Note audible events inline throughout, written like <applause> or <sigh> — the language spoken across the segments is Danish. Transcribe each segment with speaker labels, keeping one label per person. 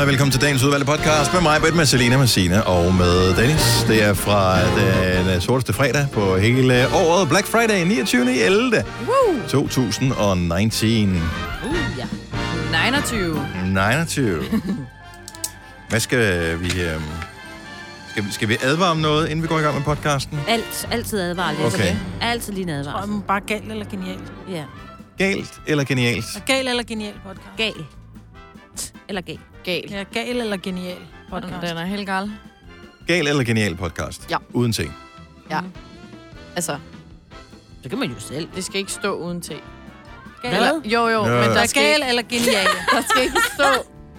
Speaker 1: og velkommen til dagens udvalgte podcast med mig, Britt, med Selina, med Sina og med Dennis. Det er fra den øh, sorteste fredag på hele året, Black Friday 29. 11.
Speaker 2: Woo!
Speaker 1: 2019.
Speaker 2: Uh, ja. 29.
Speaker 1: 29. Hvad skal vi... Øh... Skal, vi- skal vi advare om noget, inden vi går i gang med podcasten?
Speaker 3: Alt, altid advarsel.
Speaker 1: Okay.
Speaker 3: Okay. Altid lige en advarsel.
Speaker 4: Om bare gal eller genial.
Speaker 3: Ja.
Speaker 1: Galt eller genialt?
Speaker 4: Og gal eller genial podcast.
Speaker 3: Gal. Eller gal.
Speaker 2: Gal.
Speaker 4: Ja, gal eller genial podcast.
Speaker 2: Den er helt gal.
Speaker 1: Gal eller genial podcast?
Speaker 2: Ja.
Speaker 1: Uden ting.
Speaker 2: Altså,
Speaker 3: Det kan man jo selv.
Speaker 2: det skal ikke stå uden te.
Speaker 4: Gal.
Speaker 2: Eller,
Speaker 4: Eller,
Speaker 2: jo, jo,
Speaker 1: Ja.
Speaker 2: men der
Speaker 4: der
Speaker 2: skal,
Speaker 4: gal eller genial.
Speaker 2: <laughs> der skal ikke stå...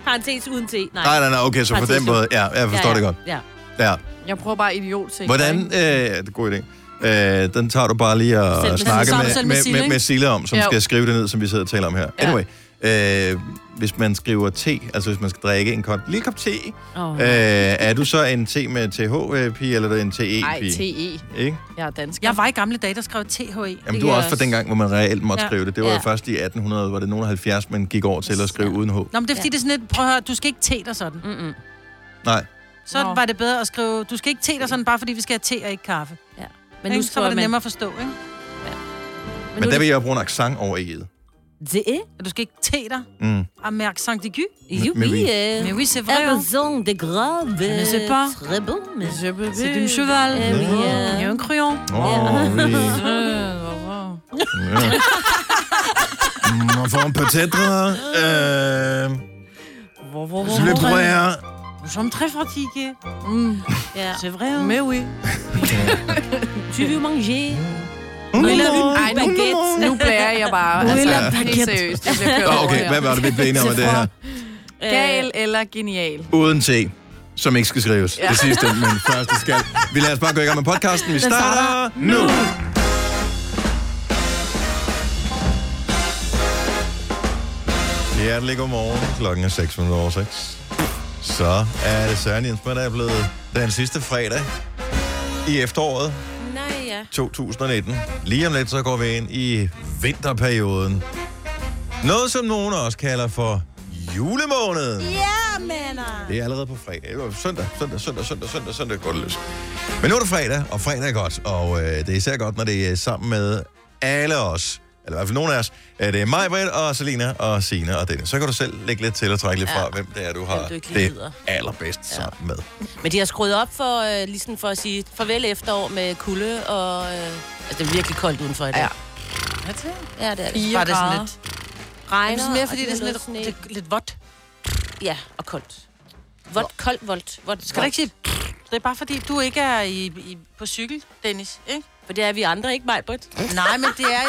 Speaker 3: Parentes uden te. Nej.
Speaker 1: Nej, nej, nej, okay, så på den
Speaker 3: Partisk.
Speaker 1: måde. Ja, jeg forstår
Speaker 3: ja, ja.
Speaker 1: det godt.
Speaker 3: Ja.
Speaker 1: Ja.
Speaker 2: Jeg prøver bare idiot til.
Speaker 1: Hvordan, øh, ja, det er en god idé. Øh, den tager du bare lige at
Speaker 3: Selv med-
Speaker 1: snakke
Speaker 4: sammen-
Speaker 1: med,
Speaker 4: selv med
Speaker 1: med,
Speaker 4: Sille,
Speaker 1: med,
Speaker 4: ikke?
Speaker 1: med Sille om, som
Speaker 2: Jo.
Speaker 1: skal skrive det ned, som vi sidder og taler om her.
Speaker 2: Ja.
Speaker 1: Anyway, øh, hvis man skriver te, altså hvis man skal drikke en kop, lille kop te,
Speaker 5: Mm.
Speaker 1: øh,
Speaker 3: Oh.
Speaker 1: er du så en te med TH-pige, eller er du en
Speaker 2: Ej,
Speaker 1: TE-pige?
Speaker 2: TE.
Speaker 1: Ikke?
Speaker 2: Jeg er dansker.
Speaker 4: Jeg var i gamle dage, der skrev E. THE.
Speaker 1: Jamen,
Speaker 3: Det
Speaker 1: E. du
Speaker 3: gør
Speaker 1: er også fra
Speaker 3: jeg også.
Speaker 1: dengang, hvor man reelt måtte ja.
Speaker 4: Ja.
Speaker 1: skrive det. Det var ja.
Speaker 3: Ja.
Speaker 1: jo først i 1800, hvor det er nogen af 70, man gik over til at skrive uden H.
Speaker 4: Nå, men det er fordi, det er sådan lidt, prøv at høre, du skal ikke te dig sådan.
Speaker 3: Mm-mm.
Speaker 1: Nej.
Speaker 4: Så
Speaker 2: Nå.
Speaker 4: var det bedre at skrive, du skal ikke te dig sådan, bare fordi vi skal have te og ikke kaffe.
Speaker 3: Men nu
Speaker 4: så var
Speaker 3: skriver
Speaker 4: det
Speaker 3: man...
Speaker 4: nemmere at forstå, ikke?
Speaker 3: Men,
Speaker 1: Men
Speaker 3: nu
Speaker 1: der
Speaker 3: er
Speaker 1: vil jeg bruge en accent over E'et.
Speaker 3: det...
Speaker 2: E?
Speaker 3: Det?
Speaker 4: At du skal ikke te dig. Ah,
Speaker 1: Mm.
Speaker 4: Og mærke Sankt Digy.
Speaker 3: Jo,
Speaker 1: men
Speaker 3: vi...
Speaker 1: vi-
Speaker 3: øh,
Speaker 4: Men oui, c'est vrai. hein?
Speaker 3: Amazon de grave.
Speaker 4: ne sais pas.
Speaker 3: Très bon. mais-
Speaker 4: C'est du cheval.
Speaker 3: Eh oui,
Speaker 4: Il y a
Speaker 3: euh,
Speaker 4: un crayon.
Speaker 1: Åh, oh,
Speaker 3: <laughs>
Speaker 1: vi... Ja. Man får en peut-être... Øh, je le prends.
Speaker 4: Oh, Nous sommes très fatigués.
Speaker 3: Ja.
Speaker 4: Mm. C'est vrai.
Speaker 2: Men oui.
Speaker 3: Tu veux manger?
Speaker 1: Mm.
Speaker 2: Ej, nu, nu blærer jeg bare.
Speaker 4: Eller
Speaker 2: Altså, helt
Speaker 4: baguette.
Speaker 2: seriøst. Det bliver kørt
Speaker 1: Nå,
Speaker 2: over
Speaker 1: okay,
Speaker 2: her.
Speaker 1: hvad var det, vi blev enige om med det her?
Speaker 2: Gal eller genial?
Speaker 1: Uden T, som ikke skal skrives. Ja. Det sidste, men første skal. Vi lader os bare gå i gang med podcasten. Vi starter nu. Hjertelig godmorgen. Klokken er 6 minutter over 6. Så er det Søren Jens, der er blevet den sidste fredag i efteråret
Speaker 3: <laughs> Nej, ja.
Speaker 1: 2019. Lige om lidt, så går vi ind i vinterperioden. Noget, som nogen også kalder for julemåneden.
Speaker 3: Ja, mener.
Speaker 1: Det er allerede på fredag. Eller søndag, søndag, søndag, søndag, søndag, søndag går det løs. Men nu er det fredag, og fredag er godt. Og øh, det er især godt, når det er sammen med alle os. Eller i hvert fald nogen af os. Øh, Det er mig, Britt, og Selina, og Sina og Dennis. Så kan du selv lægge lidt til og trække lidt fra, hvem det er, du har
Speaker 3: Hvem du ikke lige gider.
Speaker 1: det allerbedst sammen med.
Speaker 3: Men de har skruet op for, øh, ligesom for at sige farvel efterår med kulde, og øh, altså, det er virkelig koldt udenfor i dag.
Speaker 2: Ja.
Speaker 3: Ja, det er det.
Speaker 2: Fire
Speaker 4: Var det sådan
Speaker 2: grader.
Speaker 4: lidt...
Speaker 3: Regner,
Speaker 4: Det er mere, fordi
Speaker 3: og
Speaker 4: det er sådan
Speaker 3: noget
Speaker 4: lidt, lidt, lidt vådt.
Speaker 3: sne. Ja, og koldt. Vådt, koldt, voldt. Vådt,
Speaker 4: Skal du ikke sige... Det er bare fordi, du ikke er i, i, på cykel, Dennis, ikke?
Speaker 3: For det er vi andre, ikke mig, Britt?
Speaker 4: Nej, men det er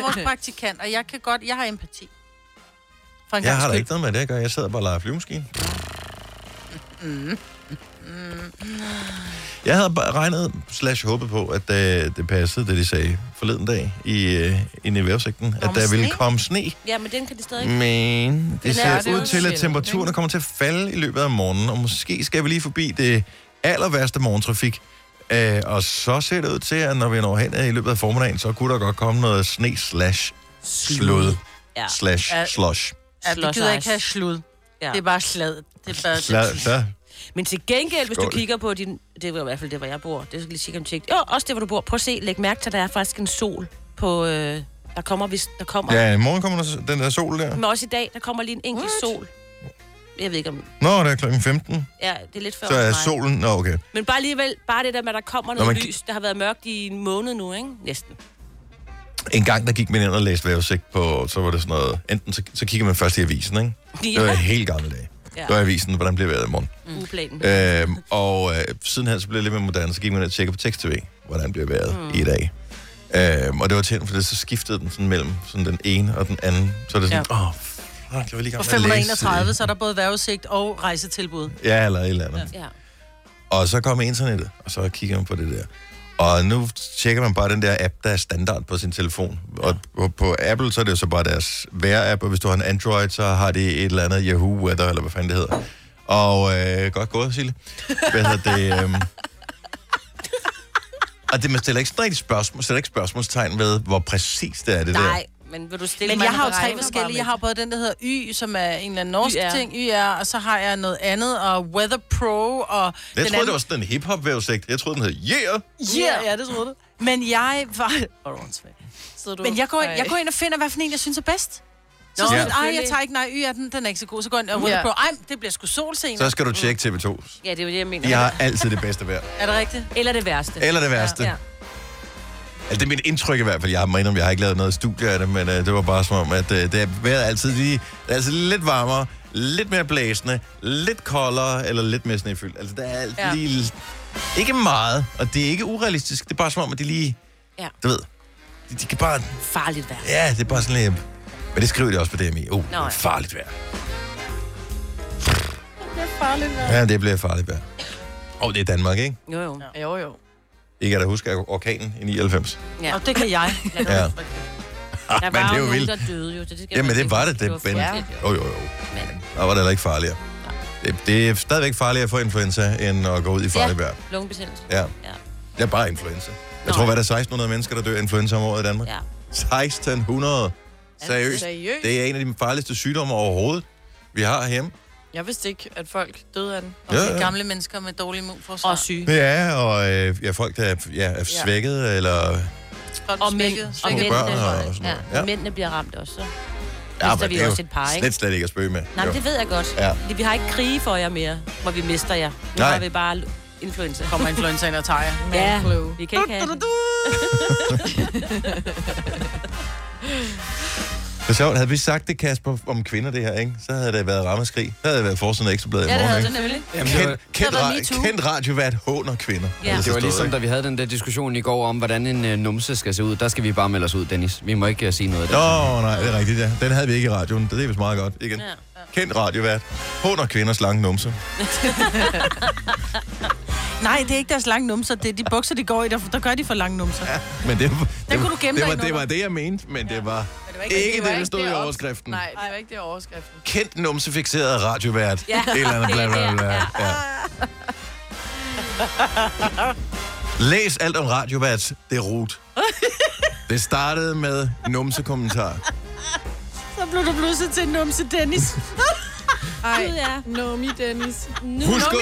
Speaker 3: <laughs>
Speaker 4: <laughs> vores praktikant, og jeg kan godt... Jeg har empati. For en
Speaker 1: Jeg
Speaker 4: gangs
Speaker 1: har da
Speaker 4: skyld.
Speaker 1: ikke noget med det at gøre. Jeg sidder bare og leger flyvemaskine. Jeg havde bare regnet slash håbet på, at øh, det passede, det de sagde forleden dag i, øh, inde i vejrudsigten, at
Speaker 4: Om
Speaker 1: der ville
Speaker 4: sne?
Speaker 1: komme sne.
Speaker 3: Ja, men den kan det stadig ikke.
Speaker 1: Men det
Speaker 2: Den er-
Speaker 1: ser
Speaker 2: det er
Speaker 1: ud
Speaker 2: jo
Speaker 1: til, at
Speaker 2: sjældent,
Speaker 1: temperaturen
Speaker 2: ikke?
Speaker 1: kommer til at falde i løbet af morgenen, og måske skal vi lige forbi det aller værste morgentrafik. Øh, og så ser det ud til, at når vi når hen øh, i løbet af formiddagen, så kunne der godt komme noget sne slash slud
Speaker 3: Ja.
Speaker 1: slash
Speaker 4: Ja.
Speaker 1: slush.
Speaker 4: Ja, vi
Speaker 3: Slås
Speaker 4: gider
Speaker 3: ice.
Speaker 4: ikke have slud.
Speaker 3: Ja.
Speaker 4: Ja. Det er bare slad. Det er bare...
Speaker 1: Sla, sla.
Speaker 3: Men til gengæld, hvis du
Speaker 1: Skål.
Speaker 3: kigger på din... Det var i hvert fald det, hvor jeg bor. Det skal lige sikkert tjekke. Jo, også det, hvor du bor. Prøv at se. Læg mærke til, at der er faktisk en sol på... Øh, der kommer, hvis der kommer...
Speaker 1: Ja, i morgen kommer der s- den der sol der.
Speaker 3: Men også i dag, der kommer lige en enkelt sol. Jeg ved ikke om...
Speaker 1: Nå, det er klokken 15,
Speaker 3: Ja, det er lidt før
Speaker 1: så er
Speaker 3: mig.
Speaker 1: solen... Nå, okay.
Speaker 3: Men bare alligevel, bare det der med, at der kommer
Speaker 1: Når
Speaker 3: noget
Speaker 1: man-
Speaker 3: lys. Der har været mørkt i en måned nu, ikke? Næsten.
Speaker 1: En gang, der gik man ind og læste vejrudsigt på, så var det sådan noget... Enten så, så kigger man først i avisen, ikke? Det var
Speaker 3: Ja,
Speaker 1: helt gamle dage.
Speaker 3: Ja. Mhm.
Speaker 1: Det var avisen, hvordan bliver vejret i morgen.
Speaker 3: mm. uplanen.
Speaker 1: øhm, og øh, sidenhen så blev det lidt mere moderne, så gik man ind og tjekkede på tekst-tv, hvordan bliver vejret
Speaker 3: Mhm.
Speaker 1: mm. i dag. Øhm, og det var tændt, for det, så skiftede den sådan mellem sådan den ene og den anden. Så er det sådan, åh, ja. oh, fuck, jeg var lige
Speaker 4: På
Speaker 1: gammel
Speaker 4: 531, så er der både vejrudsigt og rejsetilbud.
Speaker 1: øh, Ja, eller et eller andet. Ja.
Speaker 3: Ja.
Speaker 1: Og så kom internettet, og så kigger man på det der. Og nu tjekker man bare den der app, der er standard på sin telefon. Og på, på Apple, så er det jo så bare deres vejr-app, og hvis du har en Android, så har de et eller andet Yahoo Weather, eller hvad fanden det hedder. Og øh, godt gået, Sille. Hvad hedder det? Øh... Og det, man stiller ikke, sådan rigtig spørgsmål, stiller ikke spørgsmålstegn ved, hvor præcis det er, det der.
Speaker 3: Nej, Men vil du stille
Speaker 4: Men
Speaker 3: mig
Speaker 4: jeg har jo
Speaker 3: nogle
Speaker 4: tre
Speaker 3: regner bare
Speaker 4: forskellige.
Speaker 3: med?
Speaker 4: Jeg har både den, der hedder Y, som er en eller anden norsk
Speaker 3: YR.
Speaker 4: ting, YR, og så har jeg noget andet, og Weather Pro, og...
Speaker 1: Jeg troede,
Speaker 4: anden...
Speaker 1: det var sådan en hip-hop-vævsigt. Jeg troede, den hed Yeah!
Speaker 4: Yeah, ja, det troede du. Men jeg var...
Speaker 3: Så du...
Speaker 4: Men jeg går, ind, jeg går ind og finder, hvad for en, jeg synes er bedst. Så
Speaker 3: Nå,
Speaker 4: Nå, sådan,
Speaker 1: Ja.
Speaker 4: ja. Ej, jeg tager ikke, nej, Y er den, den er ikke så god. Så går jeg ind og Weather
Speaker 2: Ja.
Speaker 4: Pro. Ej, det bliver sgu solscener.
Speaker 1: Så skal du tjekke TV2.
Speaker 3: Ja, det er jo det, jeg mener.
Speaker 1: De har altid det bedste vejr.
Speaker 4: Er det rigtigt?
Speaker 3: Eller det værste.
Speaker 1: Eller det værste.
Speaker 3: Ja.
Speaker 1: Altså, det er mit indtryk i hvert fald. Jeg må indrømme, jeg har ikke lavet noget studie af det, men øh, det var bare som om, at øh, det er vejret altid lige, det er altid lidt varmere, lidt mere blæsende, lidt koldere eller lidt mere snefyldt. Altså, der er ja.
Speaker 4: Ja.
Speaker 1: lige... Ikke meget, og det er ikke urealistisk. Det er bare som om, at de lige...
Speaker 3: Ja.
Speaker 1: Du ved, de, de kan bare...
Speaker 3: Farligt værd.
Speaker 1: Ja, det er bare sådan lidt... Men det skriver de også på DMI. Oh, det
Speaker 3: ja.
Speaker 1: er farligt vejr. Det bliver farligt vejr. Ja, det bliver farligt vejr. Og det er Danmark, ikke?
Speaker 3: Jo, jo.
Speaker 2: Jo, jo.
Speaker 1: I kan da huske orkanen i 99.
Speaker 3: Ja.
Speaker 4: Og det kan jeg.
Speaker 1: Ja. <laughs> Ah,
Speaker 3: Der
Speaker 1: men
Speaker 3: var
Speaker 1: det er
Speaker 3: jo
Speaker 1: jo
Speaker 3: nogen,
Speaker 1: vildt.
Speaker 3: der døde jo. Det, det skal
Speaker 1: Jamen,
Speaker 3: man
Speaker 1: det
Speaker 3: ikke
Speaker 1: var
Speaker 3: huske.
Speaker 1: det, det
Speaker 3: var
Speaker 1: Ben.
Speaker 3: forfærdeligt, jo.
Speaker 1: Jo, jo, jo. Der var det heller ikke farligere. Det, det er stadigvæk farligere at få influenza, end at gå ud i farligt
Speaker 3: Ja.
Speaker 1: vejr.
Speaker 5: <laughs>
Speaker 3: Lungebetændelse.
Speaker 1: Ja.
Speaker 3: Ja.
Speaker 1: Det er bare influenza. Jeg
Speaker 3: Nå.
Speaker 1: tror, hvad er der 1600 mennesker, der dør af influenza om året i Danmark?
Speaker 3: Ja.
Speaker 1: 1600. Seriøst.
Speaker 2: Seriøst?
Speaker 1: Det er en af de farligste sygdomme overhovedet, vi har hjemme.
Speaker 2: Jeg vidste ikke, at folk døde af den.
Speaker 4: Og
Speaker 1: Ja,
Speaker 4: det
Speaker 1: ja.
Speaker 4: er gamle mennesker med dårlig immunforsvar. <laughs>
Speaker 3: Og syge.
Speaker 1: Ja, og øh, ja, folk, der er, ja, er svækket, eller...
Speaker 3: Og mænd.
Speaker 4: svækket-
Speaker 3: Og
Speaker 4: svækket
Speaker 3: mændene,
Speaker 1: mænd. børn og sådan
Speaker 3: ja.
Speaker 1: noget. Ja.
Speaker 3: mændene bliver ramt også. Så.
Speaker 1: Ja,
Speaker 3: Mister vi
Speaker 1: det er
Speaker 3: også
Speaker 1: jo
Speaker 3: et par, ikke?
Speaker 1: Slet, slet ikke at spøge med.
Speaker 3: Nej,
Speaker 1: Jo.
Speaker 3: men det ved jeg godt.
Speaker 1: Ja.
Speaker 3: Ja. Vi har ikke krige for jer mere, hvor vi mister jer. Nu
Speaker 1: Nej.
Speaker 3: har vi bare influenza. Kom.
Speaker 4: Kommer influenzaen og tager
Speaker 3: <laughs>
Speaker 4: jer.
Speaker 3: Ja,
Speaker 2: Flu.
Speaker 3: vi kan ikke have det.
Speaker 1: Det er sjovt. Havde vi sagt det, Kasper, om kvinder det her, ikke? Så havde det været rammeskrig. Så havde det været forsiden af Ekstrabladet i
Speaker 3: Ja, det
Speaker 1: morgen,
Speaker 3: havde
Speaker 1: ikke?
Speaker 3: det nemlig.
Speaker 5: Jamen, det, var,
Speaker 1: Kendt, kendt,
Speaker 4: var
Speaker 1: ra-
Speaker 4: MeToo.
Speaker 1: kendt radiovært håner kvinder.
Speaker 3: Ja.
Speaker 1: Altså,
Speaker 5: det var
Speaker 1: stod
Speaker 5: ligesom,
Speaker 1: ikke?
Speaker 5: da vi havde den der diskussion i går om, hvordan en øh, numse skal se ud. Der skal vi bare melde os ud, Dennis. Vi må ikke øh, sige noget af det.
Speaker 1: Nå, nej, det er rigtigt, ja. Den havde vi ikke i radioen. Det er vist meget godt. Igen.
Speaker 3: Ja.
Speaker 1: Kendt radiovært. Håner kvinders lange numse.
Speaker 4: Nej, det er ikke deres lange numser. Det er de bukser, de går i, der, der gør de for lange numser. Ja.
Speaker 1: Men det, det,
Speaker 4: kunne du gemme dig
Speaker 1: det, var, det
Speaker 4: indenunder.
Speaker 1: var det, jeg mente, men det var
Speaker 4: var ikke-
Speaker 1: ikke
Speaker 2: det var
Speaker 1: det, der
Speaker 2: ikke
Speaker 1: stod
Speaker 2: det
Speaker 1: i
Speaker 2: op-
Speaker 1: overskriften.
Speaker 2: Nej, det var ikke det overskriften.
Speaker 1: Kendt numsefixeret radiovært.
Speaker 3: Ja.
Speaker 1: Et eller andet bla bla bla. Ja. Læs alt om radiovært. Det er rot. Det startede med numsekommentar.
Speaker 4: Så blev du pludselig til numse Dennis.
Speaker 2: Ej,
Speaker 3: Gud, ja.
Speaker 2: Nomi Dennis.
Speaker 1: Husker,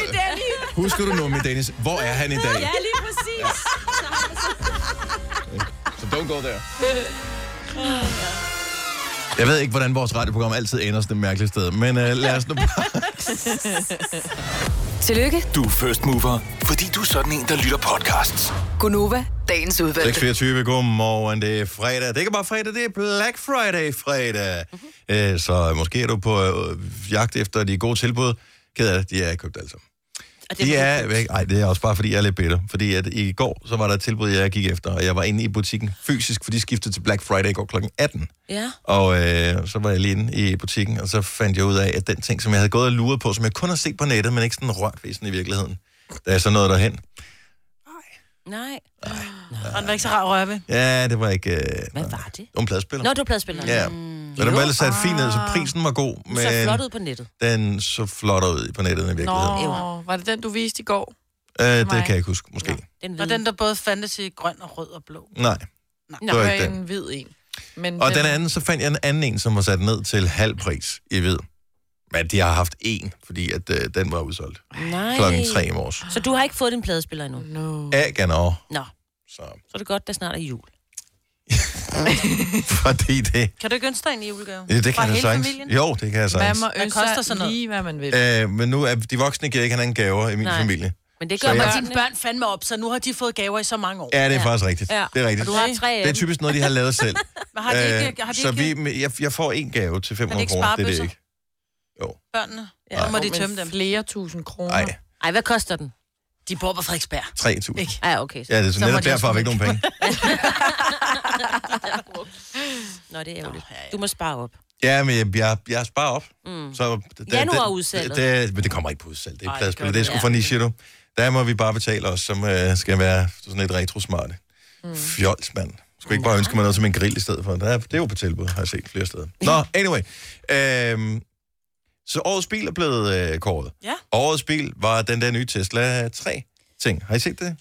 Speaker 1: husker du Nomi Dennis? Hvor er han i dag?
Speaker 3: Ja, lige præcis.
Speaker 1: Så don't go there. Jeg ved ikke, hvordan vores radioprogram altid ender sådan et mærkeligt sted, men uh, lad os nu bare...
Speaker 6: <laughs> Tillykke,
Speaker 7: Du er first mover, fordi du er sådan en, der lytter podcasts.
Speaker 6: Gunova, dagens udvalgte.
Speaker 1: 6.24, godmorgen, det er fredag. Det er ikke bare fredag, det er Black Friday fredag.
Speaker 3: Mhm.
Speaker 1: Mm-hmm. Uh, så måske er du på uh, jagt efter de gode tilbud. Ked af det, de er købt alle sammen.
Speaker 3: Og det
Speaker 1: De
Speaker 3: er
Speaker 1: er væk. Ej, det er også bare, fordi jeg er lidt bitter. Fordi at i går, så var der et tilbud, jeg gik efter, og jeg var inde i butikken fysisk, for de skiftede til Black Friday i går kl. 18.
Speaker 3: Ja.
Speaker 1: Og øh, så var jeg lige inde i butikken, og så fandt jeg ud af, at den ting, som jeg havde gået og luret på, som jeg kun har set på nettet, men ikke sådan rørt ved sådan i virkeligheden, da jeg så nåede derhen.
Speaker 3: Nej.
Speaker 4: Og den var ikke så rar at røre ved.
Speaker 1: Ja, det var ikke... Øh,
Speaker 3: Hvad var det?
Speaker 1: en pladespiller.
Speaker 3: Nå, du er pladespilleren.
Speaker 1: Ja. Men den var ellers sat fint ned, så prisen var god,
Speaker 3: Du Ah. så flot
Speaker 1: men
Speaker 3: ud på nettet.
Speaker 1: den så flot ud på nettet i virkeligheden.
Speaker 2: Nå, var det den, du viste i går?
Speaker 1: Øh, det
Speaker 2: mig.
Speaker 1: kan jeg ikke huske, måske.
Speaker 3: Den
Speaker 4: Og
Speaker 3: hvide.
Speaker 4: den, der både fandtes i grøn og rød og blå.
Speaker 1: Nej.
Speaker 2: Nå,
Speaker 1: var
Speaker 2: det var
Speaker 1: ikke den.
Speaker 2: en hvid en. Men
Speaker 1: Og den anden, så fandt jeg en anden en, som var sat ned til halv pris i ved. Men de har haft en, fordi at, øh, den var udsolgt
Speaker 3: Nej. Ah.
Speaker 1: klokken 3 i morges.
Speaker 3: Så du har ikke fået din pladespiller endnu?
Speaker 2: No.
Speaker 1: Ja, genau.
Speaker 3: Nå,
Speaker 1: Så,
Speaker 3: så er det godt, der snart er jul.
Speaker 1: <laughs> fordi det...
Speaker 4: Kan du ikke ønske dig en i julegave?
Speaker 1: Ja, det
Speaker 4: Fra
Speaker 1: kan jeg
Speaker 4: hele
Speaker 1: sagtens.
Speaker 4: familien?
Speaker 1: Jo, det kan jeg
Speaker 2: Man
Speaker 1: sagtens.
Speaker 2: må ønske
Speaker 4: koster
Speaker 2: sig
Speaker 4: sådan noget?
Speaker 2: lige, hvad man vil.
Speaker 1: Øh, men nu er de voksne giver ikke hinanden gaver i min
Speaker 3: Nej.
Speaker 1: familie.
Speaker 3: Men det
Speaker 1: Så
Speaker 3: gør
Speaker 1: jeg-
Speaker 4: Og
Speaker 3: børnene.
Speaker 4: dine børn fandme op, så nu har de fået gaver i så mange år.
Speaker 1: Ja, det er ja.
Speaker 3: Ja.
Speaker 1: faktisk rigtigt. Ja.
Speaker 3: Ja.
Speaker 1: Det er rigtigt.
Speaker 3: Og du har tre af
Speaker 1: det er
Speaker 3: dem.
Speaker 1: typisk noget, de har lavet selv.
Speaker 4: <laughs>
Speaker 1: Øh,
Speaker 4: Men har de ikke, har de
Speaker 1: så
Speaker 4: ikke
Speaker 1: vi, jeg, jeg får en gave til
Speaker 4: Har de
Speaker 1: 500
Speaker 4: ikke
Speaker 1: kroner. Det er det
Speaker 4: sparebøsser?
Speaker 1: ikke.
Speaker 4: børnene? Ja, så må de tømme dem.
Speaker 2: Flere tusind kroner.
Speaker 1: Nej,
Speaker 3: Ej, hvad koster den?
Speaker 4: De bor på Frederiksberg.
Speaker 1: 3.000.
Speaker 4: Ikke.
Speaker 3: Ej, okay. Så.
Speaker 1: Ja, det er så,
Speaker 4: Så må
Speaker 1: netop
Speaker 4: de
Speaker 1: derfor har vi ikke
Speaker 4: også
Speaker 1: nogen penge.
Speaker 3: <laughs> Nå, det er ærgerligt. Du må spare op.
Speaker 1: Ja, men jeg, jeg, jeg sparer op. Mm. Så det,
Speaker 3: Januarudsalget.
Speaker 1: Det, det, men det kommer ikke på udsalg. Det er
Speaker 4: Ej,
Speaker 1: pladsspil.
Speaker 4: det gør
Speaker 1: Det er sgu
Speaker 3: det.
Speaker 1: for niche, du. Der må vi bare betale os, som øh, skal være sådan lidt retrosmarte. Mm. Fjols, mand. Skulle ikke bare ønske mig noget som en grill i stedet for. Der er, det er jo på tilbud, har jeg set flere steder. Nå, anyway. Øhm, så årets bil er blevet øh, kåret.
Speaker 4: Ja.
Speaker 1: Årets bil var den der nye Tesla 3. ting. Har I set det?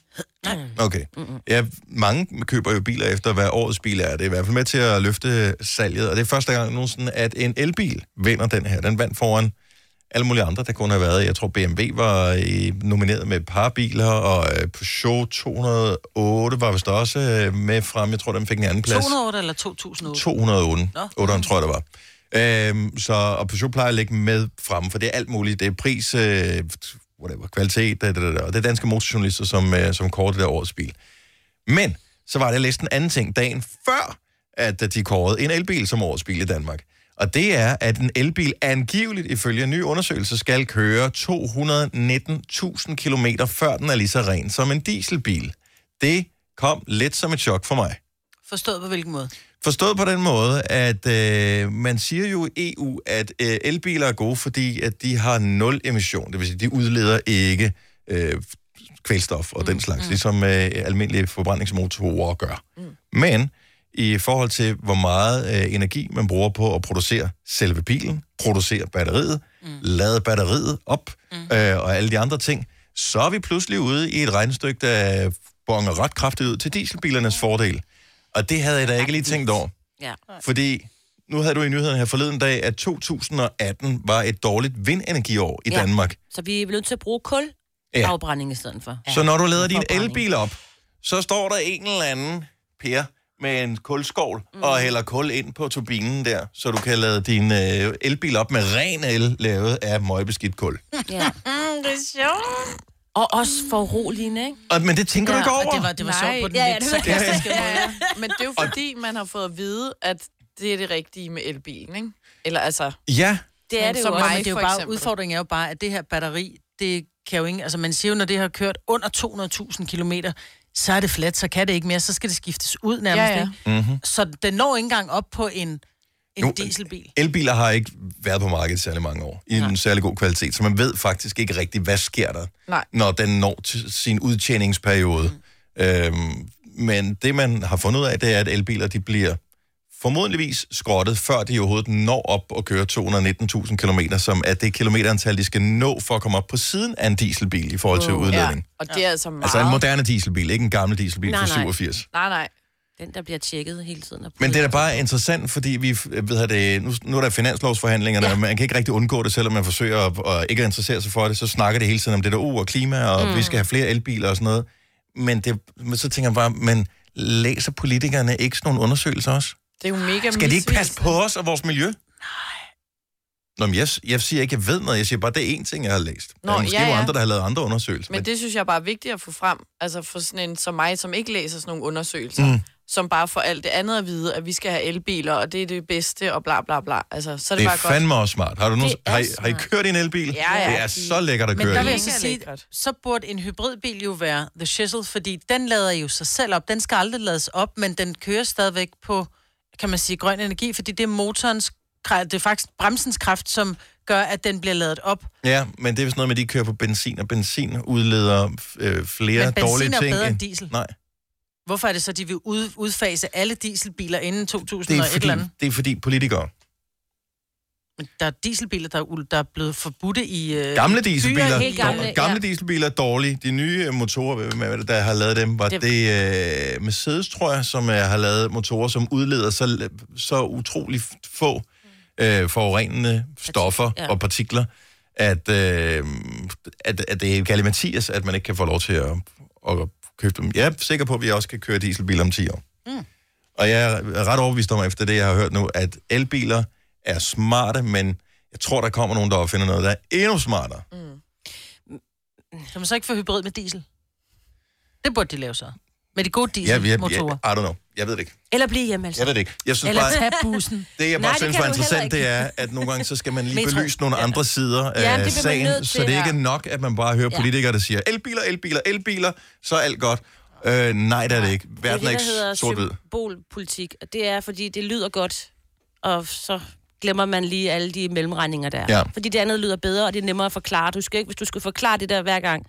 Speaker 1: Okay. Ja, mange køber jo biler efter, hvad årets bil er. Det er i hvert fald med til at løfte salget, og det er første gang nogensinde, at en elbil vinder den her. Den vandt foran alle mulige andre, der kunne have været. Jeg tror, BMW var i- nomineret med et par biler, og øh, Peugeot 208 var vist også øh, med frem. Jeg tror, den fik en anden plads.
Speaker 4: 208 eller 2008?
Speaker 1: 208.
Speaker 4: Nå.
Speaker 1: 800, tror jeg, det var. Øhm, så, og Peugeot plejer at ligge med fremme, for det er alt muligt. Det er pris, øh, whatever, kvalitet, da, da, da, da. og det er danske motorjournalister, som, øh, som kårer det der årets bil. Men så var det læst en anden ting dagen før, at de kårede en elbil som årets bil i Danmark. Og det er, at en elbil angiveligt, ifølge en ny undersøgelse, skal køre 219.000 km, før den er lige så ren som en dieselbil. Det kom lidt som et chok for mig.
Speaker 4: Forstået på hvilken måde?
Speaker 1: Forstået på den måde, at øh, man siger jo i EU, at øh, elbiler er gode, fordi at de har nul emission. Det vil sige, de udleder ikke øh, kvælstof og mm, den slags, mm. ligesom øh, almindelige forbrændingsmotorer gør. Mm. Men i forhold til, hvor meget øh, energi man bruger på at producere selve bilen, producere batteriet, mm. lade batteriet op mm. øh, og alle de andre ting, så er vi pludselig ude i et regnestykke, der bonger ret kraftigt ud til dieselbilernes fordel. Og det havde jeg da ikke lige tænkt over.
Speaker 3: Ja.
Speaker 1: Fordi nu havde du i nyhederne her forleden dag, at 2018 var et dårligt vindenergiår i
Speaker 3: Ja.
Speaker 1: Danmark.
Speaker 3: Så vi er nødt til at bruge kul
Speaker 1: Ja.
Speaker 3: afbrænding i stedet
Speaker 4: <laughs>
Speaker 3: for.
Speaker 1: Så når du lader din
Speaker 3: Forbrænding.
Speaker 1: elbil op, så står der en eller anden Per med en kulskovl mm. og hælder kul ind på turbinen der, så du kan lade din øh, elbil op med ren el lavet af møgbeskidt kul.
Speaker 3: Ja.
Speaker 4: Mm, det er sjovt.
Speaker 3: Og også foruroligende, ikke?
Speaker 1: Og, men det tænker ja, du ikke
Speaker 4: Og
Speaker 1: over.
Speaker 4: det var, det var
Speaker 2: Nej.
Speaker 4: sjovt på den
Speaker 3: Ja,
Speaker 4: ja,
Speaker 3: ja,
Speaker 4: lidt
Speaker 3: det var-
Speaker 4: sarkastiske måde.
Speaker 2: Ja, men det er jo fordi, man har fået at vide, at det er det rigtige med elbilen, ikke? Eller altså,
Speaker 1: Ja,
Speaker 3: Det er
Speaker 2: Men
Speaker 3: det
Speaker 2: så
Speaker 3: jo
Speaker 4: Nej,
Speaker 3: også.
Speaker 2: mig-
Speaker 4: men det er jo
Speaker 2: for
Speaker 4: bare,
Speaker 2: eksempel.
Speaker 4: udfordringen er jo bare, at det her batteri, det kan jo ikke, altså man siger jo, når det har kørt under 200.000 kilometer, så er det fladt, så kan det ikke mere, så skal det skiftes ud nærmest,
Speaker 2: Ja,
Speaker 4: ja,
Speaker 2: ja.
Speaker 4: ja. Ikke?
Speaker 1: Mhm.
Speaker 4: Mm-hmm. Så den når ikke engang op på en, en
Speaker 1: Nu-
Speaker 4: nu, dieselbil.
Speaker 1: elbiler har ikke været på markedet i særlig mange år, i en særlig god kvalitet, så man ved faktisk ikke rigtigt, hvad sker der,
Speaker 2: Nej.
Speaker 1: når den når til sin udtjeningsperiode. Mm. Øhm, men det, man har fundet ud af, det er, at elbiler de bliver formodentligvis skrottet, før de overhovedet når op og kører 219.000 km, som er det kilometerantal, de skal nå for at komme op på siden af en dieselbil i forhold til udledning. Ja.
Speaker 2: og det er altså meget...
Speaker 1: Altså en moderne dieselbil, ikke en gammel dieselbil
Speaker 3: Nej,
Speaker 1: fra
Speaker 3: nej.
Speaker 1: 87.
Speaker 2: Nej, nej.
Speaker 3: Den, der bliver tjekket hele tiden. og
Speaker 1: Men det er da bare interessant, fordi vi, øh, ved jeg det, nu, nu er der finanslovsforhandlingerne, ja. og man kan ikke rigtig undgå det, selvom man forsøger at, at ikke at interessere sig for det, så snakker det hele tiden om det der u og klima, og mm. vi skal have flere elbiler og sådan noget. Men, det, men så tænker jeg bare, men læser politikerne ikke sådan nogle undersøgelser også?
Speaker 2: Det er jo mega
Speaker 1: Skal de ikke passe
Speaker 2: misvisende.
Speaker 1: på os og vores miljø? Nej. Nå, men jeg, jeg siger ikke, jeg ved noget. Jeg siger bare, det er én ting, jeg har læst. Nå,
Speaker 2: Nå,
Speaker 1: der er måske
Speaker 2: ja,
Speaker 1: ja,
Speaker 2: ja.
Speaker 1: andre, der har lavet andre undersøgelser.
Speaker 2: Men det synes jeg bare er vigtigt at få frem, altså for sådan en som mig, som ikke læser sådan nogle undersøgelser, mm. som bare får alt det andet at vide, at vi skal have elbiler, og det er det bedste, og bla bla bla. Altså, så er det,
Speaker 1: det er
Speaker 2: bare godt.
Speaker 1: fandme også smart. Har, du nu,
Speaker 3: Det er
Speaker 1: har, I, har I
Speaker 3: smart.
Speaker 1: kørt i en elbil?
Speaker 2: Ja, ja.
Speaker 1: Det er så lækkert at
Speaker 4: Men
Speaker 1: køre
Speaker 4: der
Speaker 1: i.
Speaker 4: vil jeg så
Speaker 2: Mega
Speaker 4: sige,
Speaker 2: lækkert.
Speaker 4: så burde en hybridbil jo være the shizzle, fordi den lader jo sig selv op. Den skal aldrig lades op, men den kører stadigvæk på, kan man sige, grøn energi, fordi det er motorens, kra- det er faktisk bremsens kraft, som gør, at den bliver ladet op.
Speaker 1: Ja, men det er vist noget med, at de kører på benzin, og benzin udleder øh, flere
Speaker 4: Men benzin
Speaker 1: dårlige
Speaker 4: er
Speaker 1: ting.
Speaker 4: bedre
Speaker 1: end-
Speaker 4: end diesel.
Speaker 1: Nej,
Speaker 4: Hvorfor er det så, at de vil ud, udfase alle dieselbiler inden
Speaker 1: det
Speaker 4: 2000
Speaker 1: er,
Speaker 4: og et
Speaker 1: fordi,
Speaker 4: eller andet?
Speaker 1: det er fordi politikere.
Speaker 4: Men der er dieselbiler, der er, ul- der er blevet forbudte i... Øh,
Speaker 1: Gamle dieselbiler,
Speaker 3: helt gamle,
Speaker 1: gamle, gamle dieselbiler er dårlige. De nye øh, motorer, hvem er det, der har lavet dem, var det,
Speaker 3: Det-
Speaker 1: det øh, Mercedes, tror jeg, som øh, har lavet motorer, som udleder så, så utrolig få øh, forurenende stoffer
Speaker 3: ja.
Speaker 1: og partikler, at, øh, at, at det er Galle Mathias, at man ikke kan få lov til at, at købe dem. Jeg er sikker på, at vi også kan køre dieselbiler om 10 år.
Speaker 4: Mm.
Speaker 1: Og jeg er ret overbevist om, efter det, jeg har hørt nu, at elbiler er smarte, men jeg tror, der kommer nogen, der opfinder noget, der er endnu smartere.
Speaker 4: Kan man så ikke få hybrid med diesel? Det burde de lave så. Med de gode
Speaker 1: Jeg, jeg, jeg,
Speaker 4: dieselmotorer.
Speaker 1: I don't know. Jeg ved det ikke.
Speaker 3: Eller blive hjemme, altså.
Speaker 1: Jeg ved det ikke. Jeg synes
Speaker 4: Eller
Speaker 1: bare,
Speaker 4: tage bussen.
Speaker 1: <laughs> det jeg
Speaker 3: Nej,
Speaker 1: bare
Speaker 3: det
Speaker 1: synes
Speaker 3: kan
Speaker 1: var
Speaker 3: du
Speaker 1: interessant, det
Speaker 3: heller
Speaker 1: er, at nogle gange, så
Speaker 3: <laughs>
Speaker 1: skal man lige
Speaker 3: Metro.
Speaker 1: belyse nogle andre sider
Speaker 3: Ja,
Speaker 1: af
Speaker 3: det bliver man
Speaker 1: sagen,
Speaker 3: nødt
Speaker 1: så
Speaker 3: til,
Speaker 1: det er ikke
Speaker 3: ja.
Speaker 1: nok, at man bare hører
Speaker 3: Ja.
Speaker 1: politikere, der siger, elbiler, elbiler, elbiler, så er alt godt. Øh, nej, det er det ikke. Verden er
Speaker 3: det,
Speaker 1: ikke
Speaker 3: der hedder
Speaker 1: sort-hvid.
Speaker 3: symbolpolitik, og det er, fordi det lyder godt, og så glemmer man lige alle de mellemregninger, der er.
Speaker 1: Ja.
Speaker 3: Fordi det andet lyder bedre, og det er nemmere at forklare. Du skal ikke, hvis du skal forklare det der hver gang.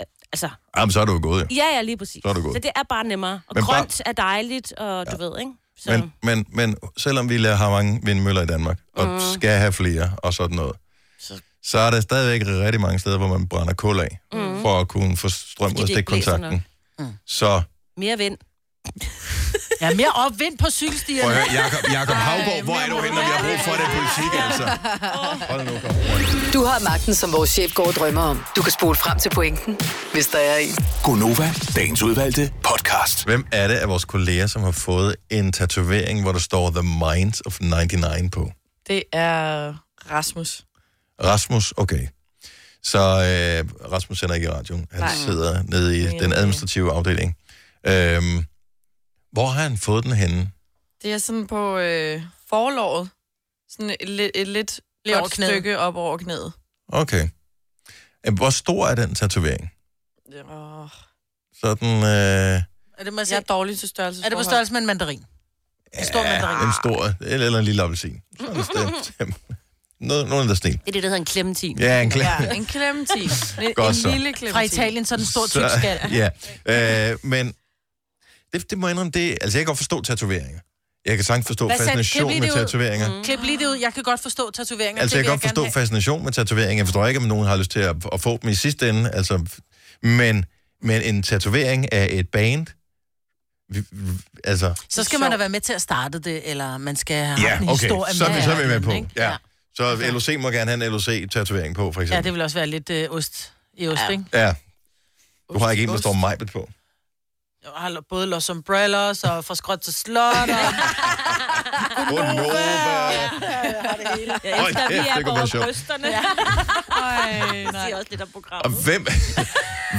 Speaker 3: øh, Altså,
Speaker 1: Jamen, så er du jo gået, jo.
Speaker 3: ja, ja, lige præcis.
Speaker 1: Så er det godt.
Speaker 3: så det er bare nemmere. Og
Speaker 1: Men
Speaker 3: Men
Speaker 1: bare-
Speaker 3: grønt er dejligt, og du ved, ikke? Så,
Speaker 1: Men, men, men selvom vi la- har mange vindmøller i Danmark, og mm. skal have flere og sådan noget,
Speaker 3: så
Speaker 1: så er der stadigvæk rigtig mange steder, hvor man brænder kul af, mm. for at kunne få strøm
Speaker 3: Fordi
Speaker 1: ud af
Speaker 3: det ikke blæser
Speaker 1: stikkontakten. Mm. Så
Speaker 3: Mere vind.
Speaker 4: Ja, mere opvind på
Speaker 3: Mm.
Speaker 4: cykelstierne.
Speaker 1: prøv at høre, Jacob, Jacob Havgaard, hvor er du henne, når vi har brug for det i politik, altså? Hold nu, kom.
Speaker 6: Du har magten, som vores chef går og drømmer om. Du kan spole frem til pointen, hvis der er en.
Speaker 7: Gonova, dagens udvalgte podcast.
Speaker 1: Hvem er det af vores kolleger, som har fået en tatovering, hvor der står The Minds of 99 på?
Speaker 2: Det er Rasmus.
Speaker 1: Rasmus, okay. Så øh, Rasmus sender ikke i radioen. Han Nej.
Speaker 2: Nej.
Speaker 1: sidder nede i
Speaker 2: Det er
Speaker 1: den
Speaker 2: det.
Speaker 1: administrative afdeling. Øhm, hvor har han fået den henne?
Speaker 2: Det er sådan på øh, forlovet. Sådan et, lidt- et lidt
Speaker 4: Lige over
Speaker 2: godt
Speaker 4: knæet.
Speaker 2: stykke op over knæet.
Speaker 1: Okay. Øh, Hvor stor er den tatovering?
Speaker 2: Oh,
Speaker 1: Sådan øh,
Speaker 4: Er det, må jeg
Speaker 2: jeg
Speaker 4: sige?
Speaker 2: er dårlig til størrelse.
Speaker 4: er det på størrelse med en mandarin? En stor
Speaker 2: Ah.
Speaker 4: mandarin.
Speaker 1: en stor, eller, eller en lille appelsin. <laughs> Sådan et sted. Noget, nogen der stil.
Speaker 3: Det er det, der hedder en klemmetin.
Speaker 1: Ja, en klar.
Speaker 2: Ja, en clementin.
Speaker 1: <laughs>
Speaker 2: En,
Speaker 1: Godt
Speaker 2: en
Speaker 1: så.
Speaker 2: lille clementin.
Speaker 4: Fra Italien, så er den stor tyk skal.
Speaker 1: <laughs> ja. Øh, men det, det må jeg indrømme, det, altså jeg kan godt forstå tatoveringer. Jeg kan sagtens forstå
Speaker 4: Hvad sagde-
Speaker 1: fascination
Speaker 4: klip
Speaker 1: med
Speaker 4: lige det ud.
Speaker 1: tatoveringer. Mm.
Speaker 4: Klip lige det ud. Jeg kan godt forstå tatoveringer.
Speaker 1: Altså,
Speaker 4: det vil
Speaker 1: jeg kan godt
Speaker 4: gerne
Speaker 1: forstå
Speaker 4: have.
Speaker 1: fascination med tatovering. Jeg forstår ikke, om nogen har lyst til at, at få dem i sidste ende. Altså, men, men en tatovering af et band... Vi, vi- altså,
Speaker 4: Så skal man da være med til at starte det, eller man skal have
Speaker 1: ja,
Speaker 4: en
Speaker 1: okay,
Speaker 4: historie
Speaker 1: så, er vi-
Speaker 4: med.
Speaker 1: så er vi med
Speaker 4: eller
Speaker 1: på.
Speaker 4: andet, ikke? Altså-
Speaker 1: Ja. Så LOC må gerne have en LOC-tatovering på, for
Speaker 4: ja,
Speaker 1: eksempel.
Speaker 4: det vil også være lidt øh, ost i ost, ja. ikke?
Speaker 1: Ja, Du har ikke en, der står Majbet på.
Speaker 4: Jeg har både Los Umbrellas og Fra Skråt til Slot. Og...
Speaker 1: Gunova!
Speaker 3: Jeg
Speaker 1: Hold
Speaker 3: elsker, at vi
Speaker 1: kæft, det
Speaker 3: er
Speaker 1: kunne
Speaker 3: på
Speaker 1: være sjovt.
Speaker 3: brysterne. <laughs> Ja. <laughs> Det siger også lidt om
Speaker 1: Og
Speaker 3: programmet.
Speaker 1: hvem,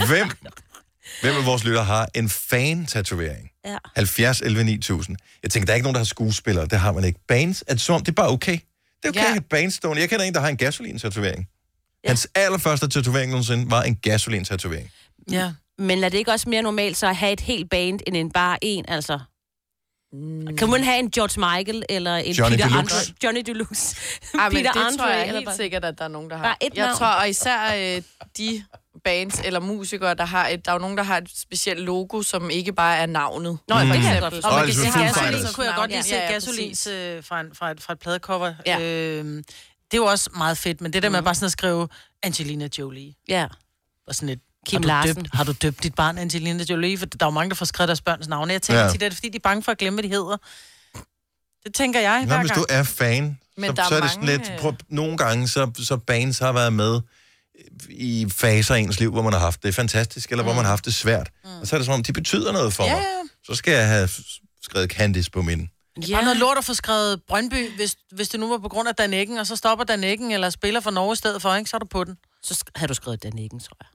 Speaker 1: hvem, <laughs> hvem af vores lytter har en fan-tatovering?
Speaker 3: Ja.
Speaker 1: 70 11 9000. Jeg tænker, der er ikke nogen, der har skuespillere. Det har man ikke. Bands, er det som om, det er bare okay. Det er okay
Speaker 2: Ja.
Speaker 1: ja. at have bands stående. Jeg kender en, der har en gasolin-tatovering. Ja. Hans allerførste tatovering nogensinde var en gasolin-tatovering.
Speaker 4: Ja.
Speaker 3: Men er det ikke også mere normalt så at have et helt band, end en bare en, altså?
Speaker 2: Mm.
Speaker 3: Kan man have en George Michael, eller en
Speaker 1: Johnny
Speaker 3: Peter
Speaker 1: Deluxe.
Speaker 3: Andre? Johnny Deluxe.
Speaker 2: <laughs> Ej, men
Speaker 3: Peter
Speaker 2: det tror
Speaker 3: Andre,
Speaker 2: jeg
Speaker 3: eller
Speaker 2: helt
Speaker 3: bare-
Speaker 2: sikkert, at der er nogen, der har.
Speaker 3: Bare et
Speaker 2: jeg
Speaker 3: navn.
Speaker 2: tror, og især øh, de bands eller musikere, der har et, der er jo nogen, der har et specielt logo, som ikke bare er navnet. Nå,
Speaker 3: det kan jeg godt forstå.
Speaker 1: Og
Speaker 4: Og man
Speaker 1: det
Speaker 4: kan
Speaker 1: er
Speaker 4: se
Speaker 1: Foo
Speaker 4: gasolin,
Speaker 1: Fighters.
Speaker 4: så kunne jeg godt lige se
Speaker 2: Ja, ja,
Speaker 4: gasolins øh, fra, en, fra, et, fra et pladecover.
Speaker 3: Ja. Mm.
Speaker 4: Øhm, det er jo også meget fedt, men det der med bare sådan at skrive Angelina Jolie,
Speaker 3: Ja.
Speaker 4: og sådan lidt,
Speaker 3: Kim
Speaker 4: har du
Speaker 3: Larsen.
Speaker 4: Døbt, har du døbt dit barn Angelina Jolie? For der er jo mange, der får skrevet deres børns navne. Jeg tænker
Speaker 1: Ja.
Speaker 4: ja. tit, at det er, fordi de er bange for at glemme, hvad de hedder. Det tænker jeg
Speaker 1: Nå,
Speaker 4: hver
Speaker 1: hvis
Speaker 4: gang.
Speaker 1: du er fan,
Speaker 2: Men
Speaker 1: så,
Speaker 2: der er
Speaker 1: så er det sådan
Speaker 2: mange,
Speaker 1: lidt...
Speaker 2: øh,
Speaker 1: Prøv, nogle gange, så, så bands har været med i faser af ens liv, hvor man har haft det fantastisk, eller mm. hvor man har haft det svært. Mm. Og så er det som om, de betyder noget for
Speaker 4: Ja,
Speaker 1: mig.
Speaker 4: ja.
Speaker 1: Så skal jeg have skrevet Candice på min.
Speaker 4: Ja. Bare noget lort at få skrevet Brøndby, hvis, hvis det nu var på grund af Dan Eggen, og så stopper Dan Eggen, eller spiller for Norge i stedet for, ikke? så er du på den.
Speaker 3: Så sk- havde du skrevet den ikke, tror jeg.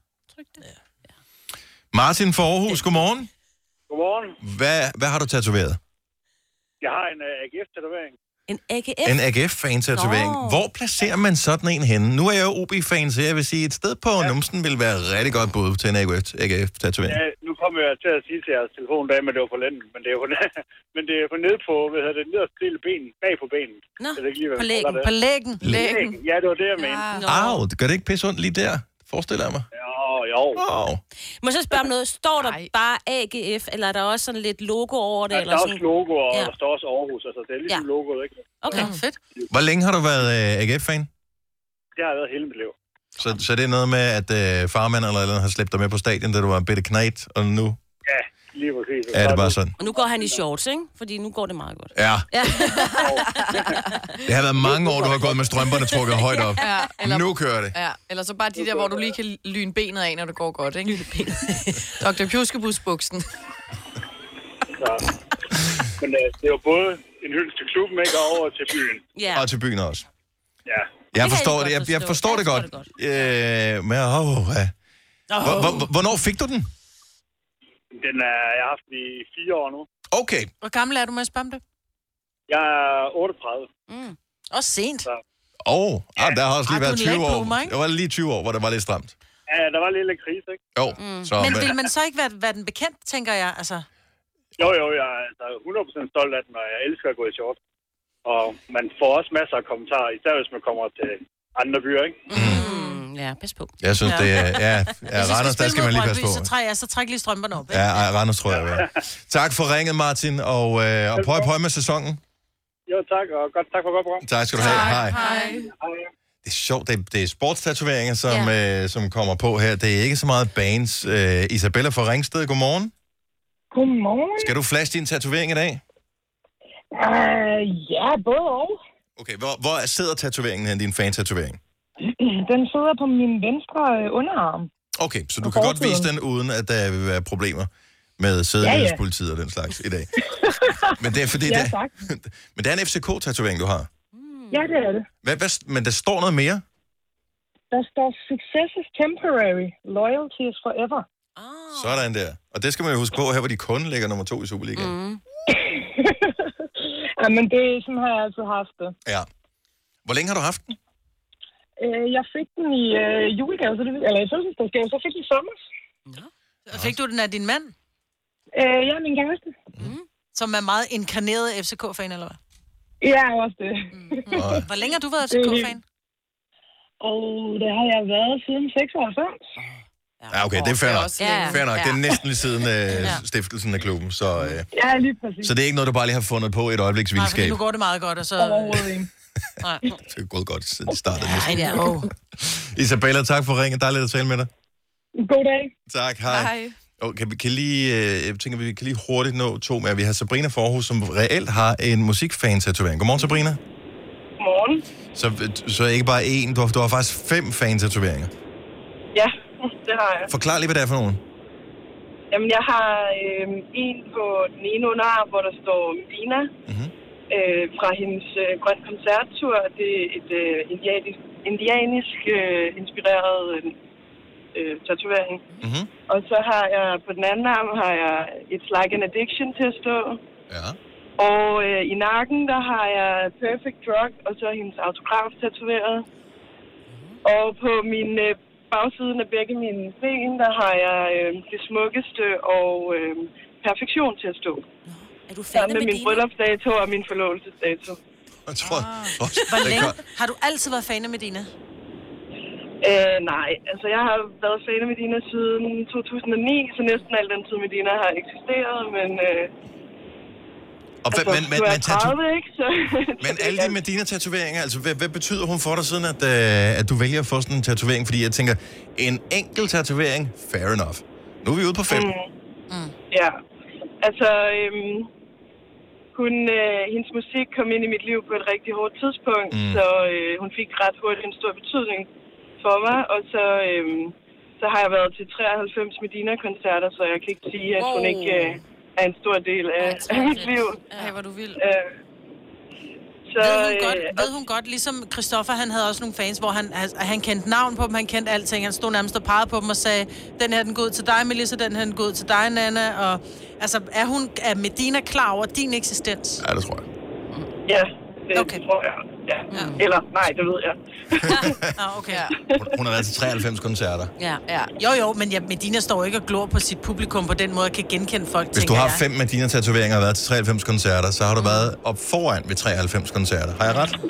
Speaker 1: Martin fra Aarhus, godmorgen.
Speaker 8: Godmorgen.
Speaker 1: Hvad, hvad har du tatoveret?
Speaker 8: Jeg har en uh, AGF-tatovering.
Speaker 3: En AGF?
Speaker 1: En AGF-fan-tatovering.
Speaker 3: Nå.
Speaker 1: Hvor placerer man sådan en henne? Nu er jeg jo OB-fan, så jeg vil sige, et sted på ja. numsen vil være rigtig godt bud til en AGF-tatovering.
Speaker 8: Ja, nu kommer jeg til at sige til jeres telefon, da, men det var på lænden. Men det er jo, men det er på <laughs> nede på, hvad hedder det, nederste del af benet, bag på benet.
Speaker 3: Nå,
Speaker 8: Jeg ved ikke lige, hvad
Speaker 3: på
Speaker 8: man
Speaker 3: lægen,
Speaker 8: kalder
Speaker 4: På
Speaker 8: det.
Speaker 4: lægen.
Speaker 2: Lægen.
Speaker 8: Ja, det var det, jeg mente.
Speaker 2: Ja.
Speaker 1: Au, det gør det ikke pisse ondt lige der? Forestiller jeg mig.
Speaker 8: Jo, jo.
Speaker 1: Au.
Speaker 3: Må jeg så spørge om noget? Står der
Speaker 2: Nej.
Speaker 3: bare AGF, eller er der også sådan lidt logo over det?
Speaker 8: Der, der
Speaker 3: eller
Speaker 8: er
Speaker 3: sådan?
Speaker 8: også logo, og
Speaker 3: Ja.
Speaker 8: ja. der står også Aarhus. Altså, det er ligesom
Speaker 3: Ja.
Speaker 8: ja. logoet, ikke?
Speaker 3: Okay.
Speaker 4: Ja, fedt.
Speaker 1: Hvor længe har du været øh, AGF-fan?
Speaker 8: Det har jeg været hele mit liv.
Speaker 1: Så, så det er noget med, at øh, farmand eller et eller andet har slæbt dig med på stadion, da du var en bitte knægt, og nu
Speaker 8: Ja, lige præcis. Og
Speaker 1: er
Speaker 8: så
Speaker 1: det bare
Speaker 8: nu-
Speaker 1: sådan.
Speaker 3: Og nu går han i shorts, ikke? Fordi nu går det meget godt.
Speaker 1: Ja. Det har været mange år, du har gået med strømperne trukket højt op.
Speaker 2: Ja, eller,
Speaker 1: Nu kører det.
Speaker 2: ja, eller så bare de der, hvor du lige kan lyne benet af, når det går godt, ikke? Lyne benet. <laughs> Dr. Pjuskebusbuksen.
Speaker 8: Så. <laughs> Men uh, det er jo både en hyldest til klubben, ikke, og over til byen.
Speaker 3: Ja.
Speaker 1: Og til byen også.
Speaker 8: Ja.
Speaker 1: Jeg
Speaker 3: Det kan
Speaker 1: forstår
Speaker 3: jeg
Speaker 1: det.
Speaker 3: godt
Speaker 1: Jeg, jeg
Speaker 3: forstå.
Speaker 1: forstår
Speaker 3: Jeg
Speaker 1: det
Speaker 3: forstår
Speaker 1: godt. Øh, men, oh, ja. Hvor- hvor- Hvornår fik du den?
Speaker 8: Den er, jeg har haft den i fire år nu.
Speaker 1: Okay.
Speaker 4: Hvor gammel er du med at spørge om det?
Speaker 8: Jeg er 38.
Speaker 4: Også sent.
Speaker 1: Åh, oh, ah, der har også lige
Speaker 4: Ah,
Speaker 1: været
Speaker 4: du er en
Speaker 1: 20 år.
Speaker 4: late-bloomer, ikke?
Speaker 1: Der var lige 20 år, hvor det var lidt stramt.
Speaker 8: Ja, der var lidt lidt krise, ikke?
Speaker 1: Jo, mm. så...
Speaker 4: Men vil man så ikke være, være den bekendt, tænker jeg? Altså,
Speaker 8: Jo, jo, jeg er altså 100% stolt af den, og jeg elsker at gå i short. Og man får også masser af kommentarer, især hvis man kommer til andre byer, ikke?
Speaker 3: Mm, ja, pas på.
Speaker 1: Jeg synes, det er... Ja, ja
Speaker 4: hvis I
Speaker 1: Randers, der
Speaker 4: spille
Speaker 1: skal
Speaker 4: mod
Speaker 1: man lige
Speaker 4: Brøndby,
Speaker 1: passe på.
Speaker 4: Så træk, ja, så træk lige strømperne op. Ikke?
Speaker 1: Ja, ej, Randers tror jeg. Ja. Tak for ringet, Martin, og, øh, og pøj, pøj med sæsonen.
Speaker 8: Jo, tak, og godt, tak for godt program.
Speaker 1: Tak skal du have. Hej.
Speaker 2: Hej.
Speaker 8: Hej.
Speaker 1: Det er sjovt, det er, det er sportstatoveringer, som, ja. øh, som kommer på her. Det er ikke så meget bands. Øh, Isabella fra Ringsted, godmorgen.
Speaker 9: Godmorgen.
Speaker 1: Skal du flash din tatovering i dag?
Speaker 9: Uh, ja, både og. <clears throat>
Speaker 1: Okay, hvor, hvor sidder tatoveringen her, din fan-tatovering?
Speaker 9: Den sidder på min venstre øh, underarm.
Speaker 1: Okay, så du
Speaker 9: På
Speaker 1: kan godt
Speaker 9: forsiden.
Speaker 1: vise den, uden at der vil være problemer med sædelighedspolitiet og den slags i
Speaker 9: <laughs>
Speaker 1: dag. Men det er fordi,
Speaker 9: Ja,
Speaker 1: det, er, <laughs>
Speaker 9: tak.
Speaker 1: men det er en FCK-tatovering, du har.
Speaker 9: Ja, det er det.
Speaker 1: Hvad, hvad, men der står noget mere?
Speaker 9: Der står, success is temporary, loyalty is forever.
Speaker 1: Sådan der. Og det skal man jo huske på her, hvor de kun ligger nummer to i
Speaker 9: <laughs>
Speaker 1: Superligaen. Mm.
Speaker 9: Jamen, det er sådan, har jeg altid haft det.
Speaker 1: Ja. Hvor længe har du haft den?
Speaker 9: Øh, jeg fik den i øh, julegave, så det, eller i fødselsdagsgave, så fik jeg i sommer.
Speaker 4: Og Fik du den af din mand, Mm.
Speaker 9: Øh, jeg er min kæreste.
Speaker 4: som er meget inkarneret FCK-fan, eller hvad? Mm.
Speaker 9: Jeg er også det.
Speaker 1: Og,
Speaker 4: Hvor længe har du været FCK-fan?
Speaker 9: Og det har jeg været siden 96.
Speaker 1: ja, okay, det er fair nok.
Speaker 2: ja.
Speaker 1: Fair nok. Det er næsten lige siden øh, stiftelsen af klubben, så, øh,
Speaker 9: Ja, lige præcis.
Speaker 1: så det er ikke noget, du bare lige har fundet på i et øjebliks
Speaker 4: Nej, fordi
Speaker 1: vildskab.
Speaker 4: nu går det meget godt, og så...
Speaker 9: Overhovedet ikke.
Speaker 4: Nej.
Speaker 1: Det er gået godt, siden det startede.
Speaker 4: I know.
Speaker 1: Isabella, tak for ringen. Dejligt at tale med dig.
Speaker 9: God dag.
Speaker 1: Tak, hej.
Speaker 2: Hej.
Speaker 1: Okay, vi kan lige, øh, jeg tænker, vi kan lige hurtigt nå to mere. Vi har Sabrina Forhus, som reelt har en musikfan-tatovering. Godmorgen, Sabrina.
Speaker 9: Godmorgen.
Speaker 1: Så, så ikke bare én, du har, du har faktisk fem fan-tatoveringer.
Speaker 9: Ja, det har jeg.
Speaker 1: Forklar lige, hvad det er for nogen.
Speaker 9: Jamen, jeg har øh, en på den ene underarm, hvor der står Medina.
Speaker 1: Mhm.
Speaker 9: Mm-hmm. Øh, fra hendes øh, grøn koncerttur. Det er et øh, indianisk, indianisk øh, inspireret øh, øh, tatovering.
Speaker 1: Mhm.
Speaker 9: Og så har jeg på den anden arm har jeg It's Like an Addiction til at stå.
Speaker 1: Ja.
Speaker 9: Og øh, i nakken, der har jeg Perfect Drug, og så hendes autograf tatoveret. Og på min øh, bagsiden af begge mine ben, der har jeg øh, det smukkeste og øh, perfektion til at stå.
Speaker 3: Er du fan af
Speaker 9: Sammen med min
Speaker 3: Medina? Ah.
Speaker 9: bryllupsdato og min forlovelsesdato.
Speaker 1: Jeg tror, også,
Speaker 4: Hvor
Speaker 1: det
Speaker 4: længe
Speaker 1: gør-
Speaker 4: har du altid været fan af Medina?
Speaker 9: Øh, nej, altså jeg har været fan af Medina siden 2009, så næsten al den tid Medina har eksisteret, men... Øh,
Speaker 1: Og hvad,
Speaker 9: altså,
Speaker 1: men, men,
Speaker 9: nu er
Speaker 1: men,
Speaker 9: jeg
Speaker 1: tatu-
Speaker 9: 30, ikke? Så,
Speaker 1: <laughs> men
Speaker 4: <laughs>
Speaker 1: alle de Medina-tatoveringer, altså hvad, hvad betyder hun for dig siden, at, øh, at du vælger at få sådan en tatovering? Fordi jeg tænker, en enkelt tatovering, fair enough. Nu er vi ude på fem. Mm.
Speaker 9: Ja, altså øhm, hun, øh, hendes musik kom ind i mit liv på et rigtig hårdt tidspunkt,
Speaker 1: Mm.
Speaker 9: mm. så øh, hun fik ret hurtigt en stor betydning for mig, og så, øhm, så har jeg været til 93 Medina-koncerter, så jeg kan ikke sige, at hun
Speaker 3: Wow.
Speaker 9: ikke øh, er en stor del af, af mit liv.
Speaker 2: Ej, hvor er du vild.
Speaker 9: Øh, så,
Speaker 4: Ved hun, godt,
Speaker 9: øh,
Speaker 4: ved hun godt, ligesom Christoffer, han havde også nogle fans, hvor han, altså, han kendte navn på dem, han kendte alting. Han stod nærmest og pegede på dem og sagde, den her den går ud til dig, Melissa, den her den går ud til dig, Nana. Og, altså, er, hun, er Medina klar over din eksistens?
Speaker 1: Ja, det tror jeg.
Speaker 9: ja,
Speaker 10: Øh,
Speaker 9: det
Speaker 4: Okay.
Speaker 9: okay. tror jeg. Ja. Ja. Eller nej, det ved jeg.
Speaker 4: <laughs> Ah, okay.
Speaker 2: Ja.
Speaker 1: Hun, hun har været til 93 koncerter.
Speaker 3: Ja.
Speaker 2: Ja.
Speaker 4: Jo, jo, men ja, Medina står ikke og glor på sit publikum på den måde, og kan genkende folk,
Speaker 1: Hvis du
Speaker 4: tænker
Speaker 1: har
Speaker 4: jeg. Mm.
Speaker 1: fem Medina-tatoveringer og været til 93 koncerter, så har du været op foran ved 93 koncerter. Har jeg ret?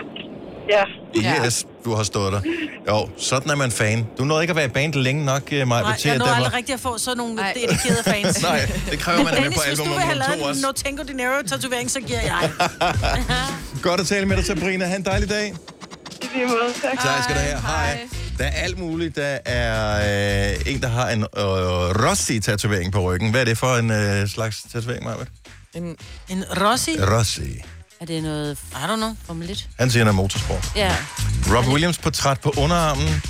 Speaker 9: Ja,
Speaker 2: Ja.
Speaker 1: Yes, du har stået der. Jo, sådan er man fan. Du nåede ikke at være i band længe nok, øh, Maja.
Speaker 4: Nej, jeg nåede aldrig rigtig at få sådan nogle
Speaker 2: Nej.
Speaker 4: dedikerede fans.
Speaker 1: <laughs> Nej, det kræver man med
Speaker 4: Dennis,
Speaker 1: på
Speaker 4: hvis
Speaker 1: album
Speaker 4: du vil have
Speaker 1: nummer to
Speaker 4: lavet en
Speaker 1: også.
Speaker 4: Notengo Dinero-tatovering, så giver <laughs> jeg.
Speaker 1: Godt at tale med dig, Sabrina. Ha' en dejlig dag.
Speaker 9: i lige måde. Tak.
Speaker 1: Tak skal du have. Hej.
Speaker 2: hej.
Speaker 1: Der er alt muligt. Der er øh, en, der har en øh, Rossi-tatovering på ryggen. Hvad er det for en øh, slags tatovering, Maja?
Speaker 2: En,
Speaker 4: En Rossi?
Speaker 1: Rossi.
Speaker 3: Er det noget
Speaker 4: I don't know.
Speaker 3: Formel 1?
Speaker 1: Han siger, han er motorsport.
Speaker 3: Ja.
Speaker 1: Rob Williams portræt på underarmen.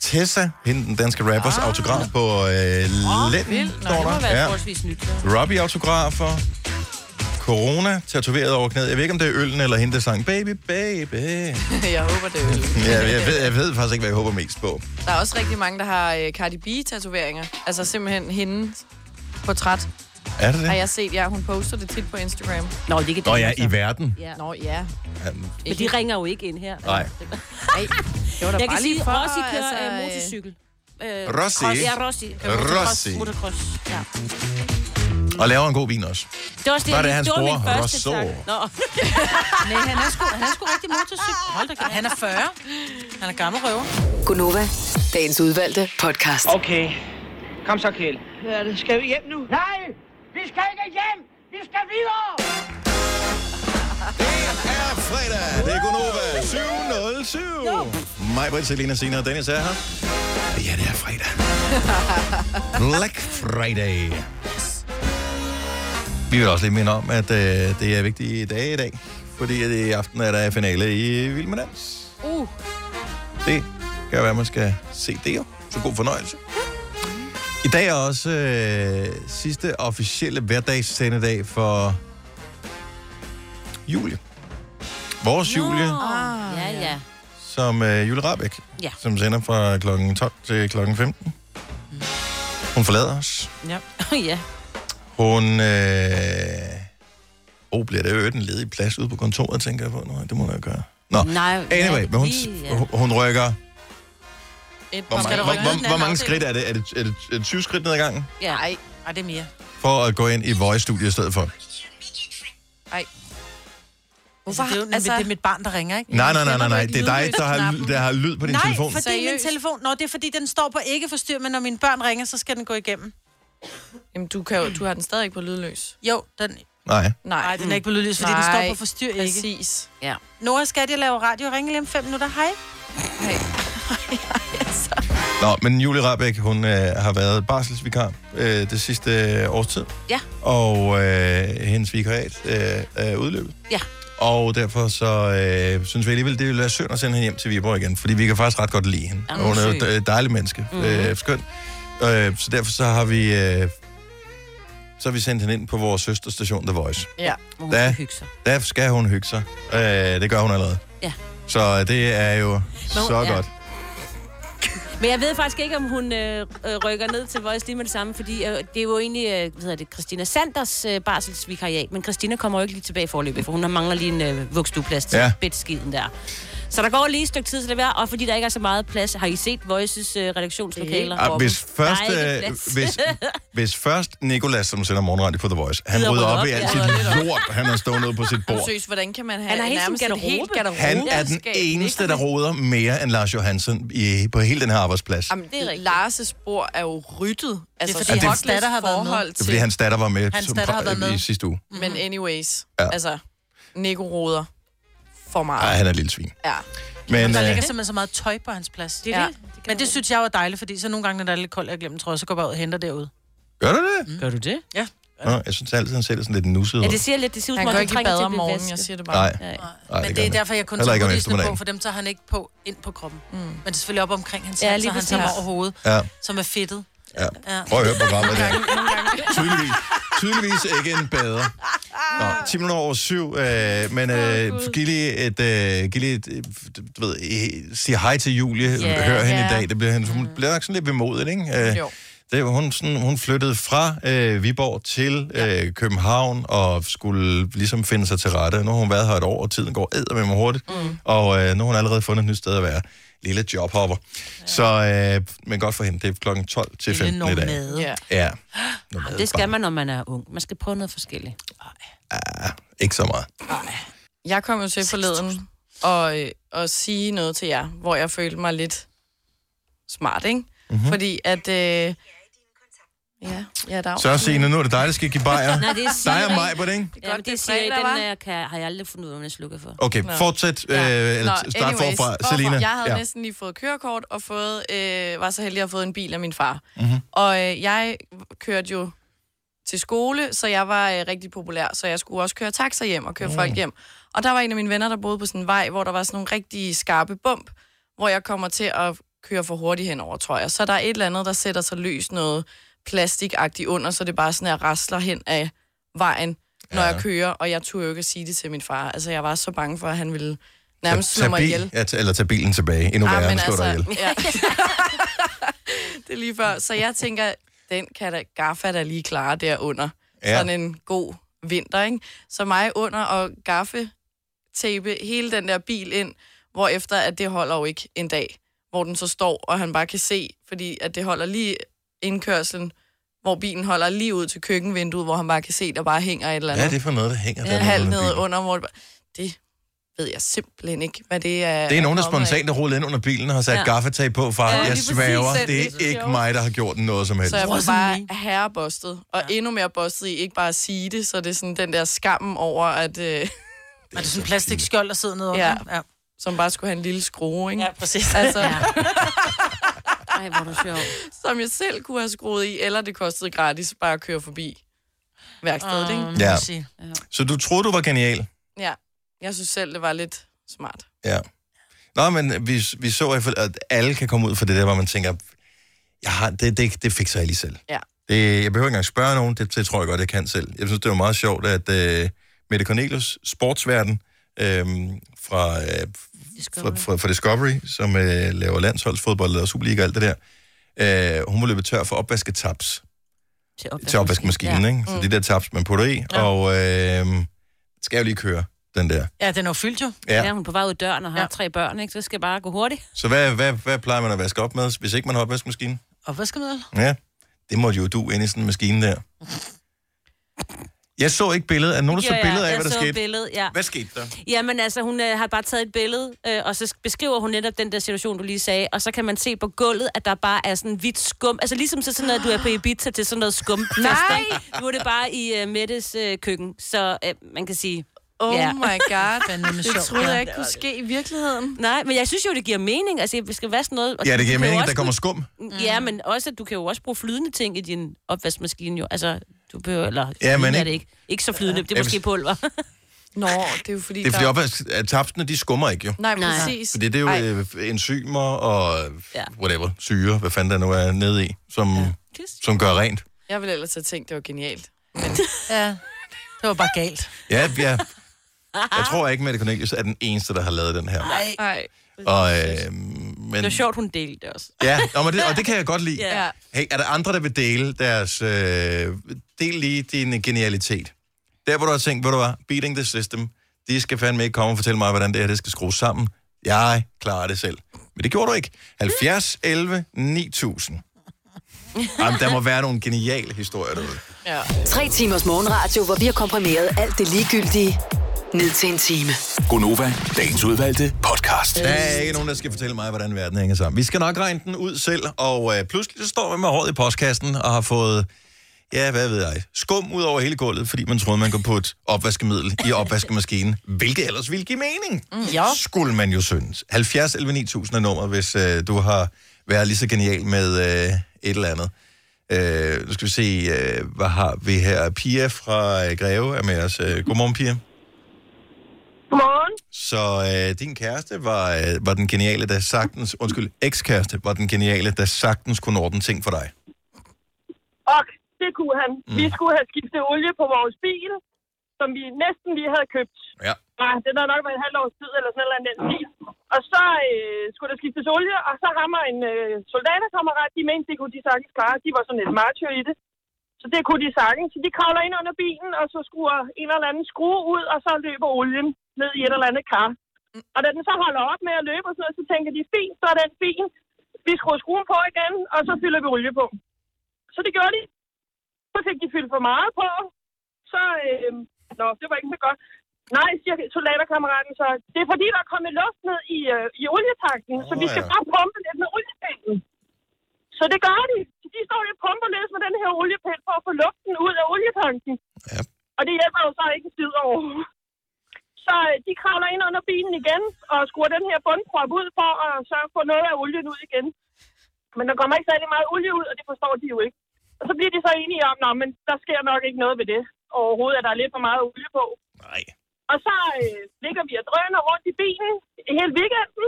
Speaker 1: Tessa, hende den danske rappers ah. autograf på øh, lænden.
Speaker 2: vildt. Nå,
Speaker 1: står
Speaker 3: Det må
Speaker 1: der.
Speaker 3: være
Speaker 1: Ja.
Speaker 3: forholdsvis nyt. ja.
Speaker 1: Robbie autografer. Corona tatoveret over knæet. Jeg ved ikke, om det er øllen eller hende, der sang Baby, baby.
Speaker 2: jeg håber det. er øl.
Speaker 1: Ja, jeg, ved, jeg ved faktisk ikke, hvad jeg håber mest på.
Speaker 2: Der er også rigtig mange, der har øh, Cardi B-tatoveringer. Altså simpelthen hendes portræt.
Speaker 1: Er det
Speaker 2: Har
Speaker 1: det?
Speaker 2: jeg set, ja, hun poster det tit på Instagram.
Speaker 3: Nå, det er ikke
Speaker 1: Nå
Speaker 3: det,
Speaker 1: ja,
Speaker 3: altså.
Speaker 1: i verden.
Speaker 3: Ja.
Speaker 2: Nå ja,
Speaker 1: Jamen,
Speaker 3: Men de ringer jo ikke ind her.
Speaker 1: Nej.
Speaker 2: Ej, det var
Speaker 3: Jeg
Speaker 2: da bare
Speaker 3: kan sige,
Speaker 2: lige for,
Speaker 3: at Rossi kører
Speaker 2: altså,
Speaker 3: altså,
Speaker 2: øh,
Speaker 3: motorcykel. Øh,
Speaker 1: Rossi?
Speaker 3: cross- Ja, Rossi. Øh,
Speaker 1: Rossi.
Speaker 3: Motocross. motocross. Ja.
Speaker 1: Og laver en god vin også.
Speaker 3: Det var, også det,
Speaker 1: Var det
Speaker 3: jeg-
Speaker 1: hans
Speaker 3: det var min
Speaker 1: bror,
Speaker 3: første
Speaker 1: Rosso?
Speaker 3: tanke. Nå,
Speaker 4: <laughs> Nej, han er sgu, han er sgu rigtig motorcykel. Hold da kæft. Han er 40. Han er gammel røver.
Speaker 6: Gunova, dagens udvalgte podcast.
Speaker 5: Okay. Kom så, Kjell. Hvad er det? Skal vi hjem nu? Nej! Vi skal ikke hjem! Vi skal videre!
Speaker 1: Det er fredag. Det er Gunova 707. Mig, Britt, Selina, Sina og Dennis er her. Ja, det er fredag. Black Friday. Vi vil også lige minde om, at øh, det er vigtige dage i dag, fordi at i aften er der finale i Vild med Dans.
Speaker 2: Uh.
Speaker 1: Det kan være, at man skal se det jo. Så god fornøjelse. I dag er også øh, sidste officielle hverdagssendedag for Julie. Vores Julie,
Speaker 2: Ah,
Speaker 3: Oh, ja, ja.
Speaker 1: som øh, Julie Rabeck,
Speaker 3: Ja.
Speaker 1: som sender fra kl. 12 til kl. 15. Hun forlader os.
Speaker 4: <laughs>
Speaker 3: Ja. ja.
Speaker 1: Hun... Øh... Oh, bliver der jo en ledig plads ude på kontoret, tænker jeg på. Nej, det må jeg gøre. Nå,
Speaker 3: Nej,
Speaker 1: anyway,
Speaker 3: ja,
Speaker 1: men hun,
Speaker 3: lige, ja.
Speaker 1: hun- hun rykker...
Speaker 2: Et,
Speaker 1: Hvor, mange, hvor, hvor, hvor mange skridt er det? Er det, er det, er det 20 skridt ned ad gangen?
Speaker 3: Ja.
Speaker 2: Ej, Ej, det er mere.
Speaker 1: For at gå ind i Voice-studiet i stedet for.
Speaker 2: Ej.
Speaker 4: Hvorfor? Altså, det, er jo, altså... det er mit barn, der ringer, ikke?
Speaker 1: Nej, nej, nej,
Speaker 4: Jeg kender
Speaker 1: nej, nej.
Speaker 4: ikke
Speaker 1: Det er dig, der har,
Speaker 4: lydløsknappen.
Speaker 1: der har lyd på din
Speaker 4: nej,
Speaker 1: telefon.
Speaker 4: fordi min
Speaker 2: Seriøst?
Speaker 4: telefon... Nå, det er fordi, den står på ikke forstyr, men når mine børn ringer, så skal den gå igennem.
Speaker 2: Jamen, du, kan jo, du har den stadig ikke på lydløs.
Speaker 4: Jo, den...
Speaker 1: Nej.
Speaker 2: Nej,
Speaker 4: Nej, den er ikke på lydløs, fordi den står på forstyr ikke.
Speaker 2: Præcis.
Speaker 3: Ja.
Speaker 4: Nora, skal jeg lave radio? Ringe lige om fem minutter. Hej. <laughs>
Speaker 1: Nå, men Julie Rabeck, hun øh, har været barselsvikar øh, det sidste års tid.
Speaker 3: Ja.
Speaker 1: Og øh, hendes vikariat øh, er udløbet.
Speaker 3: Ja.
Speaker 1: Og derfor så øh, synes vi alligevel, det ville være synd at sende hende hjem til Viborg igen, fordi vi kan faktisk ret godt lide hende.
Speaker 3: Ja,
Speaker 1: Og
Speaker 3: hun
Speaker 1: hun er
Speaker 3: er
Speaker 1: jo
Speaker 3: sød.
Speaker 1: et øh, dejligt menneske.
Speaker 3: Mhm.
Speaker 1: Mm-hmm. Øh, skøn. Øh, så derfor så har vi... Øh, så har vi sendt hende ind på vores søsterstation The Voice.
Speaker 2: Ja.
Speaker 3: Hvor
Speaker 5: Uh,
Speaker 3: hun
Speaker 1: Da.
Speaker 3: skal hygge sig.
Speaker 1: Der skal hun hygge sig. Øh, det gør hun allerede.
Speaker 3: Ja.
Speaker 1: Så det er jo så
Speaker 3: ja.
Speaker 1: godt. Ah,
Speaker 3: Men jeg ved faktisk ikke, om hun øh, øh, rykker ned til Voice lige med det samme, fordi øh, det er jo egentlig, øh, hvad hedder det, Christina Sanders øh, barselsvikariat, men Christina kommer jo ikke lige tilbage i forløbet, for hun har mangler lige en øh, vugstueplads til
Speaker 1: Ja.
Speaker 3: ja. bedskiden der. Så der går lige et stykke tid til det være, og fordi der ikke er så meget plads, har I set Voices øh, redaktionslokaler?
Speaker 1: Ah,
Speaker 3: Morten?
Speaker 1: hvis først,
Speaker 3: Der er ikke
Speaker 1: øh,
Speaker 3: plads.
Speaker 1: <laughs>
Speaker 3: <laughs>
Speaker 1: hvis, hvis først Nicolas, som sender morgenradio på The Voice, han
Speaker 3: Gider
Speaker 1: rydder
Speaker 3: rydde
Speaker 1: op
Speaker 3: op,
Speaker 1: i alt
Speaker 3: ja.
Speaker 1: sit lort, han har stået ude på sit bord.
Speaker 2: Seriøst, hvordan kan man have
Speaker 3: Han har helt sin
Speaker 2: nærmest et
Speaker 3: garderobe.
Speaker 2: helt garderobe?
Speaker 1: Han er den eneste, der roder mere end Lars Johansen i, på hele den her arbejdsplads.
Speaker 2: Jamen,
Speaker 3: Det er rigtigt.
Speaker 2: Lars' bror er jo ryttet. Altså,
Speaker 4: fordi
Speaker 2: det er fordi,
Speaker 1: hans
Speaker 2: hans datter har været
Speaker 4: med.
Speaker 2: forhold
Speaker 1: Det er
Speaker 2: til,
Speaker 1: fordi, hans datter var med,
Speaker 4: Hans
Speaker 1: som,
Speaker 4: datter har været
Speaker 1: i
Speaker 4: med.
Speaker 1: sidste uge.
Speaker 2: Men anyways,
Speaker 1: Ja.
Speaker 2: ja. altså, Nico roder for meget.
Speaker 1: Ej, han er et lille svin.
Speaker 2: Ja.
Speaker 1: Men,
Speaker 4: Der
Speaker 1: øh,
Speaker 4: ligger simpelthen så meget tøj på hans plads.
Speaker 3: Det er det. Det kan
Speaker 4: Men det synes jeg var dejligt, fordi så nogle gange, når der er lidt koldt, og jeg glemmer trøje, så går jeg bare ud og henter derude.
Speaker 1: gør du det?
Speaker 3: Gør du det?
Speaker 1: Nå, jeg synes altid, han ser sådan lidt nusset ud.
Speaker 3: Ja, det siger lidt, det ser ud
Speaker 2: Han
Speaker 3: som om,
Speaker 2: går
Speaker 3: det
Speaker 2: ikke i
Speaker 3: trænger
Speaker 2: bad
Speaker 3: til at
Speaker 2: om
Speaker 3: blive
Speaker 2: morgenen,
Speaker 3: vasket.
Speaker 2: jeg siger det bare.
Speaker 1: Nej,
Speaker 3: Nej.
Speaker 1: nej,
Speaker 4: Men
Speaker 1: det
Speaker 4: det
Speaker 1: gør
Speaker 4: er
Speaker 1: han
Speaker 4: derfor, jeg kun
Speaker 1: Heller
Speaker 4: tager
Speaker 1: ikke om
Speaker 4: hovedisene
Speaker 1: eftermiddagen.
Speaker 4: på, for dem tager han ikke på ind på kroppen. Mm. Men det er selvfølgelig op omkring hans
Speaker 3: Ja,
Speaker 4: ja, hand,
Speaker 3: lige
Speaker 4: så han
Speaker 3: præcis.
Speaker 4: tager over hovedet,
Speaker 1: Ja,
Speaker 4: som er fedtet.
Speaker 1: ja.
Speaker 4: Ja.
Speaker 1: Prøv at høre programmet der. Tydeligvis, tydeligvis ikke en bedre. Nå, 10 minutter over syv, øh, men øh, giv lige et, øh, giv lige et, øh, du ved, øh, sig hej til Julie, yeah,
Speaker 3: Ja,
Speaker 1: hør hende
Speaker 2: ja.
Speaker 1: i dag, det bliver, hun bliver nok sådan lidt bemodet, ikke? Øh,
Speaker 2: Jo.
Speaker 1: Det, var hun, sådan, hun flyttede fra øh, Viborg til øh, København og skulle ligesom finde sig til rette. Nu har hun været her et år, og tiden går æder med mig hurtigt. Mm. Og øh, nu har hun allerede fundet et nyt sted at være. Lille jobhopper. Ja. Så, øh, men godt for hende, det er klokken 12 til 15 i dag.
Speaker 2: Ja.
Speaker 1: Ja.
Speaker 3: Jamen, Ah, Det skal man, når man er ung. Man skal prøve noget forskelligt.
Speaker 1: Ikke så meget.
Speaker 2: Jeg kom jo til forleden og, øh, og sige noget til jer, hvor jeg følte mig lidt smart, ikke?
Speaker 1: Mhm.
Speaker 2: Mm-hmm. Fordi at... Øh, ja, ja, der er
Speaker 1: Så Signe, nu er det dig, der skal give bajer.
Speaker 3: Nej, det er Siri.
Speaker 1: dig og mig på det, ikke?
Speaker 3: Ja, men
Speaker 2: det er
Speaker 3: det siger jeg,
Speaker 2: fredag,
Speaker 3: den
Speaker 2: hva'?
Speaker 3: øh, kan, har jeg aldrig fundet ud af, hvordan jeg slukker for.
Speaker 1: Okay,
Speaker 2: Nå.
Speaker 1: fortsæt. Øh, eller start forfra. Selina.
Speaker 2: Jeg havde
Speaker 1: ja.
Speaker 2: næsten lige fået kørekort og fået, øh, var så heldig at have fået en bil af min far.
Speaker 1: Mhm.
Speaker 2: Mm-hmm. Og øh, jeg kørte jo til skole, så jeg var øh, rigtig populær, så jeg skulle også køre taxa hjem og køre mm. folk hjem. Og der var en af mine venner, der boede på sådan en vej, hvor der var sådan nogle rigtig skarpe bump, hvor jeg kommer til at køre for hurtigt henover, tror jeg. Så der er et eller andet, der sætter sig løs noget plastikagtigt under, så det bare sådan er rasler hen af vejen, når
Speaker 1: Ja.
Speaker 2: jeg kører, og jeg turde jo ikke at sige det til min far. Altså, jeg var så bange for, at han ville nærmest
Speaker 1: Tag-
Speaker 2: slå
Speaker 1: tag
Speaker 2: mig
Speaker 1: bil-
Speaker 2: ihjel. altså-
Speaker 1: Ja, t- eller tag bilen tilbage. Endnu værre, end slå dig ihjel.
Speaker 2: ja. <laughs> det er lige før. Så jeg tænker, den kan da Gaffa da lige klare derunder.
Speaker 1: Ja.
Speaker 2: Ja. Sådan en god vinter, ikke? Så mig under og Gaffe tape hele den der bil ind, hvor efter at det holder jo ikke en dag, hvor den så står, og han bare kan se, fordi at det holder lige indkørslen, hvor bilen holder lige ud til køkkenvinduet, hvor han bare kan se, der bare hænger et eller andet
Speaker 1: Ja, det er for noget, der hænger der.
Speaker 2: ja, halv ned under, hvor det, bare- det ved jeg simpelthen ikke, hvad det er.
Speaker 1: Det er nogen, der
Speaker 2: kommet af.
Speaker 1: spontant har rullet ind under bilen og har sat ja. gaffetag på, far.
Speaker 2: Ja,
Speaker 1: Ja,
Speaker 2: lige
Speaker 1: jeg
Speaker 2: præcis.
Speaker 1: svæver,
Speaker 2: Selv
Speaker 1: det
Speaker 2: det,
Speaker 1: er
Speaker 2: så
Speaker 1: ikke
Speaker 2: sjovt.
Speaker 1: mig, der har gjort noget som helst.
Speaker 2: Så jeg blev
Speaker 4: Rosen lige.
Speaker 2: bare herrebostet, og ja. endnu mere bostet i ikke bare at sige det,
Speaker 4: <laughs>
Speaker 2: så det er sådan den der skammen over, at... Øh,
Speaker 4: Og det er sådan en plastikskjold, der sidder nede
Speaker 2: Ja.
Speaker 4: under. Ja.
Speaker 2: som bare skulle have en lille skrue, ikke? Ja,
Speaker 4: præcis.
Speaker 2: <laughs> Altså,
Speaker 4: Ja.
Speaker 2: Ej, hvor er sjov. Som jeg selv kunne have skruet i, eller det kostede gratis bare at køre forbi værkstedet,
Speaker 4: Ah,
Speaker 2: ikke?
Speaker 1: Ja. Så du troede, du var genial?
Speaker 2: Ja, jeg synes selv, det var lidt smart.
Speaker 1: Ja. Nå, men vi, vi så i hvert fald, at alle kan komme ud for det der, hvor man tænker, jeg har, det, det, det fikser jeg lige selv.
Speaker 2: Ja.
Speaker 1: Det, jeg behøver ikke engang spørge nogen, det, det tror jeg godt, jeg kan selv. Jeg synes, det var meget sjovt, at uh, Mette Cornelius, sportsverden øhm, fra, øh, fra, fra, fra Discovery, som øh, laver landsholdsfodbold, laver Superliga og alt det der, øh, hun var løbet tør for opvasketaps
Speaker 3: Til,
Speaker 1: til opvaskemaskinen, ja. ikke? Så mm. de der taps, man putter i, ja. og øh, skal jo lige køre den der.
Speaker 4: Ja, den er jo fyldt jo.
Speaker 1: Ja.
Speaker 3: ja. hun er på vej ud af døren og har ja. tre børn, ikke? Så det skal bare gå hurtigt.
Speaker 1: Så hvad, hvad, hvad plejer man at vaske op med, hvis ikke man har opvaskemaskinen?
Speaker 4: Og hvad skal man
Speaker 1: Ja, det måtte jo du ind i sådan en maskine der. Jeg så ikke billedet. Er der nogen, der så billedet af, hvad der skete?
Speaker 3: Billede, ja.
Speaker 1: Hvad skete der?
Speaker 3: Jamen altså, hun øh, har bare taget et billede, øh, og så sk- beskriver hun netop den der situation, du lige sagde, og så kan man se på gulvet, at der bare er sådan hvidt skum. Altså ligesom så sådan noget, du er på Ibiza til sådan noget skum.
Speaker 2: Nej!
Speaker 3: Nu er det bare i øh, Mettes øh, køkken, så øh, man kan sige...
Speaker 2: Oh
Speaker 3: ja.
Speaker 2: my
Speaker 3: <laughs>
Speaker 4: <laughs>
Speaker 2: god, det
Speaker 3: sjovt,
Speaker 2: troede
Speaker 3: ja.
Speaker 2: jeg ikke kunne ske i virkeligheden.
Speaker 3: Nej, men jeg synes jo, det giver mening. Altså, vi skal vaske noget. Og
Speaker 1: Ja,
Speaker 3: du
Speaker 1: det giver
Speaker 3: kan jo
Speaker 1: mening, at
Speaker 3: også
Speaker 1: der kommer skum.
Speaker 3: bruge- Ja,
Speaker 4: Mm.
Speaker 3: men også, at du kan jo også bruge flydende ting i din opvaskemaskine. Jo. Altså, du behøver... Eller,
Speaker 1: Ja,
Speaker 3: ja,
Speaker 1: men
Speaker 3: men er
Speaker 1: ikke-
Speaker 3: det ikke. Ikke så flydende, det
Speaker 1: Ja,
Speaker 3: er måske
Speaker 4: <laughs>
Speaker 1: hvis-
Speaker 3: pulver.
Speaker 2: Nå, det er jo fordi...
Speaker 1: Det er fordi opvasketapsene, de skummer ikke jo.
Speaker 2: Nej, Nej. præcis.
Speaker 1: Fordi det er jo
Speaker 2: Ej.
Speaker 1: øh, enzymer og øh,
Speaker 2: Ja.
Speaker 1: whatever, syre, hvad fanden der nu er nede i, som, ja. som gør rent.
Speaker 2: Jeg ville ellers have tænkt, det var genialt.
Speaker 4: Ja, det var bare
Speaker 2: <laughs>
Speaker 4: galt.
Speaker 1: Ja, ja. Jeg tror ikke, Mette Cornelius er den eneste, der har lavet den her.
Speaker 2: Nej.
Speaker 1: Og, øh, men,
Speaker 3: Det var sjovt, hun delte det også.
Speaker 1: Ja, nå, men det, og det kan jeg godt lide.
Speaker 3: Ja.
Speaker 1: Hey, er der andre, der vil dele deres... Øh, del lige din genialitet. Der, hvor du har tænkt, hvor du var, beating the system, de skal fandme ikke komme og fortælle mig, hvordan det her det skal skrues sammen. Jeg klarer det selv. Men det gjorde du ikke. 70, 11, 9000. Jamen, der må være nogle geniale historier derude.
Speaker 2: Ja.
Speaker 6: Tre timers morgenradio, hvor vi har komprimeret alt det ligegyldige ned til en time.
Speaker 7: Gonova, dagens udvalgte podcast.
Speaker 1: Der er ikke nogen, der skal fortælle mig, hvordan verden hænger sammen. Vi skal nok regne den ud selv, og øh, pludselig så står man med håret i postkassen og har fået, ja, hvad ved jeg, skum ud over hele gulvet, fordi man troede, man kunne putte opvaskemiddel i opvaskemaskinen, hvilket ellers ville give mening. Mm.
Speaker 4: Ja.
Speaker 1: Skulle man jo synes. 70 11 9000 er nummer, hvis øh, du har været lige så genial med øh, et eller andet. Øh, nu skal vi se, øh, hvad har vi her? Pia fra øh, Greve er med os. Øh, godmorgen, Pia.
Speaker 11: Godmorgen.
Speaker 1: Så øh, din kæreste var, øh, var den geniale, der sagtens... Undskyld, ekskæreste var den geniale, der sagtens kunne ordne ting for dig.
Speaker 11: Og det kunne han. Mm. Vi skulle have skiftet olie på vores bil, som vi næsten lige havde købt.
Speaker 1: Ja.
Speaker 11: Ja, det har nok været et halvt års tid, eller sådan noget den stil. Og så øh, skulle der skiftes olie, og så rammer en øh, soldaterkammerat, de mente, det kunne de sagtens klare. De var sådan lidt martyr i det. Så det kunne de sagtens. Så de kravler ind under bilen, og så skruer en eller anden skrue ud, og så løber olien ned i et eller andet kar. Og da den så holder op med at løbe og sådan noget, så tænker de, fint, så er den fin. Vi skruer skruen på igen, og så fylder vi olie på. Så det gjorde de. Så fik de fyldt for meget på. Så, øh, nå, det var ikke så godt. Nej, siger soldaterkammeraten så. Det er fordi, der er kommet luft ned i, øh, i olietanken, oh, så
Speaker 1: Åh,
Speaker 11: vi skal
Speaker 1: ja.
Speaker 11: bare pumpe lidt med oliepinden. Så det gør de. Så de står lidt og pumper lidt med den her oliepind for at få luften ud af olietanken.
Speaker 1: Ja.
Speaker 11: Og det hjælper jo så ikke en skid over. Så øh, de kravler ind under bilen igen og skruer den her bundprop ud for at så få noget af olien ud igen. Men der kommer ikke særlig meget olie ud, og det forstår de jo ikke. Og så bliver de så enige om, at der sker nok ikke noget ved det overhovedet, at der er lidt for meget olie på.
Speaker 1: Nej.
Speaker 11: Og så øh, ligger vi og drøner rundt i bilen hele weekenden,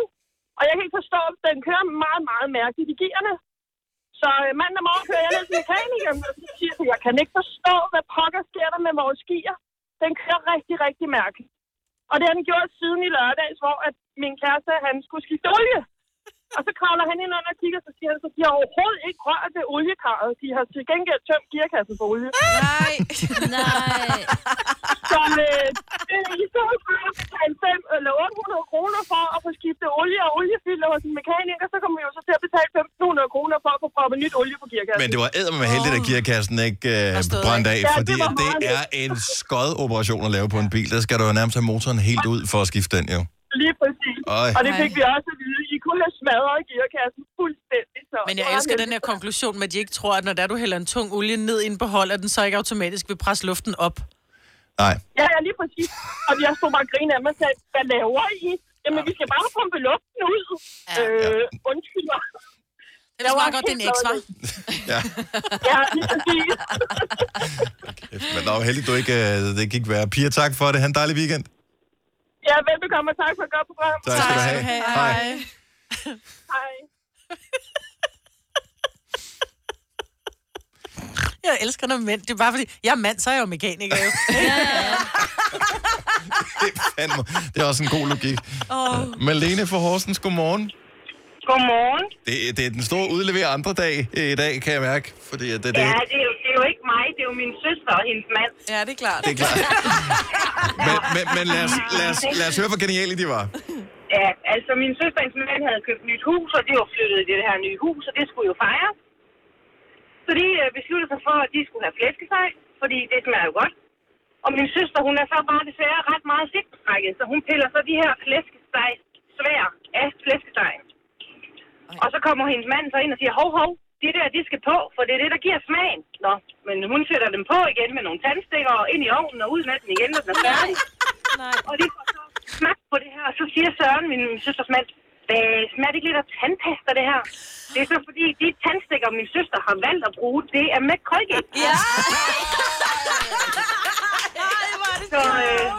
Speaker 11: og jeg kan ikke forstå, at den kører meget, meget mærkeligt i gearne. Så øh, mandag morgen kører jeg ned til mekanikeren, og så siger jeg, jeg kan ikke forstå, hvad pokker sker der med vores gear. Den kører rigtig, rigtig mærkeligt. Og det har den gjort siden i lørdags, hvor at min kæreste, han skulle skifte olie. Og så kravler han ind under og kigger, så siger han, så de har overhovedet ikke rørt ved oliekarret. De har til gengæld tømt gearkassen for olie.
Speaker 2: Nej.
Speaker 3: Nej.
Speaker 11: <laughs> Så øh, det er i stedet for at betale 5 eller 800 kroner for at få skiftet olie og oliefilter hos en mekaniker, så kommer vi jo så til at betale 1500 kroner for at få proppet nyt olie på gearkassen.
Speaker 1: Men det var æder med heldigt, at gearkassen ikke øh, brændte af,
Speaker 11: ikke? Ja,
Speaker 1: fordi
Speaker 11: det var
Speaker 1: at det er
Speaker 11: meget
Speaker 1: en skodoperation at lave på en bil. Der skal du jo nærmest have motoren helt ud for at skifte den, jo.
Speaker 11: Lige præcis.
Speaker 1: Ej.
Speaker 11: Og det fik vi også at vide. I kunne have smadret gearkassen fuldstændig. Så
Speaker 4: Men jeg elsker den her konklusion med, at de ikke tror, at når der du hælder en tung olie ned i en beholder, den så ikke automatisk vil presse luften op.
Speaker 1: Nej.
Speaker 11: Ja, ja, lige præcis. Og jeg stod bare og grinede af mig og sagde, hvad laver I?
Speaker 10: Jamen, vi skal bare pumpe luften ud. Ja. Øh, undskyld mig.
Speaker 4: Det smager godt, det er en eks, hva'?
Speaker 1: Ja.
Speaker 10: <laughs> ja, lige præcis.
Speaker 1: Men nå, heldig, du ikke, øh, det gik være. Pia, tak for det. Han en dejlig weekend.
Speaker 10: Ja, velbekomme, og tak for et godt program.
Speaker 1: Tak skal du have. Hej.
Speaker 10: Hej.
Speaker 4: Jeg elsker når mænd. Det er bare fordi, jeg er mand, så er jeg jo mekaniker. jo.
Speaker 1: Fandme. Det er også en god logik.
Speaker 4: Åh.
Speaker 1: Malene fra Horsens, godmorgen.
Speaker 10: Godmorgen.
Speaker 1: Det, det er den store udlever andre dag øh, i dag, kan jeg mærke. Fordi at det, det,
Speaker 10: Ja, det er, jo, det er jo ikke mig, det er jo min søster og hendes mand. Ja, det er klart.
Speaker 1: Det er klart. men, men, men lad, os, lad, os, lad os høre, hvor geniale de var.
Speaker 10: <laughs> Ja, altså min søster og hendes mand havde købt nyt hus, og de var flyttet i det her nye hus, og det skulle jo fejres. Så de øh, besluttede sig for, at de skulle have flæskesteg, fordi det smager jo godt. Og min søster, hun er så bare desværre ret meget sigtbrækket, så hun piller så de her flæskesteg svær af flæskesteg. Og så kommer hendes mand så ind og siger, hov, hov, det der, de skal på, for det er det, der giver smagen. Nå, men hun sætter dem på igen med nogle tandstikker og ind i ovnen og ud med den igen, når den er færdig. Nej. Og de får så smagt på det her, og så siger Søren, min søsters mand, hvad smager det ikke lidt af tandpasta, det her? Det er så fordi, de tandstikker, min søster har valgt at bruge, det er med Colgate. Ja! Så, øh,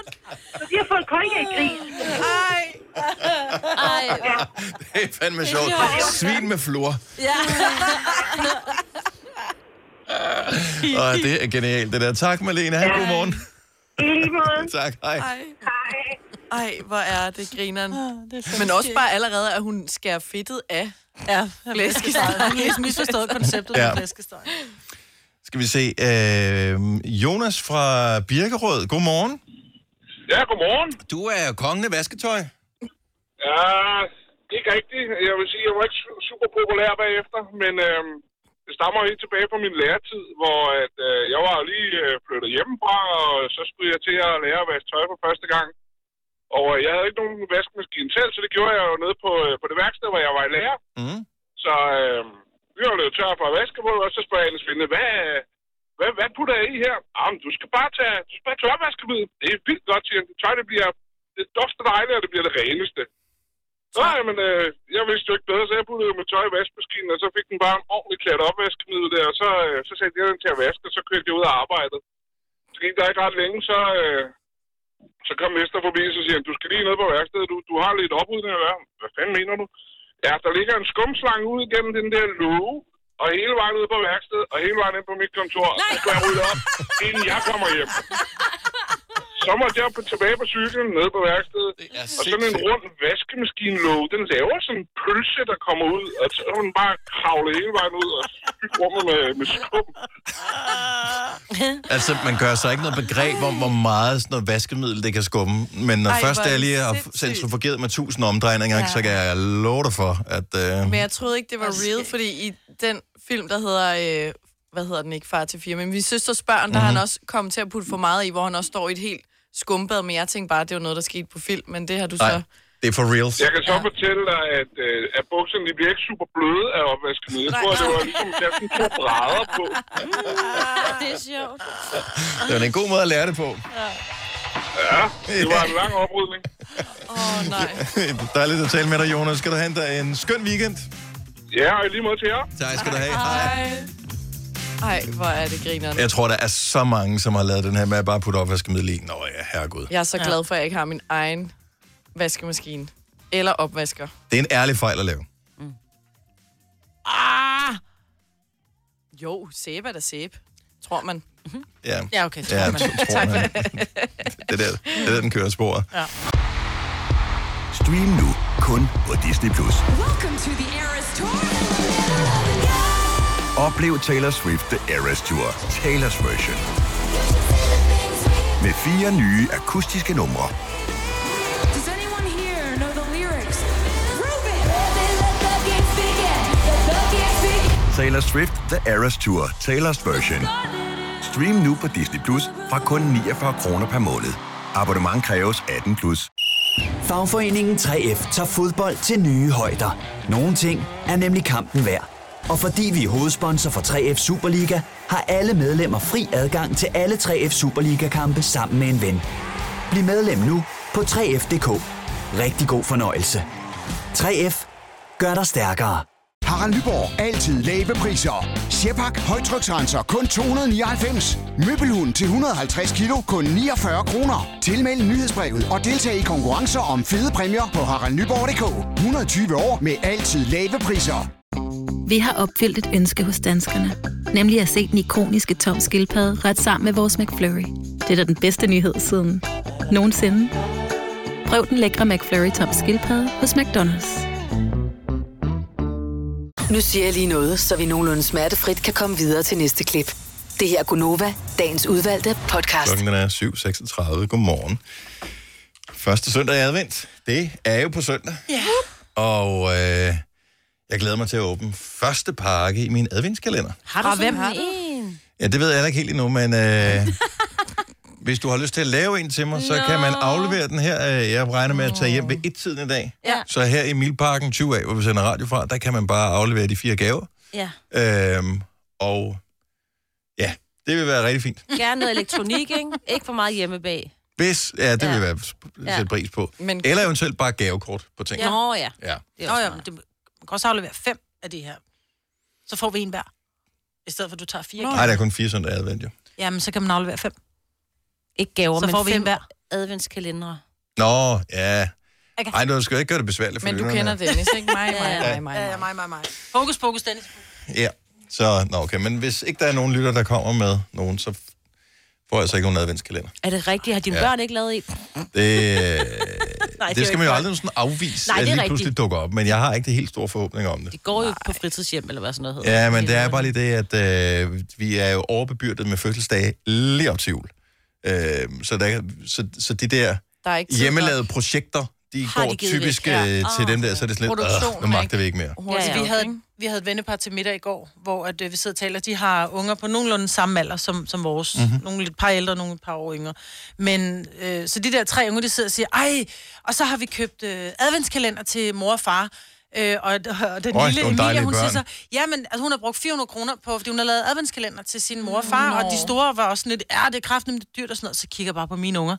Speaker 10: så de har fået Colgate-gris. Ej! Ej,
Speaker 1: Det er fandme sjovt. Svin med flor.
Speaker 10: Ja.
Speaker 1: Og det er genialt, det der. Tak, Malene. Ha' en god morgen.
Speaker 10: I lige måde.
Speaker 1: <laughs> Tak, hej.
Speaker 2: Ej. Ej, hvor er det grineren.
Speaker 4: Ah,
Speaker 2: Det Men også bare allerede, at hun skærer fedtet af ja, flæskesteg.
Speaker 4: Hun har helt misforstået konceptet
Speaker 1: Ja.
Speaker 4: med flæskesteg.
Speaker 1: Skal vi se. Øh, Jonas fra Birkerød, godmorgen.
Speaker 12: Ja, godmorgen.
Speaker 1: Du er kongen af vasketøj.
Speaker 12: Ja, ikke rigtigt. Jeg vil sige, jeg var ikke su- super populær bagefter, men øh, det stammer helt tilbage fra min læretid, hvor at, øh, jeg var lige øh, flyttet hjemmefra, og så skulle jeg til at lære at vaske tøj for første gang. Og øh, jeg havde ikke nogen vaskemaskine selv, så det gjorde jeg jo nede på, øh, på det værksted, hvor jeg var i lærer.
Speaker 1: Mm.
Speaker 12: Så øh, vi var blevet tør for at vaske på, og så spørger jeg hendes veninde, hvad, øh, hvad, hvad putter jeg i her? Jamen, du skal bare tage, du skal bare tage opvaskemiddel. Det er vildt godt, siger han. Tøj, det bliver, det dufter dejligt, og det bliver det reneste. Nej, men øh, jeg vidste jo ikke bedre, så jeg puttede jo mit tøj i vaskemaskinen, og så fik den bare en ordentlig klat opvaskemiddel der, og så, øh, så satte jeg den til at vaske, og så kørte jeg ud af arbejdet. Så gik der ikke ret længe, så, øh, så kom Hester forbi, og så siger han, du skal lige ned på værkstedet, du, du har lidt oprydning at gøre. Hvad fanden mener du? Ja, der ligger en skumslange ud gennem den der låge, og hele vejen ud på værkstedet, og hele vejen ind på mit kontor, og så skal jeg rydde op, inden jeg kommer hjem. Så måtte jeg på- tilbage på cyklen nede på værkstedet, og sådan en rund vaskemaskinlåge, den laver sådan en pølse, der kommer ud, og så er hun bare kravlet hele vejen ud og fyldt rummet med, med skum.
Speaker 1: Altså, man gør sig ikke noget begreb om, hvor meget sådan noget vaskemiddel det kan skumme. Men når
Speaker 2: Ej,
Speaker 1: Ej,
Speaker 2: hvor
Speaker 1: først jeg lige har
Speaker 2: sindssygt.
Speaker 1: centrifugeret med tusind omdrejninger, ja. så kan jeg love dig for, at... Øh,
Speaker 2: Men jeg troede ikke, det var real, fordi i den film, der hedder... Øh, hvad hedder den ikke? Far til fire. Men min søsters børn, der har
Speaker 1: Mhm.
Speaker 2: han også kommet til at putte for meget i, hvor han også står i et helt skumbad. Men jeg tænkte bare, det var noget, der skete på film. Men det har du så...
Speaker 1: Nej, det er for reals.
Speaker 12: Jeg kan så fortælle dig, at, øh, at bukserne de bliver ikke super bløde af opvaskemiddel. Jeg tror, det var ligesom at tage sådan to brædder
Speaker 5: <laughs>
Speaker 12: på.
Speaker 3: det er sjovt.
Speaker 1: Det var en god måde at lære det på.
Speaker 12: Ja, det var en lang oprydning.
Speaker 2: Åh, oh, nej.
Speaker 1: <laughs> Dejligt at tale med dig, Jonas. Skal du have en, dag- en skøn weekend?
Speaker 12: Ja, og i lige måde til jer.
Speaker 1: Tak skal du have.
Speaker 2: Ej. Ej, hvor er det grineren.
Speaker 1: Jeg tror, der er så mange, som har lavet den her med at bare putte opvaskemiddel i. Nå ja, herregud.
Speaker 2: Jeg er så glad for, at jeg ikke har min egen vaskemaskine. Eller opvasker.
Speaker 1: Det er en ærlig fejl at lave.
Speaker 2: Ah! Jo, sæbe er da sæbe. Tror man.
Speaker 1: Ja,
Speaker 2: Ja, okay, tror
Speaker 1: ja,
Speaker 2: man.
Speaker 1: tro- Tror
Speaker 2: Tak
Speaker 1: man.
Speaker 2: for det.
Speaker 1: Det er der, det er der, den kører sporet.
Speaker 2: Ja.
Speaker 13: Stream nu kun på Disney+. Plus.
Speaker 14: Welcome to the Eras Tour.
Speaker 13: Oplev Taylor Swift The Eras Tour, Taylor's version. Med fire nye akustiske numre.
Speaker 14: Does anyone here know the lyrics?
Speaker 13: Taylor Swift The Eras Tour, Taylor's version. Stream nu på Disney Plus fra kun 49 kroner per måned. Abonnement kræves 18 plus.
Speaker 15: Fagforeningen 3F tager fodbold til nye højder. Nogle ting er nemlig kampen værd. Og fordi vi er hovedsponsor for 3F Superliga, har alle medlemmer fri adgang til alle 3F Superliga-kampe sammen med en ven. Bliv medlem nu på 3F.dk. Rigtig god fornøjelse. 3F gør dig stærkere.
Speaker 16: Harald Nyborg. Altid lave priser. Sjehpak. Højtryksrenser. Kun 299. Møbelhund til 150 kilo. Kun 49 kroner. Tilmeld nyhedsbrevet og deltag i konkurrencer om fede præmier på haraldnyborg.dk. 120 år med altid lave priser.
Speaker 17: <laughs> Vi har opfyldt et ønske hos danskerne. Nemlig at se den ikoniske tom skildpadde ret sammen med vores McFlurry. Det er da den bedste nyhed siden nogensinde. Prøv den lækre McFlurry tom skildpadde hos McDonald's.
Speaker 6: Nu siger jeg lige noget, så vi nogenlunde smertefrit kan komme videre til næste klip. Det her er Gunova, dagens udvalgte podcast.
Speaker 1: <laughs> Klokken den er 7.36. Godmorgen. Første søndag i advent. Det er jo på søndag.
Speaker 4: Ja.
Speaker 1: Og øh, jeg glæder mig til at åbne første pakke i min adventskalender.
Speaker 4: Har du sådan en?
Speaker 1: Ja, det ved jeg heller ikke helt endnu, men øh, <laughs> hvis du har lyst til at lave en til mig, så kan man aflevere den her. Øh, Jeg regner med at tage hjem ved et tiden i dag.
Speaker 4: Ja.
Speaker 1: Så her i Milparken 20A, hvor vi sender radio fra, der kan man bare aflevere de fire gaver.
Speaker 3: Ja.
Speaker 1: Øhm, og ja, det vil være rigtig fint.
Speaker 3: Gerne noget elektronik, ikke? Ikke for meget hjemme bag.
Speaker 1: Hvis, ja, det ja.
Speaker 3: Ja.
Speaker 1: vil være
Speaker 3: Ja.
Speaker 1: sætte pris på.
Speaker 3: Men-
Speaker 1: Men... Eller eventuelt bare gavekort på ting.
Speaker 4: Ja. Nå, ja.
Speaker 1: ja.
Speaker 4: Det er Nå, ja, men det, man kan også aflevere fem af de her. Så får vi en hver. I stedet for, at du tager fire.
Speaker 1: Nej, der er kun fire søndage i advent, jo.
Speaker 4: Jamen, så kan man aflevere fem.
Speaker 3: Ikke gaver,
Speaker 4: så
Speaker 3: men
Speaker 4: får vi
Speaker 3: fem
Speaker 4: en hver.
Speaker 3: adventskalendere.
Speaker 1: Nå, ja.
Speaker 4: Okay.
Speaker 1: Nej, du skal ikke gøre det besværligt for lytterne
Speaker 4: <laughs>
Speaker 1: her.
Speaker 4: ikke? Mig,
Speaker 1: mig, mig,
Speaker 4: mig, ja, mig, mig, mig. Fokus, fokus, Dennis.
Speaker 1: Ja, så nå, okay. Men hvis ikke der er nogen lytter, der kommer med nogen, så får jeg så ikke nogen adventskalender.
Speaker 3: Er det rigtigt? Har dine ja.
Speaker 1: Ja.
Speaker 3: børn ikke lavet
Speaker 1: <laughs>
Speaker 3: i?
Speaker 1: Det,
Speaker 3: Nej,
Speaker 1: det skal man jo
Speaker 3: ikke
Speaker 1: aldrig sådan afvise,
Speaker 3: Nej,
Speaker 1: at
Speaker 3: det er
Speaker 1: lige
Speaker 3: rigtigt.
Speaker 1: pludselig dukker op. Men jeg har ikke de helt store forhåbninger om det.
Speaker 3: De går jo på fritidshjem, eller hvad sådan noget hedder.
Speaker 1: Ja, men det er bare lige det, at øh, vi er jo overbebyrdet med fødselsdage lige op til jul. Øh, så, der, så, så de der,
Speaker 2: Der er ikke tid
Speaker 1: hjemmelavede projekter, de
Speaker 4: Har de
Speaker 1: går
Speaker 4: givet
Speaker 1: typisk
Speaker 4: væk, ja.
Speaker 1: ja. til dem der, så er det sådan lidt,
Speaker 4: Produktionen
Speaker 1: "Åh,
Speaker 4: er
Speaker 1: nu magter vi ikke mere.
Speaker 4: Ja, ja, Altså, vi, havde, vi havde et vennepar til middag i går, hvor at, øh, vi sidder og taler. De har unger på nogenlunde samme alder som, som vores. Mm-hmm.
Speaker 1: Mhm.
Speaker 4: Nogle lidt par ældre, nogle et par år yngre. Men, øh, så de der tre unge, de sidder og siger, ej, og så har vi købt øh, adventskalender til mor og far. Øh, og, og den
Speaker 1: Øj,
Speaker 4: lille
Speaker 1: nogle
Speaker 4: Emilia,
Speaker 1: dejlige
Speaker 4: hun siger
Speaker 1: børn.
Speaker 4: så, ja, men altså, hun har brugt 400 kroner på, fordi hun har lavet adventskalender til sin mor og far, og de store var også sådan lidt, ja, det er kraften, det er dyrt og sådan noget, så kigger jeg bare på mine unger.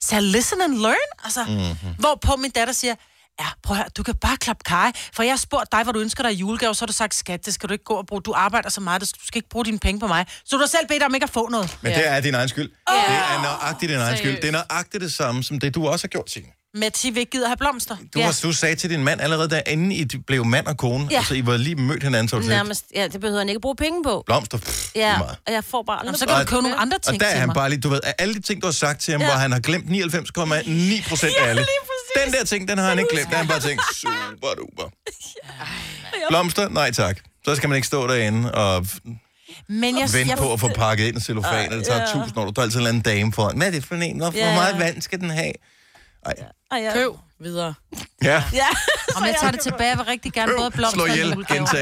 Speaker 4: Så jeg, listen and learn, altså.
Speaker 1: Mm. Mhm.
Speaker 4: Mm-hmm. Hvorpå min datter siger, ja, prøv at høre, du kan bare klappe kaj, for jeg har spurgt dig, hvad du ønsker dig i julegave, så har du sagt, skat, det skal du ikke gå og bruge, du arbejder så meget, du skal ikke bruge dine penge på mig, så du har selv bedt om ikke at få noget.
Speaker 1: Men det er din egen skyld. Det er nøjagtigt din egen skyld. Det er nøjagtigt det samme, som det, du også har gjort, Signe.
Speaker 4: Matti vil ikke gider have blomster.
Speaker 1: Du, ja. du sagde til din mand allerede derinde, I blev mand og kone,
Speaker 3: Ja.
Speaker 1: ja. altså I var lige mødt hinanden, så var du sådan lidt,
Speaker 3: Nærmest, ja, det behøver han ikke bruge penge på.
Speaker 1: blomster, pff,
Speaker 3: Ja,
Speaker 1: lige meget.
Speaker 3: og jeg får bare...
Speaker 4: Jamen, så kan du købe nogle andre
Speaker 1: Og
Speaker 4: ting
Speaker 1: der
Speaker 4: til
Speaker 1: er han
Speaker 4: mig.
Speaker 1: bare lige, du ved, af alle de ting, du har sagt til ham,
Speaker 4: Ja.
Speaker 1: ja. hvor han har glemt
Speaker 4: <laughs>
Speaker 1: 99,9 procent af alle. Den der ting, den har han ikke glemt. Der har han bare tænkt, super duper. Blomster? Nej tak. Så skal man ikke stå derinde og
Speaker 4: Men jeg,
Speaker 1: vente
Speaker 4: jeg,
Speaker 1: på at få pakket ind i cellofan, og det tager
Speaker 4: Ja.
Speaker 1: tusind år. Du er altid en eller anden dame foran. Hvad er det for en? Hvor
Speaker 4: Ja.
Speaker 1: hvor meget vand skal den have?
Speaker 4: Ej, ja. Køb videre.
Speaker 1: Ja.
Speaker 4: Ja. <laughs> Om jeg tager det tilbage, jeg vil rigtig gerne både blomster
Speaker 1: Slå
Speaker 4: og
Speaker 1: ihjel,
Speaker 4: julegaver.
Speaker 1: gentag.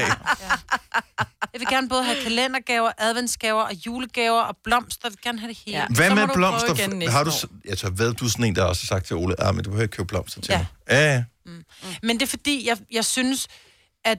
Speaker 4: Jeg vil gerne både have kalendergaver, adventsgaver og julegaver og blomster. Jeg vil gerne have det hele. Ja.
Speaker 1: Hvad med blomster? Har du, s- jeg tør ved, du er sådan en, der også har sagt til Ole, ah, men du behøver ikke købe blomster til
Speaker 4: Ja.
Speaker 1: mig. Ja, ja.
Speaker 4: Mm. Men det er fordi, jeg, jeg synes, at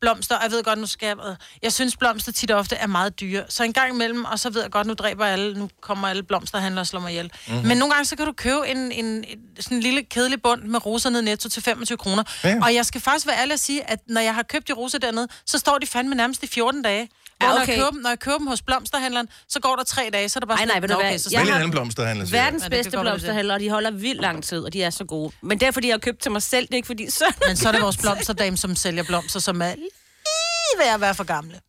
Speaker 4: blomster, og jeg ved godt, nu skal jeg, jeg synes, blomster tit og ofte er meget dyre. Så en gang imellem, og så ved jeg godt, nu dræber alle, nu kommer alle blomsterhandlere og slår mig ihjel.
Speaker 18: Mhm.
Speaker 4: Mm-hmm. Men nogle gange, så kan du købe en, en, en sådan en lille kedelig bund med roser ned i netto til 25 kroner.
Speaker 18: Ja.
Speaker 4: Ja. Og jeg skal faktisk være ærlig og sige, at når jeg har købt de roser dernede, så står de fandme nærmest i 14 dage. Hvor
Speaker 3: Ja,
Speaker 4: ja,
Speaker 3: okay.
Speaker 4: okay. når, jeg køber, dem- når jeg køber dem hos blomsterhandleren, så går der tre dage, så er der bare
Speaker 3: Ej,
Speaker 4: sådan...
Speaker 3: nej, ved du
Speaker 4: "Nå,
Speaker 3: hvad?
Speaker 4: okay, så
Speaker 1: Vælg
Speaker 4: skal-
Speaker 1: en anden blomsterhandler. siger jeg.
Speaker 3: Verdens
Speaker 4: Ja, det kan
Speaker 3: bedste
Speaker 4: godt være, det er det.
Speaker 3: blomsterhandler, og de holder vildt lang tid, og de er så gode. Men det er, fordi jeg har købt til mig selv, det er ikke fordi... Så...
Speaker 4: Men så er det vores blomsterdame, som sælger blomster, som er lige ved at være for gamle.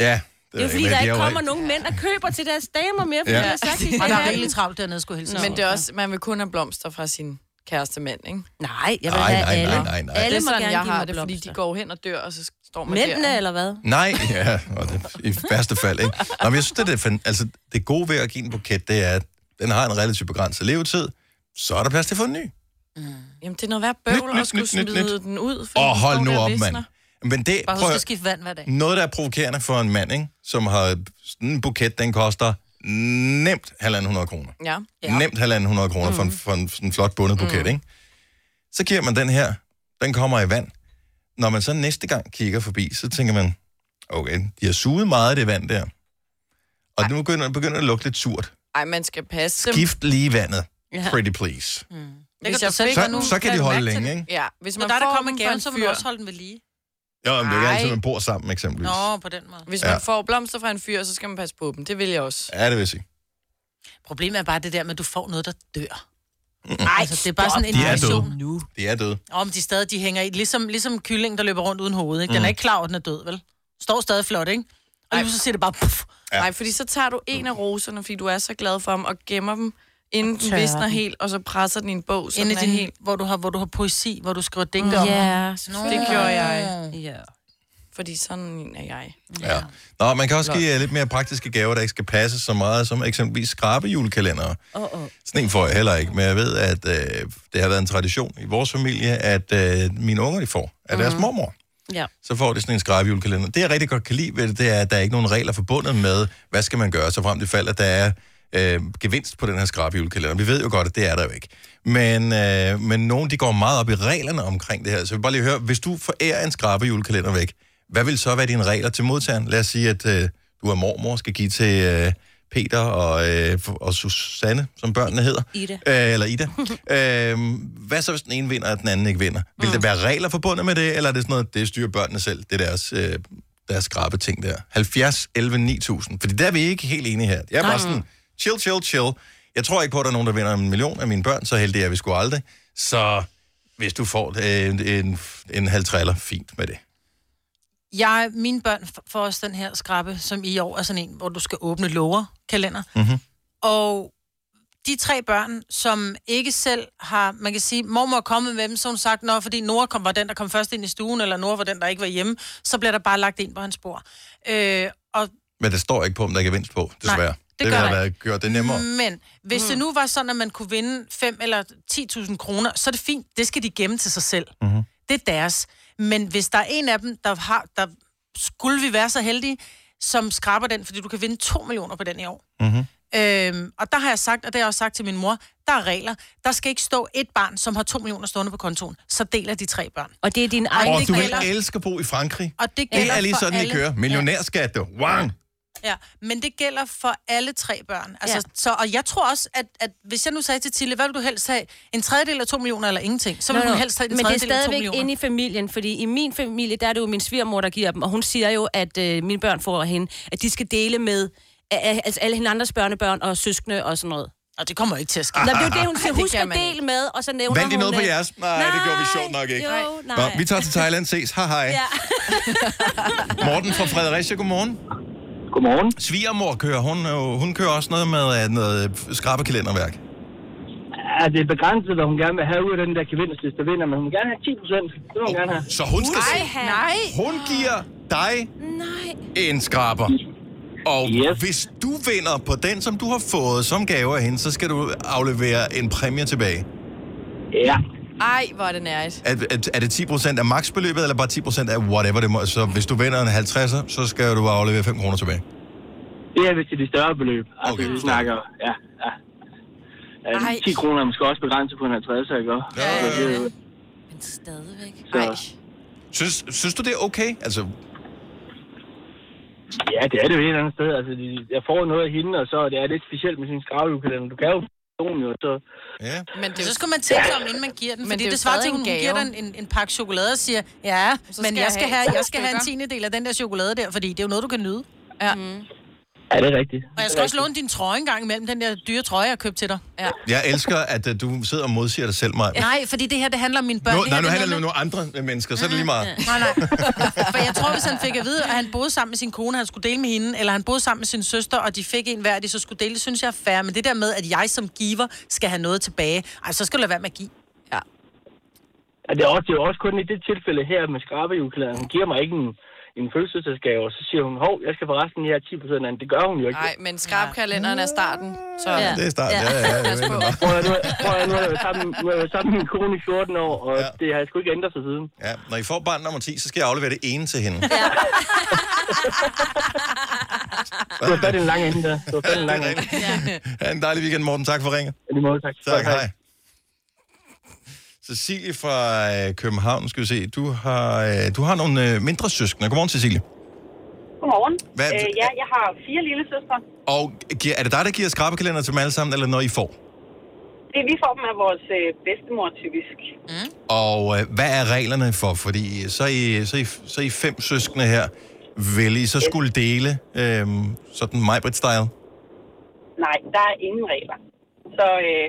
Speaker 1: Ja.
Speaker 3: Det er jo fordi, der ikke kommer nogen mænd og køber til deres damer mere, fordi
Speaker 2: Ja.
Speaker 3: ja. jeg har sagt, de
Speaker 2: <laughs> Og der er
Speaker 3: have
Speaker 2: rigeligt
Speaker 3: dem.
Speaker 4: travlt dernede, skulle hilse.
Speaker 2: Men det er også, man vil kun have blomster fra sin kæreste mænd, ikke?
Speaker 3: Nej,
Speaker 1: jeg vil Nej, have nej, alle. nej, nej, nej.
Speaker 2: Alle det er
Speaker 1: Alle
Speaker 3: må
Speaker 2: sådan,
Speaker 3: gerne
Speaker 2: jeg
Speaker 3: give
Speaker 2: har
Speaker 3: mig
Speaker 2: det, fordi de går hen og dør, og så står man
Speaker 3: Mændene,
Speaker 2: der.
Speaker 3: eller hvad?
Speaker 1: Nej, <laughs> ja, og det, i værste fald, ikke? Nå, men jeg synes, det, er, fan- altså, det gode ved at give en buket, det er, at den har en relativt begrænset levetid, så er der plads til at få en ny.
Speaker 2: Jamen, det er noget værd bøvl at
Speaker 1: nyt,
Speaker 2: skulle
Speaker 1: nyt, nyt,
Speaker 2: smide
Speaker 1: nyt.
Speaker 2: den ud. fordi
Speaker 1: Og
Speaker 2: den
Speaker 1: hold
Speaker 2: står
Speaker 1: nu
Speaker 2: der og
Speaker 1: op, mand.
Speaker 2: visner.
Speaker 1: Men det,
Speaker 4: Bare
Speaker 1: prøv
Speaker 4: husk
Speaker 1: at- Mm.
Speaker 4: at skifte vand hver dag.
Speaker 1: noget, der er provokerende for en mand, ikke? som har sådan en buket, den koster nemt 1.500 kroner.
Speaker 2: Ja.
Speaker 1: Ja. Nemt 1.500 kroner mm. for, en, for en, sådan en flot bundet buket, mm. ikke? Så giver man den her, den kommer i vand. Når man så næste gang kigger forbi, så tænker man, okay, de har suget meget af det vand der. Og nu Mm. begynder, begynder det at lugte lidt surt.
Speaker 2: Ej, man skal passe dem.
Speaker 1: Gift lige vandet.
Speaker 2: Ja.
Speaker 1: Pretty please. Mm.
Speaker 2: Hvis
Speaker 4: du
Speaker 2: jeg
Speaker 4: selv
Speaker 2: fik,
Speaker 4: gøre nu.
Speaker 1: Så, så kan de holde
Speaker 4: mærke til
Speaker 1: længe, ikke?
Speaker 2: ja, hvis
Speaker 4: Når
Speaker 2: man
Speaker 4: der er der
Speaker 2: får
Speaker 4: kommer en
Speaker 2: dem fra
Speaker 4: gave,
Speaker 2: en
Speaker 4: så vil du
Speaker 2: fyr.
Speaker 4: også holde den ved lige.
Speaker 1: Jo, men det er ikke altid,
Speaker 2: Ej.
Speaker 1: man bor sammen, eksempelvis.
Speaker 4: Nå, på den måde.
Speaker 2: Hvis
Speaker 1: Ja.
Speaker 2: man får blomster fra en fyr, så skal man passe på dem. Det vil jeg også.
Speaker 1: Ja, det vil jeg sige.
Speaker 4: Problemet er bare det der med, at du får noget, der dør. Nej, altså, det er bare sådan en
Speaker 1: De er
Speaker 4: invitation.
Speaker 1: døde. De er døde.
Speaker 4: Om de stadig de hænger i, ligesom, ligesom kylling, der løber rundt uden hoved. Ikke? Den er
Speaker 1: Mm.
Speaker 4: ikke klar over, den er død, vel? Står stadig flot, ikke? Og nu så siger det bare... Puff.
Speaker 1: Ja.
Speaker 2: Nej, fordi så tager du en af roserne, fordi du er så glad for dem, og gemmer dem, inden den
Speaker 4: Tørrer
Speaker 2: visner
Speaker 4: den.
Speaker 2: helt, og så presser den i en bog, så
Speaker 4: Inde
Speaker 2: den
Speaker 4: i
Speaker 2: er
Speaker 4: din,
Speaker 2: helt... Mm.
Speaker 4: helt, hvor, du har, hvor du har poesi, hvor du skriver digte om.
Speaker 2: Ja,
Speaker 4: Nå.
Speaker 2: det gjorde jeg. Ja. Fordi sådan en er jeg.
Speaker 1: Ja. Nå, man kan også give øh, lidt mere praktiske gaver, der ikke skal passe så meget, som eksempelvis skrabejulekalendere.
Speaker 2: Oh, oh.
Speaker 1: Sådan en får jeg heller ikke, men jeg ved, at øh, det har været en tradition i vores familie, at øh, mine unger de får af deres mormor.
Speaker 3: Ja.
Speaker 1: Så får de sådan en skrabejulekalender. Det, jeg rigtig godt kan lide ved det, det er, at der er ikke nogen regler forbundet med, hvad skal man gøre, så frem til fald, at der er øh, gevinst på den her skrabejulekalender. Vi ved jo godt, at det er der jo ikke. Men, øh, men nogen, de går meget op i reglerne omkring det her. Så jeg vil bare lige høre, hvis du forærer en skrabejulekalender væk, hvad vil så være dine regler til modtageren? Lad os sige, at øh, du er mormor, skal give til øh, Peter og, øh, og Susanne, som børnene hedder.
Speaker 3: Ida.
Speaker 1: Øh, eller Ida.
Speaker 4: <laughs>
Speaker 1: øh, hvad så, hvis den ene vinder, og den anden ikke vinder? Vil mm. der være regler forbundet med det, eller er det sådan noget, det styrer børnene selv, det er deres, øh, deres skrabe ting der? 70, 11, 9000. Fordi der er vi ikke helt enige her. Jeg er bare
Speaker 13: Nej.
Speaker 1: sådan, chill, chill, chill. Jeg tror ikke på, at der er nogen, der vinder en million af mine børn, så heldig er vi sgu aldrig. Så hvis du får øh, en, en, en halv træller, fint med det.
Speaker 4: Jeg, mine børn f- får også den her skrappe, som i år er sådan en, hvor du skal åbne lover kalender.
Speaker 1: Mm-hmm.
Speaker 4: Og de tre børn, som ikke selv har, man kan sige, mormor er kommet med dem, så har hun sagt, nå, fordi Nora kom, var den, der kom først ind i stuen, eller Nora var den, der ikke var hjemme, så bliver der bare lagt ind på hans bord. Øh, og
Speaker 1: Men der står ikke på, om der er gevinst på, desværre.
Speaker 4: Nej,
Speaker 1: Nej,
Speaker 4: det
Speaker 1: det,
Speaker 4: gør
Speaker 1: det
Speaker 4: der
Speaker 1: ville have været, gjort det nemmere.
Speaker 4: Men hvis mm. det nu var sådan, at man kunne vinde 5 eller 10.000 kroner, så er det fint. Det skal de gemme til sig selv.
Speaker 1: Mm-hmm.
Speaker 4: Det er deres. Men hvis der er en af dem, der har, der skulle vi være så heldige, som skraber den, fordi du kan vinde 2 millioner på den i år.
Speaker 1: Mm-hmm.
Speaker 4: Øhm, og der har jeg sagt, og det har jeg også sagt til min mor, der er regler. Der skal ikke stå et barn, som har 2 millioner stående på kontoen. Så deler de tre børn.
Speaker 3: Og det er din
Speaker 1: Ej,
Speaker 4: egen
Speaker 1: og du vil elske at bo i Frankrig.
Speaker 4: Og det
Speaker 1: Det
Speaker 4: gælder
Speaker 1: er lige
Speaker 4: for
Speaker 1: sådan,
Speaker 4: alle.
Speaker 1: det kører. Millionærskat, du. Wang!
Speaker 4: Ja, men det gælder for alle tre børn. Altså, ja. så, og jeg tror også, at, at hvis jeg nu sagde til Tille, hvad vil du helst have? En tredjedel af to millioner eller ingenting? Så vil
Speaker 3: Nå,
Speaker 4: hun
Speaker 3: nå.
Speaker 4: helst have en
Speaker 3: Men det er
Speaker 4: tredjedel af to
Speaker 3: stadigvæk
Speaker 4: millioner.
Speaker 3: inde i familien, fordi i min familie, der er det jo min svigermor, der giver dem, og hun siger jo, at øh, mine børn får af hende, at de skal dele med a- a- altså alle hinandres børnebørn og søskende og sådan noget.
Speaker 4: Og det kommer ikke til at ske.
Speaker 3: Nå, det er jo det, hun siger.
Speaker 4: Det
Speaker 3: Husk
Speaker 4: kan
Speaker 3: at
Speaker 4: man
Speaker 3: dele med, og så nævner
Speaker 1: Vandt I
Speaker 3: hun...
Speaker 1: noget på
Speaker 3: øh,
Speaker 1: jeres? Nej, det gjorde vi sjovt nok ikke.
Speaker 3: Jo, nej.
Speaker 1: Nå, vi tager til Thailand. Ses. Hej hej.
Speaker 3: Ja.
Speaker 1: <laughs> Morten fra Fredericia, godmorgen.
Speaker 18: Godmorgen.
Speaker 1: Svigermor kører. Hun, er jo- hun kører også noget med øh, noget øh, skrabbekalenderværk.
Speaker 18: Ja, det er begrænset, hvad hun gerne vil have ud af den der gevinst, hvis der vinder, men hun vil gerne have 10 procent. Det vil hun gerne have.
Speaker 1: Så hun skal...
Speaker 2: nej.
Speaker 1: Hun giver dig
Speaker 3: Nej.
Speaker 1: en skraber. Og yes. hvis du vinder på den, som du har fået som gave af hende, så skal du aflevere en præmie tilbage.
Speaker 18: Ja.
Speaker 2: Ej, hvor er det nært.
Speaker 1: Er, er, er det 10% af maksbeløbet, eller bare 10% af whatever det må? Så hvis du vinder en 50'er, så skal du aflevere 5 kroner tilbage.
Speaker 18: Det er vist til de større beløb. Altså, okay, vi snakker, ja, ja. Ja,
Speaker 2: Ej.
Speaker 18: 10 kroner er måske også begrænset på en 50, ikke? Ja,
Speaker 3: Men stadigvæk.
Speaker 18: Så,
Speaker 1: Synes, synes du, det er okay? Altså,
Speaker 18: ja, det er det jo et eller andet sted. Altså, de- jeg får noget af hende, og så det er lidt specielt med sin skravjukalender. Du kan jo personen jo, så...
Speaker 1: Ja.
Speaker 2: Men det,
Speaker 4: så skulle man tænke sig om, inden man giver den.
Speaker 2: Men
Speaker 4: Fordi
Speaker 2: det er
Speaker 4: det,
Speaker 2: jo
Speaker 4: det svarer til, at
Speaker 2: stadig
Speaker 4: hun
Speaker 2: en
Speaker 4: hun giver
Speaker 2: gave.
Speaker 4: dig en, en, en pakke chokolade og siger, ja,
Speaker 2: Så
Speaker 4: men jeg
Speaker 2: skal jeg
Speaker 4: skal,
Speaker 2: have
Speaker 4: have,
Speaker 2: to
Speaker 4: jeg skal have en
Speaker 2: stykker."
Speaker 4: tiendedel af den der chokolade der, fordi det er jo noget, du kan nyde.
Speaker 2: Ja. Mm.
Speaker 18: Ja, det er rigtigt.
Speaker 4: Og jeg skal også låne din trøje en gang imellem, den der dyre trøje, jeg købte til dig. Ja.
Speaker 1: jeg elsker, at øh, du sidder og modsiger dig selv, Maja.
Speaker 4: Nej, fordi det her, det handler om mine børn.
Speaker 1: Nu,
Speaker 4: Det
Speaker 1: nej,
Speaker 4: her,
Speaker 1: nu
Speaker 4: det
Speaker 1: handler det om nogle andre øh, mennesker, så er det lige meget.
Speaker 4: Nej, nej. For jeg tror, hvis han fik at vide, at han boede sammen med sin kone, han skulle dele med hende, eller han boede sammen med sin søster, og de fik en hver, de så skulle dele, det synes jeg er fair. Men det der med, at jeg som giver skal have noget tilbage, ej, så skal du lade være med at give.
Speaker 18: Ja, det, er også, det er jo også kun i det tilfælde her med skrabejukalenderen. Hun giver mig ikke en, en fødselsdagsgave, og så siger hun, hov, jeg skal forresten her 10 procent af den. Det gør hun jo ikke.
Speaker 2: Nej, men skrabkalenderen er starten. Så...
Speaker 18: Ja, det er starten. Ja, ja, ja, jeg
Speaker 2: Pas på.
Speaker 18: Prøv at, nu, prøv at, nu er jeg jo sammen, nu øh, er jeg jo sammen med min kone i 14 år, og ja. det har jeg sgu ikke ændret sig siden.
Speaker 1: Ja, når I får barn nummer 10, så skal jeg aflevere det ene til hende.
Speaker 18: <laughs> Det var fat i en lang ende der. Det var fat i en lang ende.
Speaker 1: Ha' en dejlig weekend, Morten. Tak for ringet.
Speaker 18: Ja, lige måde, tak.
Speaker 1: Tak, hej. Cecilie fra øh, København, skal vi se. Du har, øh, du har nogle øh, mindre søskende. Godmorgen, Cecilie.
Speaker 10: Godmorgen.
Speaker 1: Hvad-
Speaker 10: Øh, ja, jeg har fire lille søstre.
Speaker 1: Og gi- er det dig, der giver skrabekalender til dem alle sammen, eller når I får?
Speaker 10: Det, vi får dem af vores øh, bedstemor typisk.
Speaker 1: Og øh, hvad er reglerne for? Fordi så er I, så er I, så er I fem søskende her. Vil I så skulle dele øh, sådan Majbrit style
Speaker 10: Nej, der er ingen regler. Så øh,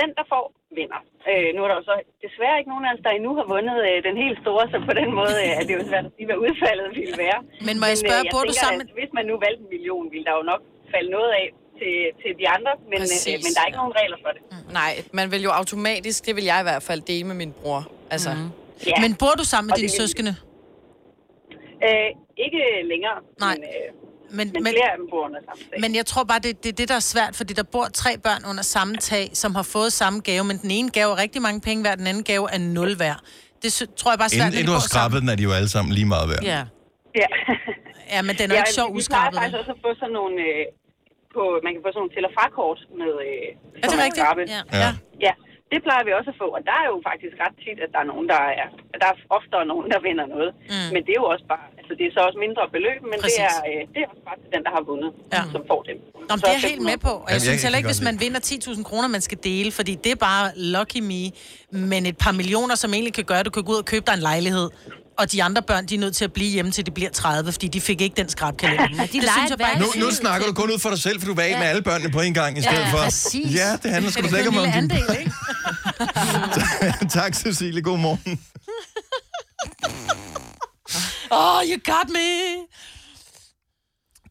Speaker 10: den, der får, vinder. Øh, nu er der jo så desværre ikke nogen af os, der endnu har vundet øh, den helt store, så på den måde øh, er det jo svært at sige, hvad udfaldet ville være. øh,
Speaker 4: Men må jeg spørge, bor du
Speaker 10: tænker,
Speaker 4: sammen-
Speaker 10: At, hvis man nu valgte en million, ville der jo nok falde noget af til, til de andre, men, øh,
Speaker 2: Præcis,
Speaker 10: men der er ikke nogen regler for det.
Speaker 2: Nej, man vil jo automatisk, det vil jeg i hvert fald dele med min bror. Altså. Mm.
Speaker 10: Ja.
Speaker 4: Men bor du sammen med
Speaker 2: Og
Speaker 4: dine
Speaker 2: det vil-
Speaker 4: søskende?
Speaker 10: Øh, ikke længere, Nej. men, øh,
Speaker 4: men,
Speaker 10: men, men flere af dem bor under samme tag.
Speaker 4: Men jeg tror bare, det, det er det, der er svært, fordi der bor tre børn under samme tag, som har fået samme gave, men den ene gave er rigtig mange penge værd, den anden gave er nul værd. Det sy- tror jeg bare er svært,
Speaker 1: Inden, inden du har skrabbet den, er de jo alle sammen lige meget værd.
Speaker 4: Ja.
Speaker 10: Ja.
Speaker 4: ja, men den er jo ikke sjov
Speaker 10: Vi plejer
Speaker 4: uskrabet.
Speaker 10: faktisk også at få sådan nogle... Øh, på, man kan få sådan nogle til- og frakort med... Øh, er det rigtigt? Ja.
Speaker 1: Ja.
Speaker 10: ja. Det plejer vi også at få, og der er jo faktisk ret tit, at der er nogen, der er... at Der er oftere nogen, der vinder noget. Mm. Men det er jo også bare... Altså, det er så også mindre beløb, men det
Speaker 4: Præcis.
Speaker 10: er, øh, det er også bare til den, der har vundet, ja. som får dem.
Speaker 4: Nå, men det er jeg helt med på. Og jeg
Speaker 10: Jamen, jeg
Speaker 4: synes
Speaker 10: kan
Speaker 4: heller ikke,
Speaker 10: godt
Speaker 4: hvis man vinder 10.000 kroner, man skal dele, fordi det er bare lucky me. Men et par millioner, som egentlig kan gøre, at du kan gå ud og købe dig en lejlighed. Og de andre børn, de er nødt til at blive hjemme, til de bliver 30, fordi de fik ikke den skrabkalender.
Speaker 3: de leger et
Speaker 1: Nu, nu snakker du kun ud for dig selv, for du var af med alle børnene på en gang i stedet for.
Speaker 4: præcis.
Speaker 1: Ja, det handler sgu
Speaker 4: Men
Speaker 1: slet ikke om,
Speaker 4: kun
Speaker 1: om
Speaker 4: en
Speaker 1: din...
Speaker 4: lille andel, ikke?
Speaker 1: <laughs> tak, Cecilie. God morgen.
Speaker 4: Oh, you got me!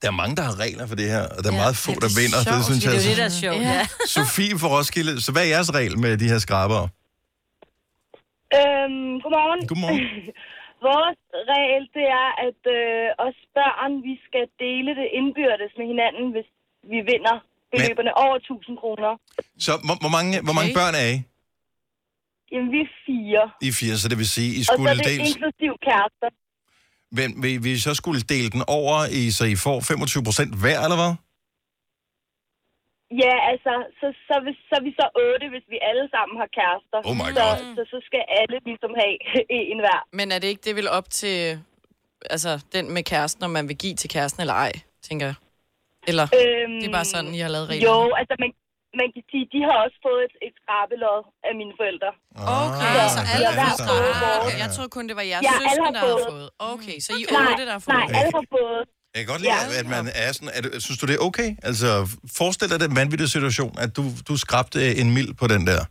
Speaker 1: Der er mange, der har regler for det her, og der er meget få, der vinder.
Speaker 4: sjovt,
Speaker 1: Det synes
Speaker 4: fordi
Speaker 1: jeg
Speaker 4: det er jo det, der er sjovt, ja.
Speaker 1: Sofie fra Roskilde, så hvad er jeres regel med de her skrabere?
Speaker 19: Øhm, godmorgen.
Speaker 1: Godmorgen.
Speaker 19: <laughs> Vores regel, det er, at øh, os børn, vi skal dele det indbyrdes med hinanden, hvis vi vinder beløberne over 1000 kroner.
Speaker 1: Så hvor, hvor, mange, okay. hvor mange børn er I?
Speaker 19: Jamen, vi er fire.
Speaker 1: I er fire, så det vil sige, I
Speaker 19: og så
Speaker 1: skulle
Speaker 19: er det
Speaker 1: dels...
Speaker 19: inklusiv kærester.
Speaker 1: Hvem, vi, vi så skulle dele den over, i, så I får 25 procent hver, eller hvad?
Speaker 19: Ja, altså, så, så, hvis, så er vi så otte, hvis vi alle sammen har kærester.
Speaker 1: Oh my
Speaker 19: så,
Speaker 1: God.
Speaker 19: så, så skal alle ligesom have <laughs> en hver.
Speaker 2: Men er det ikke det, vil op til altså, den med kæresten, om man vil give til kæresten eller ej, tænker jeg? Eller
Speaker 19: øhm,
Speaker 2: det er bare sådan, I har lavet regler?
Speaker 19: Jo, altså, man, man kan sige, de har også fået et, et skrabelod af mine forældre.
Speaker 1: Ah,
Speaker 19: Så vi
Speaker 2: Okay, så Ah, altså, alle
Speaker 19: har hver
Speaker 2: har
Speaker 19: fået
Speaker 2: fået.
Speaker 19: vores.
Speaker 2: Okay, jeg troede kun, det var jeres
Speaker 19: Ja, alle har
Speaker 2: søskende, der har
Speaker 19: fået.
Speaker 2: fået. Okay, så I
Speaker 19: Nej,
Speaker 2: otte, der har fået.
Speaker 19: Nej, alle har fået.
Speaker 1: Jeg kan godt lide, ja. at man er sådan... Er, det- synes du, det er okay? Altså, forestil dig den vanvittige situation, at du, du skrabte øh, en mil på den der,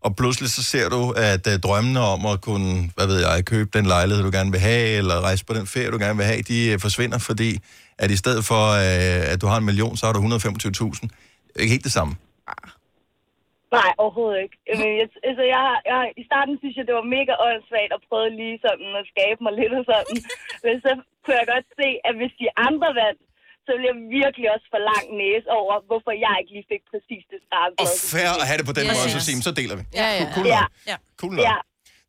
Speaker 1: og pludselig så ser du, at uh, drømmene om at kunne, hvad ved jeg, købe den lejlighed, du gerne vil have, eller rejse på den ferie, du gerne vil have, de uh, forsvinder, fordi at i stedet for, uh, at du har en million, så har du 125.000. Ikke helt det samme.
Speaker 19: Nej, overhovedet ikke. Jeg, jeg, altså, jeg, har- jeg, har- I starten synes jeg, det var mega åndssvagt at prøve lige sådan at skabe mig lidt og sådan. Men så kunne jeg godt se, at hvis de andre vandt, så ville jeg virkelig også for lang næse over, hvorfor jeg ikke lige fik præcis det samme.
Speaker 1: Og fair at have det på den måde, så sige, så deler vi.
Speaker 19: Ja, ja.
Speaker 1: Cool
Speaker 19: ja.
Speaker 1: nok. Cool nok.
Speaker 19: ja.
Speaker 1: Nå,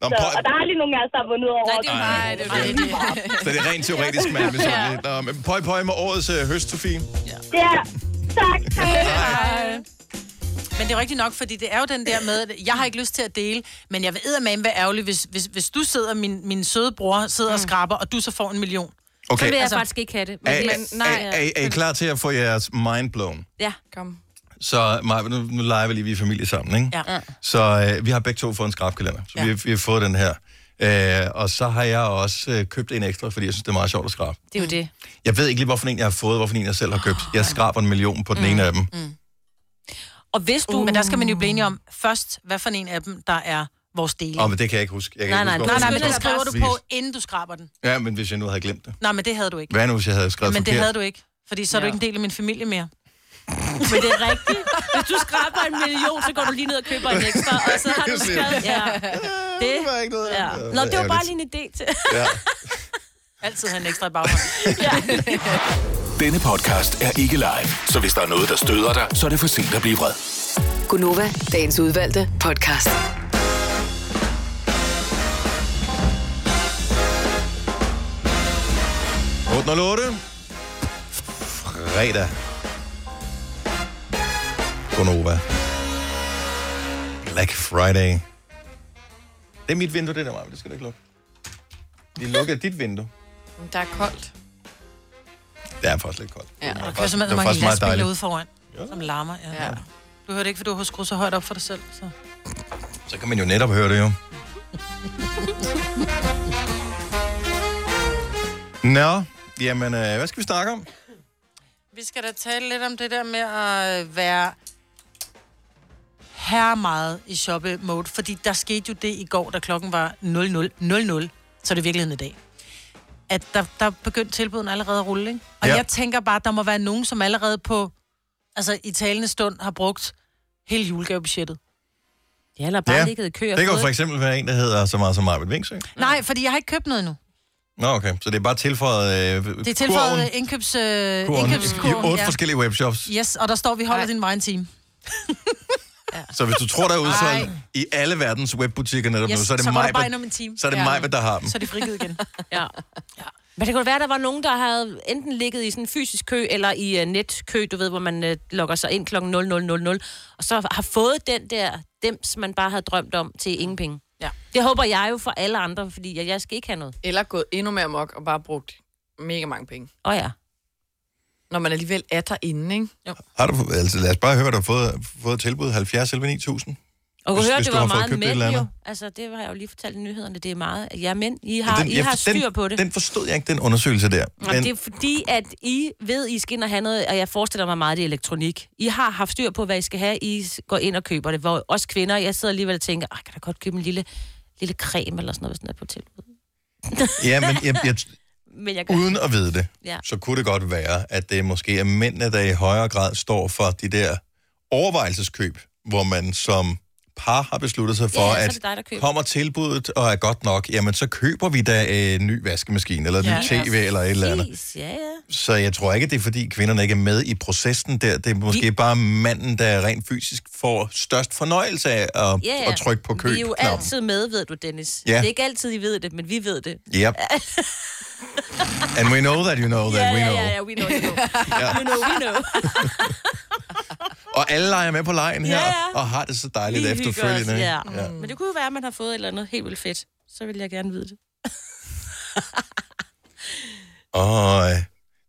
Speaker 1: men
Speaker 19: Så,
Speaker 1: prøv-
Speaker 19: og der er lige nogen af os, der har vundet over. Nej,
Speaker 1: er jo mig, det er jo det. Så det er rent teoretisk, man er
Speaker 19: <laughs>
Speaker 1: misundelig. Nå, men pøj pøj med årets øh, høst, Sofie.
Speaker 19: Ja, tak.
Speaker 4: Hej. Men det er rigtigt nok, fordi det er jo den der med, at jeg har ikke lyst til at dele, men jeg vil eddermame være ærgerlig, hvis, hvis, hvis du sidder, min, min søde bror sidder og skraber, og du så får en million. Altså,
Speaker 1: Okay. Så vil jeg
Speaker 4: faktisk ikke have det.
Speaker 1: Er, er, er, er I klar til at få jeres mind blown?
Speaker 4: Ja.
Speaker 2: Kom.
Speaker 1: Så Maja, nu, nu leger vi lige, vi er familie sammen, ikke?
Speaker 4: Ja.
Speaker 1: Så øh, vi har begge to fået en skrabkalender, så ja. vi, har- vi har fået den her. Øh, og så har jeg også øh, købt en ekstra, fordi jeg synes, det er meget sjovt at skrabe.
Speaker 3: Det er jo det.
Speaker 1: Jeg ved ikke lige, hvorfor en jeg har fået, hvorfor en jeg selv har købt. Jeg skraber en million
Speaker 4: Mm.
Speaker 1: på den ene af dem.
Speaker 4: Og hvis du... Uh. Men der skal man jo blive enige om
Speaker 3: Uh.
Speaker 4: først, hvad for en af dem, der er vores del.
Speaker 1: Åh, men det kan jeg ikke huske. Jeg kan
Speaker 4: nej, nej,
Speaker 1: ikke
Speaker 4: nej,
Speaker 1: huske,
Speaker 4: nej, men
Speaker 1: hvorfor den
Speaker 4: det
Speaker 1: blev
Speaker 4: skriver du på,
Speaker 1: vist.
Speaker 4: inden du skraber den.
Speaker 1: Ja, men hvis jeg nu havde glemt det.
Speaker 4: Nej, men det havde du ikke.
Speaker 1: Hvad nu, hvis jeg havde skrevet
Speaker 4: men det
Speaker 1: forkert?
Speaker 4: havde du ikke, fordi så er du
Speaker 1: Ja.
Speaker 4: ikke en del af min familie mere.
Speaker 3: Men det er rigtigt. Hvis du skraber en million, så går du lige ned og køber en ekstra, og så
Speaker 1: <laughs>
Speaker 3: har du
Speaker 1: Præcis.
Speaker 3: skrevet. Ja.
Speaker 4: Det
Speaker 1: var ikke noget.
Speaker 4: Ja.
Speaker 1: Det var
Speaker 4: Nå, det var bare
Speaker 1: ærgerligt.
Speaker 4: lige en idé til.
Speaker 1: Ja.
Speaker 4: Altid have en ekstra i <laughs> baghånden.
Speaker 7: Denne podcast er ikke live, så hvis der er noget, der støder dig, så er det for sent at blive vred.
Speaker 6: Gunova, dagens udvalgte podcast.
Speaker 1: du... 808. Fredag. Gonova. Black Friday. Det er mit vindue, det der, Maja. Det skal du ikke lukke. Vi lukker dit vindue.
Speaker 2: Der er koldt.
Speaker 1: Det er faktisk lidt koldt.
Speaker 2: Ja.
Speaker 1: Det er
Speaker 4: Der kører
Speaker 1: faktisk-
Speaker 4: simpelthen
Speaker 1: det
Speaker 4: så
Speaker 1: er
Speaker 4: mange
Speaker 1: faktisk meget
Speaker 4: lastbiler
Speaker 1: dejligt.
Speaker 4: ude foran, som larmer. Ja. ja. Du hørte ikke, for du har skruet så højt op for dig selv. Så.
Speaker 1: Så kan man jo netop høre det jo. Nå, jamen, øh, hvad skal vi snakke om?
Speaker 4: Vi skal da tale lidt om det der med at øh, være her meget i shoppe-mode, fordi der skete jo det i går, da klokken var 00.00, så er det virkeligheden i dag. At der, der begyndte tilbuden allerede at rulle, ikke? Og
Speaker 20: Ja.
Speaker 4: ja. jeg tænker bare, at der må være nogen, som allerede på, altså i talende stund, har brugt hele julegavebudgettet.
Speaker 3: Ja, eller
Speaker 1: Ja, det kan jo for eksempel være en, der hedder så meget som Marvind Vingsø.
Speaker 4: Nej, fordi jeg har ikke købt noget endnu.
Speaker 1: Nå, okay. Så det er bare tilføjet øh,
Speaker 4: Det er tilføjet
Speaker 1: kurven-
Speaker 4: indkøbs, øh,
Speaker 1: kurven i
Speaker 4: indkøbskurven.
Speaker 1: otte forskellige webshops.
Speaker 4: Yes, og der står, vi holder din vej en time.
Speaker 1: Så hvis du tror, der er
Speaker 4: Ej.
Speaker 1: udsolgt i alle verdens webbutikker netop
Speaker 4: Yes,
Speaker 1: nu, så er det
Speaker 4: så går du
Speaker 1: mig,
Speaker 4: bare ind om en time.
Speaker 1: så er det
Speaker 4: Ja.
Speaker 1: mig, der har dem.
Speaker 4: Så er det frigivet
Speaker 1: <laughs>
Speaker 4: igen.
Speaker 3: ja. Men det kunne være, der var nogen, der havde enten ligget i sådan en fysisk kø, eller i uh, netkø, du ved, hvor man uh, logger sig ind kl. 00.00, og så har fået den der dems, man bare havde drømt om til ingen penge.
Speaker 4: Ja.
Speaker 3: Det håber jeg jo for alle andre, fordi jeg, jeg skal ikke have noget.
Speaker 2: Eller gået endnu mere mok og bare brugt mega mange penge.
Speaker 3: Åh oh, ja.
Speaker 2: Når man alligevel er derinde, ikke? Jo.
Speaker 1: Har du, altså, lad os bare høre, hvad du har fået, fået tilbud. 70 11 9000.
Speaker 3: Og kunne
Speaker 1: Hvis-
Speaker 3: høre,
Speaker 1: hvis
Speaker 3: det
Speaker 1: du
Speaker 3: var
Speaker 1: har fået
Speaker 3: meget
Speaker 1: købt et
Speaker 3: mænd
Speaker 1: eller
Speaker 3: jo.
Speaker 1: andet.
Speaker 3: Altså, det har jeg jo lige fortalt i nyhederne, det er meget. Ja, men I har, I
Speaker 1: jeg-
Speaker 3: har styr på det.
Speaker 1: Den forstod jeg ikke, den undersøgelse der.
Speaker 3: Nå, men... det er fordi, at I ved, I skal ind og have noget, og jeg forestiller mig meget, det er elektronik. I har haft styr på, hvad I skal have. I s- går ind og køber det. Hvor os kvinder, jeg sidder alligevel og tænker, "Ej, kan da godt købe en lille, lille creme eller sådan noget, hvis den er på tilbud.
Speaker 1: Ja, men jeg, jeg,
Speaker 3: Men jeg gør
Speaker 1: uden at vide det,
Speaker 3: Ja.
Speaker 1: så kunne det godt være, at det måske er mændene, der i højere grad står for de der overvejelseskøb, hvor man som par har besluttet sig for,
Speaker 3: Ja, så er
Speaker 1: at
Speaker 3: det dig, der køber.
Speaker 1: kommer tilbuddet og er godt nok, jamen så køber vi da øh, en ny vaskemaskine, eller en
Speaker 3: Ja.
Speaker 1: ny tv, eller et eller andet.
Speaker 3: Præcis, Ja, ja.
Speaker 1: Så jeg tror ikke, det er fordi kvinderne ikke er med i processen der. Det er måske De... bare manden, der rent fysisk får størst fornøjelse af at,
Speaker 3: Ja,
Speaker 1: yeah.
Speaker 3: ja.
Speaker 1: at trykke på køb.
Speaker 3: Vi er jo altid med, ved du, Dennis.
Speaker 1: Ja.
Speaker 3: Det er ikke altid, I ved det, men vi
Speaker 1: <laughs>
Speaker 3: ved det.
Speaker 1: Yep. And we know that you know that
Speaker 3: ja,
Speaker 1: we
Speaker 3: ja,
Speaker 1: know.
Speaker 3: ja, ja, we know, you know.
Speaker 1: <laughs> Ja.
Speaker 3: We know, we know.
Speaker 1: Og alle leger med på lejen her,
Speaker 3: Ja, ja.
Speaker 1: og har det så dejligt
Speaker 3: <laughs> Vi hygger
Speaker 1: efterfølgende.
Speaker 3: os,
Speaker 1: ikke?
Speaker 3: Ja. Ja. Men det kunne jo være, at man har fået et eller andet helt vildt fedt. Så vil jeg gerne vide det.
Speaker 1: Og øh,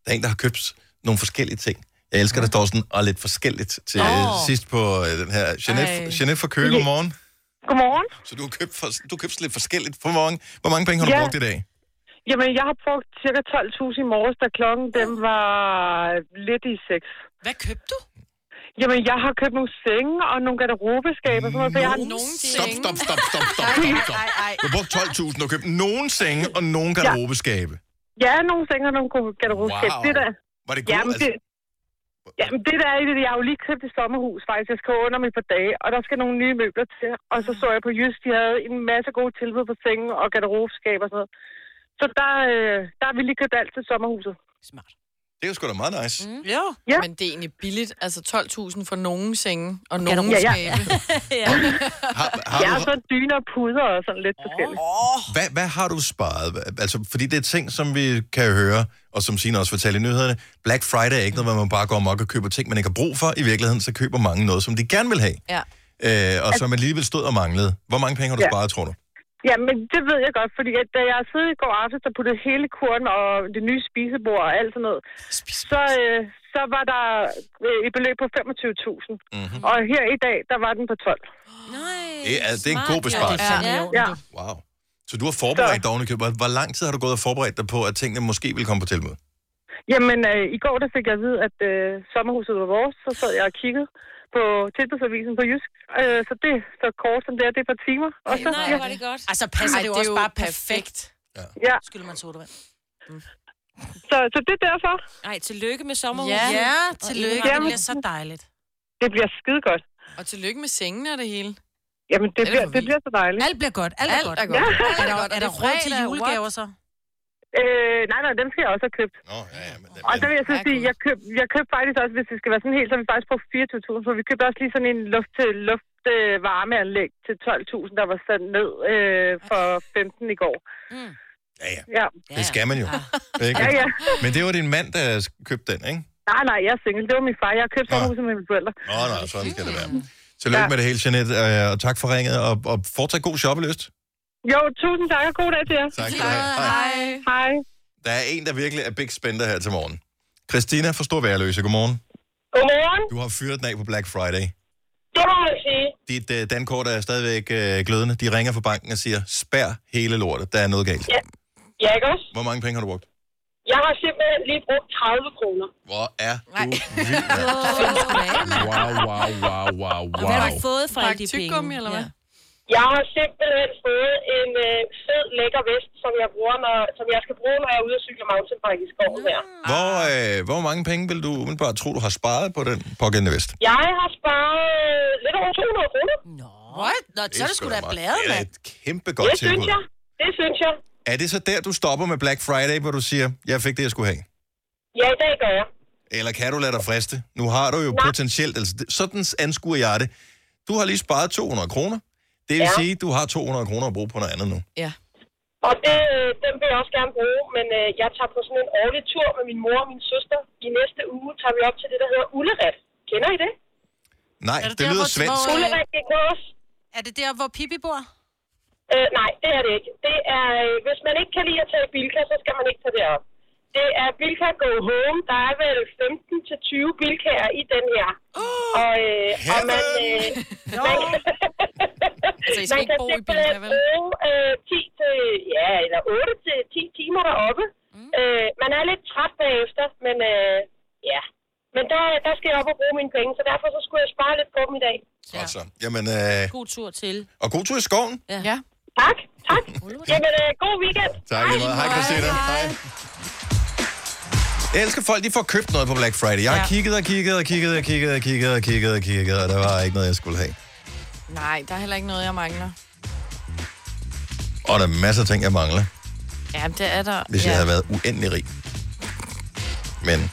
Speaker 1: der er en, der har købt nogle forskellige ting. Jeg elsker, der står sådan, og lidt forskelligt til
Speaker 20: Åh.
Speaker 1: oh. sidst på øh, den her.
Speaker 20: Ej.
Speaker 1: Jeanette, Jeanette fra Køge, godmorgen.
Speaker 21: Godmorgen.
Speaker 1: Så du har købt, for, du har købt lidt forskelligt. Hvor mange, hvor mange penge har du
Speaker 21: Ja.
Speaker 1: brugt i dag?
Speaker 21: Jamen, jeg har brugt cirka 12.000 i morges, da klokken den var lidt i 6.
Speaker 4: Hvad købte du?
Speaker 21: Jamen, jeg har købt nogle senge og nogle garderobeskaber. Sådan noget, for jeg har
Speaker 1: Stop, stop, stop, stop, stop,
Speaker 21: <laughs>
Speaker 1: stop, stop. Du har brugt 12.000 og købt nogen senge og nogen garderobeskabe.
Speaker 21: Ja, nogle senge og nogle garderobeskaber.
Speaker 1: Wow.
Speaker 21: Det der.
Speaker 1: Var det gode? Altså-
Speaker 21: Jamen, det, jamen, det der er i det, jeg har jo lige købt et sommerhus, faktisk. Jeg skal under mig et par dage, og der skal nogle nye møbler til. Og så så jeg på Jysk, de havde en masse gode tilbud på senge og garderobeskaber og sådan noget. Så der, øh, der har vi lige købt alt til sommerhuset.
Speaker 1: Det er jo sgu da meget nice.
Speaker 2: Mm.
Speaker 4: Jo.
Speaker 21: Ja.
Speaker 2: Men det er egentlig billigt. Altså 12.000 for nogen senge og
Speaker 21: Kan du-
Speaker 2: nogen
Speaker 21: Ja,
Speaker 2: ja,
Speaker 21: ja.
Speaker 2: ja. skabe.
Speaker 3: <laughs>
Speaker 1: Har
Speaker 21: jeg
Speaker 1: du-
Speaker 21: har så dyner og puder og sådan lidt forskelligt.
Speaker 1: Hvad, hvad har du sparet? Hva- Altså, fordi det er ting, som vi kan høre, og som Signe også fortalte i nyhederne. Black Friday er ikke noget, hvor man bare går amok og køber ting, man ikke har brug for. I virkeligheden, så køber mange noget, som de gerne vil have.
Speaker 2: Ja.
Speaker 1: Øh, og som alligevel stod og manglede. Hvor mange penge har du
Speaker 21: Ja.
Speaker 1: ja. sparet, tror du?
Speaker 21: Ja, men det ved jeg godt, fordi at da jeg sidder i går aftes og puttede hele kurven og det nye spisebord og alt sådan noget, så, øh, så var der øh, et beløb på 25.000. Mm-hmm. Og her i dag, der var den på 12.
Speaker 1: Det er, det er en god besparelse.
Speaker 21: ja.
Speaker 1: Wow. Så du har forberedt dig ovenikøbet. Hvor- Hvor lang tid har du gået og forberedt dig på, at tingene måske vil komme på tilbud?
Speaker 21: Jamen, øh, i går der fik jeg at vide, at øh, sommerhuset var vores, så sad jeg og kiggede på tilbudsavisen på Jysk. Øh, så det er så kort som det er, det er et par timer. Og så, ja.
Speaker 3: godt.
Speaker 4: Altså, passer
Speaker 21: Ej,
Speaker 4: Ej, det jo
Speaker 21: det er
Speaker 4: også
Speaker 21: jo
Speaker 4: bare perfekt.
Speaker 21: Ja.
Speaker 4: Skylder man sodavand.
Speaker 21: Så, så det er derfor.
Speaker 3: Nej, tillykke med sommerhuset.
Speaker 4: Ja, ja
Speaker 3: Og
Speaker 4: tillykke.
Speaker 3: indretningen.
Speaker 4: Det bliver så dejligt.
Speaker 21: Det bliver skide godt.
Speaker 2: Og tillykke med sengene og det hele.
Speaker 21: Jamen, det,
Speaker 2: det
Speaker 21: bliver,
Speaker 2: for
Speaker 21: det bliver så dejligt.
Speaker 4: Alt bliver godt. Alt er godt.
Speaker 2: er godt.
Speaker 21: Ja.
Speaker 2: Alt
Speaker 4: Er der, er der
Speaker 2: Og det
Speaker 4: råd til
Speaker 2: fredag,
Speaker 4: julegaver
Speaker 2: what?
Speaker 4: så?
Speaker 21: Øh, nej, nej, dem skal jeg også have købt.
Speaker 1: Nå, ja, ja, men det,
Speaker 21: og så vil jeg så sige, jeg køb, jeg købte faktisk også, hvis det skal være sådan helt, så har vi faktisk brugt 24.000, for vi købte også lige sådan en luft til luft øh, varmeanlæg til 12.000, der var sat ned øh, for 15 i går.
Speaker 3: Mm.
Speaker 1: Ja, ja.
Speaker 21: ja.
Speaker 1: Det skal man jo. Ikke?
Speaker 21: Ja, ja.
Speaker 1: Men det var din mand, der købte den, ikke?
Speaker 21: Nej, nej, jeg er single. Det var min far. Jeg har købt sommerhuset med mine forældre.
Speaker 1: Nå, nej, sådan skal det være. Tillykke ja. med det hele, Jeanette, øh, og tak for ringet, og, og fortsat god shoppeløst.
Speaker 21: Jo, tusind tak og god dag til jer.
Speaker 1: Tak skal du have. Hej.
Speaker 21: Hej. Hej.
Speaker 1: Der er en, der virkelig er big spender her til morgen. Christina fra Stor Værløse, godmorgen.
Speaker 21: Godmorgen.
Speaker 1: Du har fyret den af på Black Friday.
Speaker 11: Det må jeg sige.
Speaker 1: Dit øh, dankort er stadigvæk øh, glødende. De ringer fra banken og siger, spær hele lortet, der er noget galt.
Speaker 11: Ja. ja, ikke også?
Speaker 1: Hvor mange penge har du brugt?
Speaker 11: Jeg har simpelthen lige brugt 30 kroner.
Speaker 1: Hvor er
Speaker 11: Nej.
Speaker 1: Wow, wow, wow, wow, wow.
Speaker 3: fået fra
Speaker 2: alle de penge? eller hvad?
Speaker 11: Jeg har simpelthen fået en øh, fed, lækker vest, som jeg, bruger, når, som jeg skal bruge, når jeg er ude og cykle mountainbike i skoven her.
Speaker 1: Hvor, øh, hvor mange penge vil du umiddelbart tro, du har sparet på den pågældende vest?
Speaker 11: Jeg har sparet øh, lidt over 200 kroner.
Speaker 4: What? Nå, så er det sgu da bladet,
Speaker 1: Det er
Speaker 4: mand.
Speaker 1: et kæmpe godt
Speaker 11: det synes
Speaker 1: tilbud.
Speaker 11: jeg. Det synes jeg.
Speaker 1: Er det så der, du stopper med Black Friday, hvor du siger, jeg fik det, jeg skulle have?
Speaker 11: Ja, i dag gør jeg.
Speaker 1: Eller kan du lade dig friste? Nu har du jo potentielt, altså det- sådan anskuer jeg det. Du har lige sparet 200 kroner. Det vil
Speaker 11: Ja.
Speaker 1: sige, du har 200 kroner at bruge på noget andet nu.
Speaker 11: Ja. Og det, øh, den vil jeg også gerne bruge, men øh, jeg tager på sådan en årlig tur med min mor og min søster. I næste uge tager vi op til det, der hedder Ulleret. Kender I det?
Speaker 1: Nej, det, det lyder svensk.
Speaker 11: Ulleret i Kås.
Speaker 4: Er det der, hvor Pippi bor?
Speaker 11: Øh, nej, det er det ikke. Det er, øh, hvis man ikke kan lide at tage i Bilka, så skal man ikke tage det op. Det er Bilka Go Home. Der er vel 15-20 Bilkaer i den her. Uh, og, øh, og man, øh, <laughs> man,
Speaker 2: Så I skal
Speaker 11: man
Speaker 2: ikke
Speaker 11: kan
Speaker 2: bo i
Speaker 11: simpelthen
Speaker 2: Bilka, vel?
Speaker 11: bruge øh, 10 til, ja, eller 8 til 10 timer deroppe. Mm. Øh, man er lidt træt bagefter, men øh, ja. Men der, der skal jeg op og bruge mine penge, så derfor så skulle jeg spare lidt på dem i dag.
Speaker 1: Godt så. Jamen, øh,
Speaker 3: God tur til.
Speaker 1: og god tur i skoven.
Speaker 2: Ja.
Speaker 11: Tak, tak. Jamen, øh, god weekend.
Speaker 1: Tak lige meget. Hej, Christina. Hej. Jeg elsker folk, de får købt noget på Black Friday. Jeg har
Speaker 2: Ja.
Speaker 1: kigget og kigget og kigget og kigget og kigget og kigget og kigget, og der var ikke noget, jeg skulle have.
Speaker 2: Nej, der er heller ikke noget, jeg mangler.
Speaker 1: Og der er masser af ting, jeg mangler,
Speaker 2: Ja, men det er der.
Speaker 1: hvis
Speaker 2: ja.
Speaker 1: ja. jeg havde været uendelig rig. Men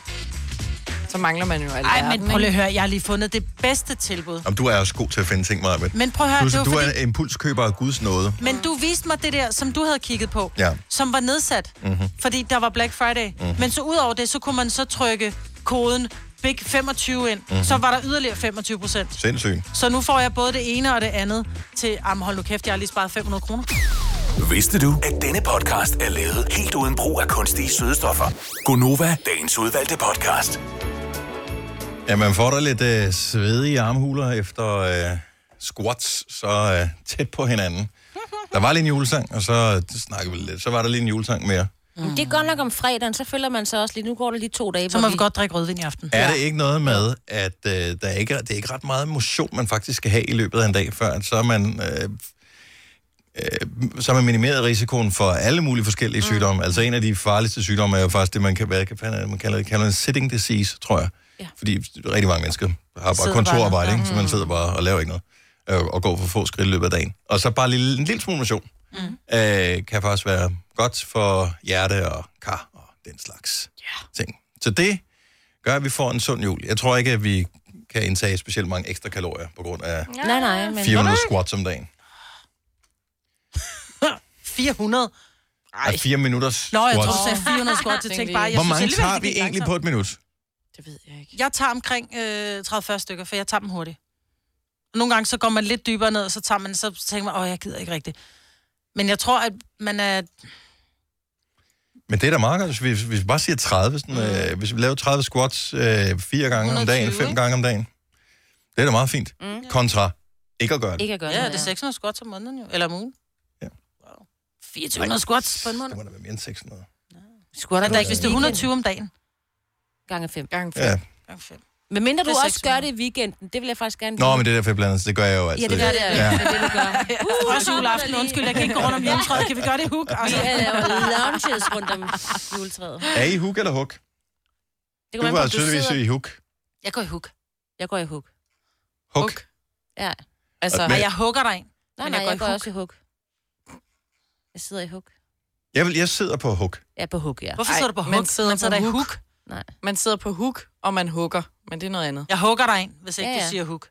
Speaker 2: Så mangler man jo alt.
Speaker 4: Nej, men prøv lige at høre, jeg har lige fundet det bedste tilbud.
Speaker 1: om du er også god til at finde ting, Maja.
Speaker 4: Men prøv at høre,
Speaker 1: du,
Speaker 4: det var
Speaker 1: du er
Speaker 4: fordi-
Speaker 1: en impulskøber af Guds nåde.
Speaker 4: Men du viste mig det der, som du havde kigget på,
Speaker 1: Ja.
Speaker 4: som var nedsat,
Speaker 1: Mhm.
Speaker 4: fordi der var Black Friday.
Speaker 1: Mhm.
Speaker 4: Men så ud over det, så kunne man så trykke koden BIG25 ind.
Speaker 1: Mhm.
Speaker 4: Så var der yderligere 25 procent.
Speaker 1: Sindssygt.
Speaker 4: Så nu får jeg både det ene og det andet til, am hold nu kæft, jeg har lige sparet 500 kroner.
Speaker 7: Vidste du, at denne podcast er lavet helt uden brug af kunstige sødestoffer? Gonova, dagens udvalgte podcast.
Speaker 1: Ja, man får da lidt øh, svedige armhuler efter øh, squats, så øh, tæt på hinanden. Der var lige en julesang, og så det snakkede vi lidt. Så var der lige en julesang mere.
Speaker 3: Mm. Det er godt nok om fredagen, så følger man så også lige, nu går der lige to dage. Så må vi
Speaker 4: godt drikke rødvin i aften.
Speaker 1: Er det ikke noget med, at øh, der er ikke, det er ikke ret meget motion, man faktisk skal have i løbet af en dag, før at så er man... Øh, øh, så har man minimeret risikoen for alle mulige forskellige sygdomme. Altså en af de farligste sygdomme er jo faktisk det, man, kan, hvad, kan man kalder det, kalder en sitting disease, tror jeg. Ja. Fordi rigtig mange mennesker har bare
Speaker 5: Sidder bare
Speaker 1: kontorarbejde,
Speaker 5: ned,
Speaker 1: ikke? så man sidder bare og laver ikke noget. Øh, og går for få skridt i løbet af dagen. Og så bare lille, en lille smule motion. Mm. Øh, kan faktisk være godt for hjerte og kar og den slags yeah. ting. Så det gør, at vi får en sund jul. Jeg tror ikke, at vi kan indtage specielt mange ekstra kalorier på grund af
Speaker 3: Nej, nej, men...
Speaker 1: 400 squats om dagen.
Speaker 4: 400?
Speaker 1: Ej. 4 minutters
Speaker 4: Nå, jeg tror,
Speaker 1: squats.
Speaker 4: du sagde 400 squats. Jeg tænkte bare, jeg
Speaker 1: Hvor
Speaker 4: synes
Speaker 1: mange
Speaker 4: alligevel,
Speaker 1: tager
Speaker 4: det
Speaker 1: vi
Speaker 4: gik
Speaker 1: egentlig på
Speaker 4: langsomt.
Speaker 1: et minut?
Speaker 4: Jeg tager omkring øh, 30-40 stykker, for jeg tager dem hurtigt. Nogle gange så går man lidt dybere ned, og så tager man, så tænker man, åh, jeg gider ikke rigtigt. Men jeg tror, at man er...
Speaker 1: Men det er da meget godt, hvis vi, hvis vi bare siger 30. Sådan, mm. øh, hvis vi laver 30 squats øh, fire gange om dagen,
Speaker 4: 120,
Speaker 1: fem
Speaker 4: ikke?
Speaker 1: gange om dagen. Det er da meget fint. Mm. Kontra ikke at gøre det.
Speaker 4: Ikke at gøre ja, det er 600 squats om måneden jo, eller om ugen. Ja. 2400
Speaker 1: Nej.
Speaker 4: squats på en måned.
Speaker 1: Det må da være mere end 600.
Speaker 3: Squatter
Speaker 4: der ikke, hvis det er 120 om dagen.
Speaker 3: Gange fem.
Speaker 2: Gange
Speaker 1: Ja.
Speaker 4: Gange fem.
Speaker 3: Men mindre du
Speaker 4: Det er
Speaker 3: også gør det i weekenden, det vil jeg faktisk gerne
Speaker 1: Nå, men det er derfor, jeg blander, det gør jeg jo altid.
Speaker 3: Ja, det gør det. Ja.
Speaker 1: Ja.
Speaker 3: Det er det, du gør.
Speaker 4: <laughs> Uh, også juleaften. Undskyld, jeg kan ikke gå rundt om juletræet. Kan vi gøre det i hug?
Speaker 3: Altså.
Speaker 4: Altså.
Speaker 3: Vi øh, laver
Speaker 4: <laughs>
Speaker 3: lounges rundt om juletræet.
Speaker 1: Er I hook eller hook?
Speaker 3: Det
Speaker 1: Du
Speaker 3: kommer an på,
Speaker 1: var
Speaker 3: om
Speaker 1: tydeligvis
Speaker 3: sidder-
Speaker 1: i hook.
Speaker 3: Jeg går i hug. Jeg går i hug.
Speaker 1: Hook.
Speaker 3: Ja.
Speaker 1: Altså- Men- Ej, jeg
Speaker 4: hugger dig.
Speaker 3: Nej,
Speaker 4: Men
Speaker 3: nej,
Speaker 4: jeg
Speaker 3: jeg
Speaker 4: går
Speaker 3: går,
Speaker 4: i
Speaker 3: jeg går
Speaker 4: hug.
Speaker 3: også i hug. Jeg sidder i hug.
Speaker 1: Jeg, vil, jeg sidder på hook.
Speaker 3: Jeg er på hug, ja.
Speaker 4: Hvorfor sidder du på hook?
Speaker 2: Man sidder,
Speaker 4: Man sidder
Speaker 2: på
Speaker 4: da i
Speaker 2: hook.
Speaker 3: Nej.
Speaker 2: Man sidder på hook, og man hugger. Men det er noget andet.
Speaker 4: Jeg hugger dig ind, hvis ikke
Speaker 2: Ja,
Speaker 4: ja, ja.
Speaker 2: ja.
Speaker 4: du siger hook.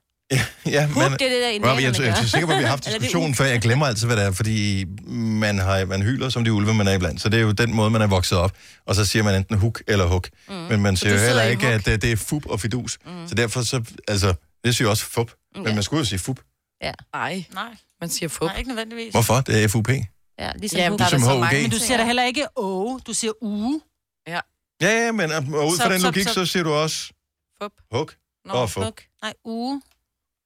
Speaker 1: Ja,
Speaker 4: Hook,
Speaker 1: men,
Speaker 4: det er det der,
Speaker 1: Rob, jeg, jeg,
Speaker 4: indianerne
Speaker 1: jeg, er
Speaker 4: gør.
Speaker 1: sikker på, at vi har haft
Speaker 4: Eller det er
Speaker 1: diskussionen før. Jeg glemmer altid, hvad det er, fordi man, har, man hyler som de ulve, man er iblandt. Så det er jo den måde, man er vokset op. Og så siger man enten hook eller hook. Mm. Men man
Speaker 5: Så
Speaker 1: siger
Speaker 5: du
Speaker 1: jo heller
Speaker 5: sidder i
Speaker 1: ikke, at øh, det, det er fup og fidus. Mm. Så derfor så, altså, det siger jo også fup. Men man skulle jo sige fup.
Speaker 3: Ja.
Speaker 2: Nej.
Speaker 4: Nej.
Speaker 2: Man siger fup.
Speaker 4: Nej, ikke nødvendigvis.
Speaker 1: Hvorfor? Det er FUP.
Speaker 3: Ja,
Speaker 1: ligesom Jamen, hug. der er da Ligesom så HUG. mange
Speaker 4: Men du
Speaker 1: ting,
Speaker 4: siger da
Speaker 1: ja.
Speaker 4: heller ikke åge, du siger uge.
Speaker 2: Ja.
Speaker 1: Ja, ja, men øh, og og ud
Speaker 4: Så-
Speaker 1: fra den
Speaker 4: så-
Speaker 1: logik,
Speaker 4: så-
Speaker 1: så siger du også
Speaker 2: fup.
Speaker 1: hook og fup.
Speaker 4: Nej, uge.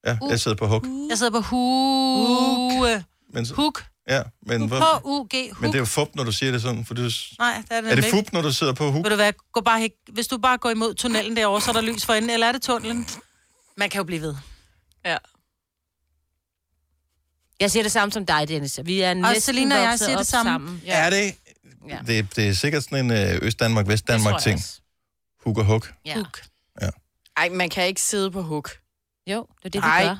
Speaker 1: Ja, jeg sidder på hug.
Speaker 4: Jeg sidder på hug.
Speaker 1: Men, så-
Speaker 4: Hug.
Speaker 1: Ja, men, hvor,
Speaker 4: H-U-G.
Speaker 1: men
Speaker 4: Hug.
Speaker 1: det er jo fup, når du siger det sådan, for du,
Speaker 4: Nej, det er det,
Speaker 1: er det
Speaker 4: ikke.
Speaker 1: fup, når du sidder på hug?
Speaker 4: Ved du hvad, gå bare, hæk- hvis du bare går imod tunnelen derovre, så er der lys for enden, eller er det tunnelen? Man kan jo blive ved.
Speaker 2: Ja.
Speaker 3: Jeg siger det samme som dig, Dennis. Vi er næsten
Speaker 4: Selina og jeg
Speaker 3: vokset
Speaker 4: siger det
Speaker 3: op
Speaker 4: samme.
Speaker 3: sammen.
Speaker 1: Ja. Er det?
Speaker 3: Ja.
Speaker 1: Det, det er sikkert sådan en øh, Øst-Danmark,
Speaker 2: Det
Speaker 1: Vest-Danmark
Speaker 2: tror jeg
Speaker 1: ting. Hug og hug.
Speaker 3: Ja.
Speaker 2: Hook. Ja. Ej, man kan ikke sidde på hook.
Speaker 3: Jo, det er det, vi
Speaker 2: Ej.
Speaker 3: gør.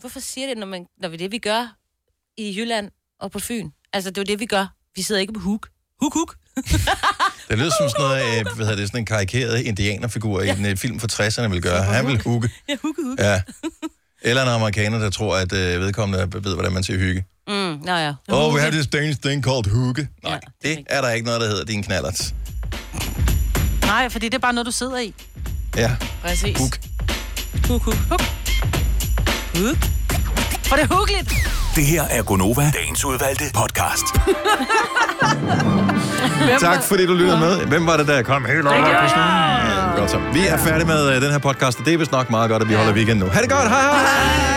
Speaker 3: Hvorfor siger det, når, man, når vi det, vi gør i Jylland og på Fyn? Altså, det er jo det, vi gør. Vi sidder ikke på huk. Huk, huk.
Speaker 1: Det lyder som sådan noget, øh, hvad hedder det, sådan en karikeret indianerfigur i en øh, film fra 60'erne vil gøre. Han vil hugge.
Speaker 3: Ja, huk, huk.
Speaker 1: Ja. Eller en amerikaner, der tror, at øh, vedkommende ved, hvordan man siger hygge.
Speaker 3: Mm, nå ja.
Speaker 1: Oh, we have this Danish thing called hugge. Nej, det er der ikke noget, der hedder din knallert.
Speaker 4: Nej, fordi det er bare noget, du sidder i.
Speaker 1: Ja.
Speaker 2: Præcis.
Speaker 1: Huk.
Speaker 4: Huk, huk, huk. Huk. For det er huggeligt.
Speaker 7: Det her er Gonova, dagens udvalgte podcast.
Speaker 1: Tak fordi du lyttede med. Hvem var det, der kom helt over på snuden? Ja, Godt så. Vi er færdige med øh, den her podcast, og det er vist nok meget godt, at vi holder weekend nu. Ha' det godt. Hej hej.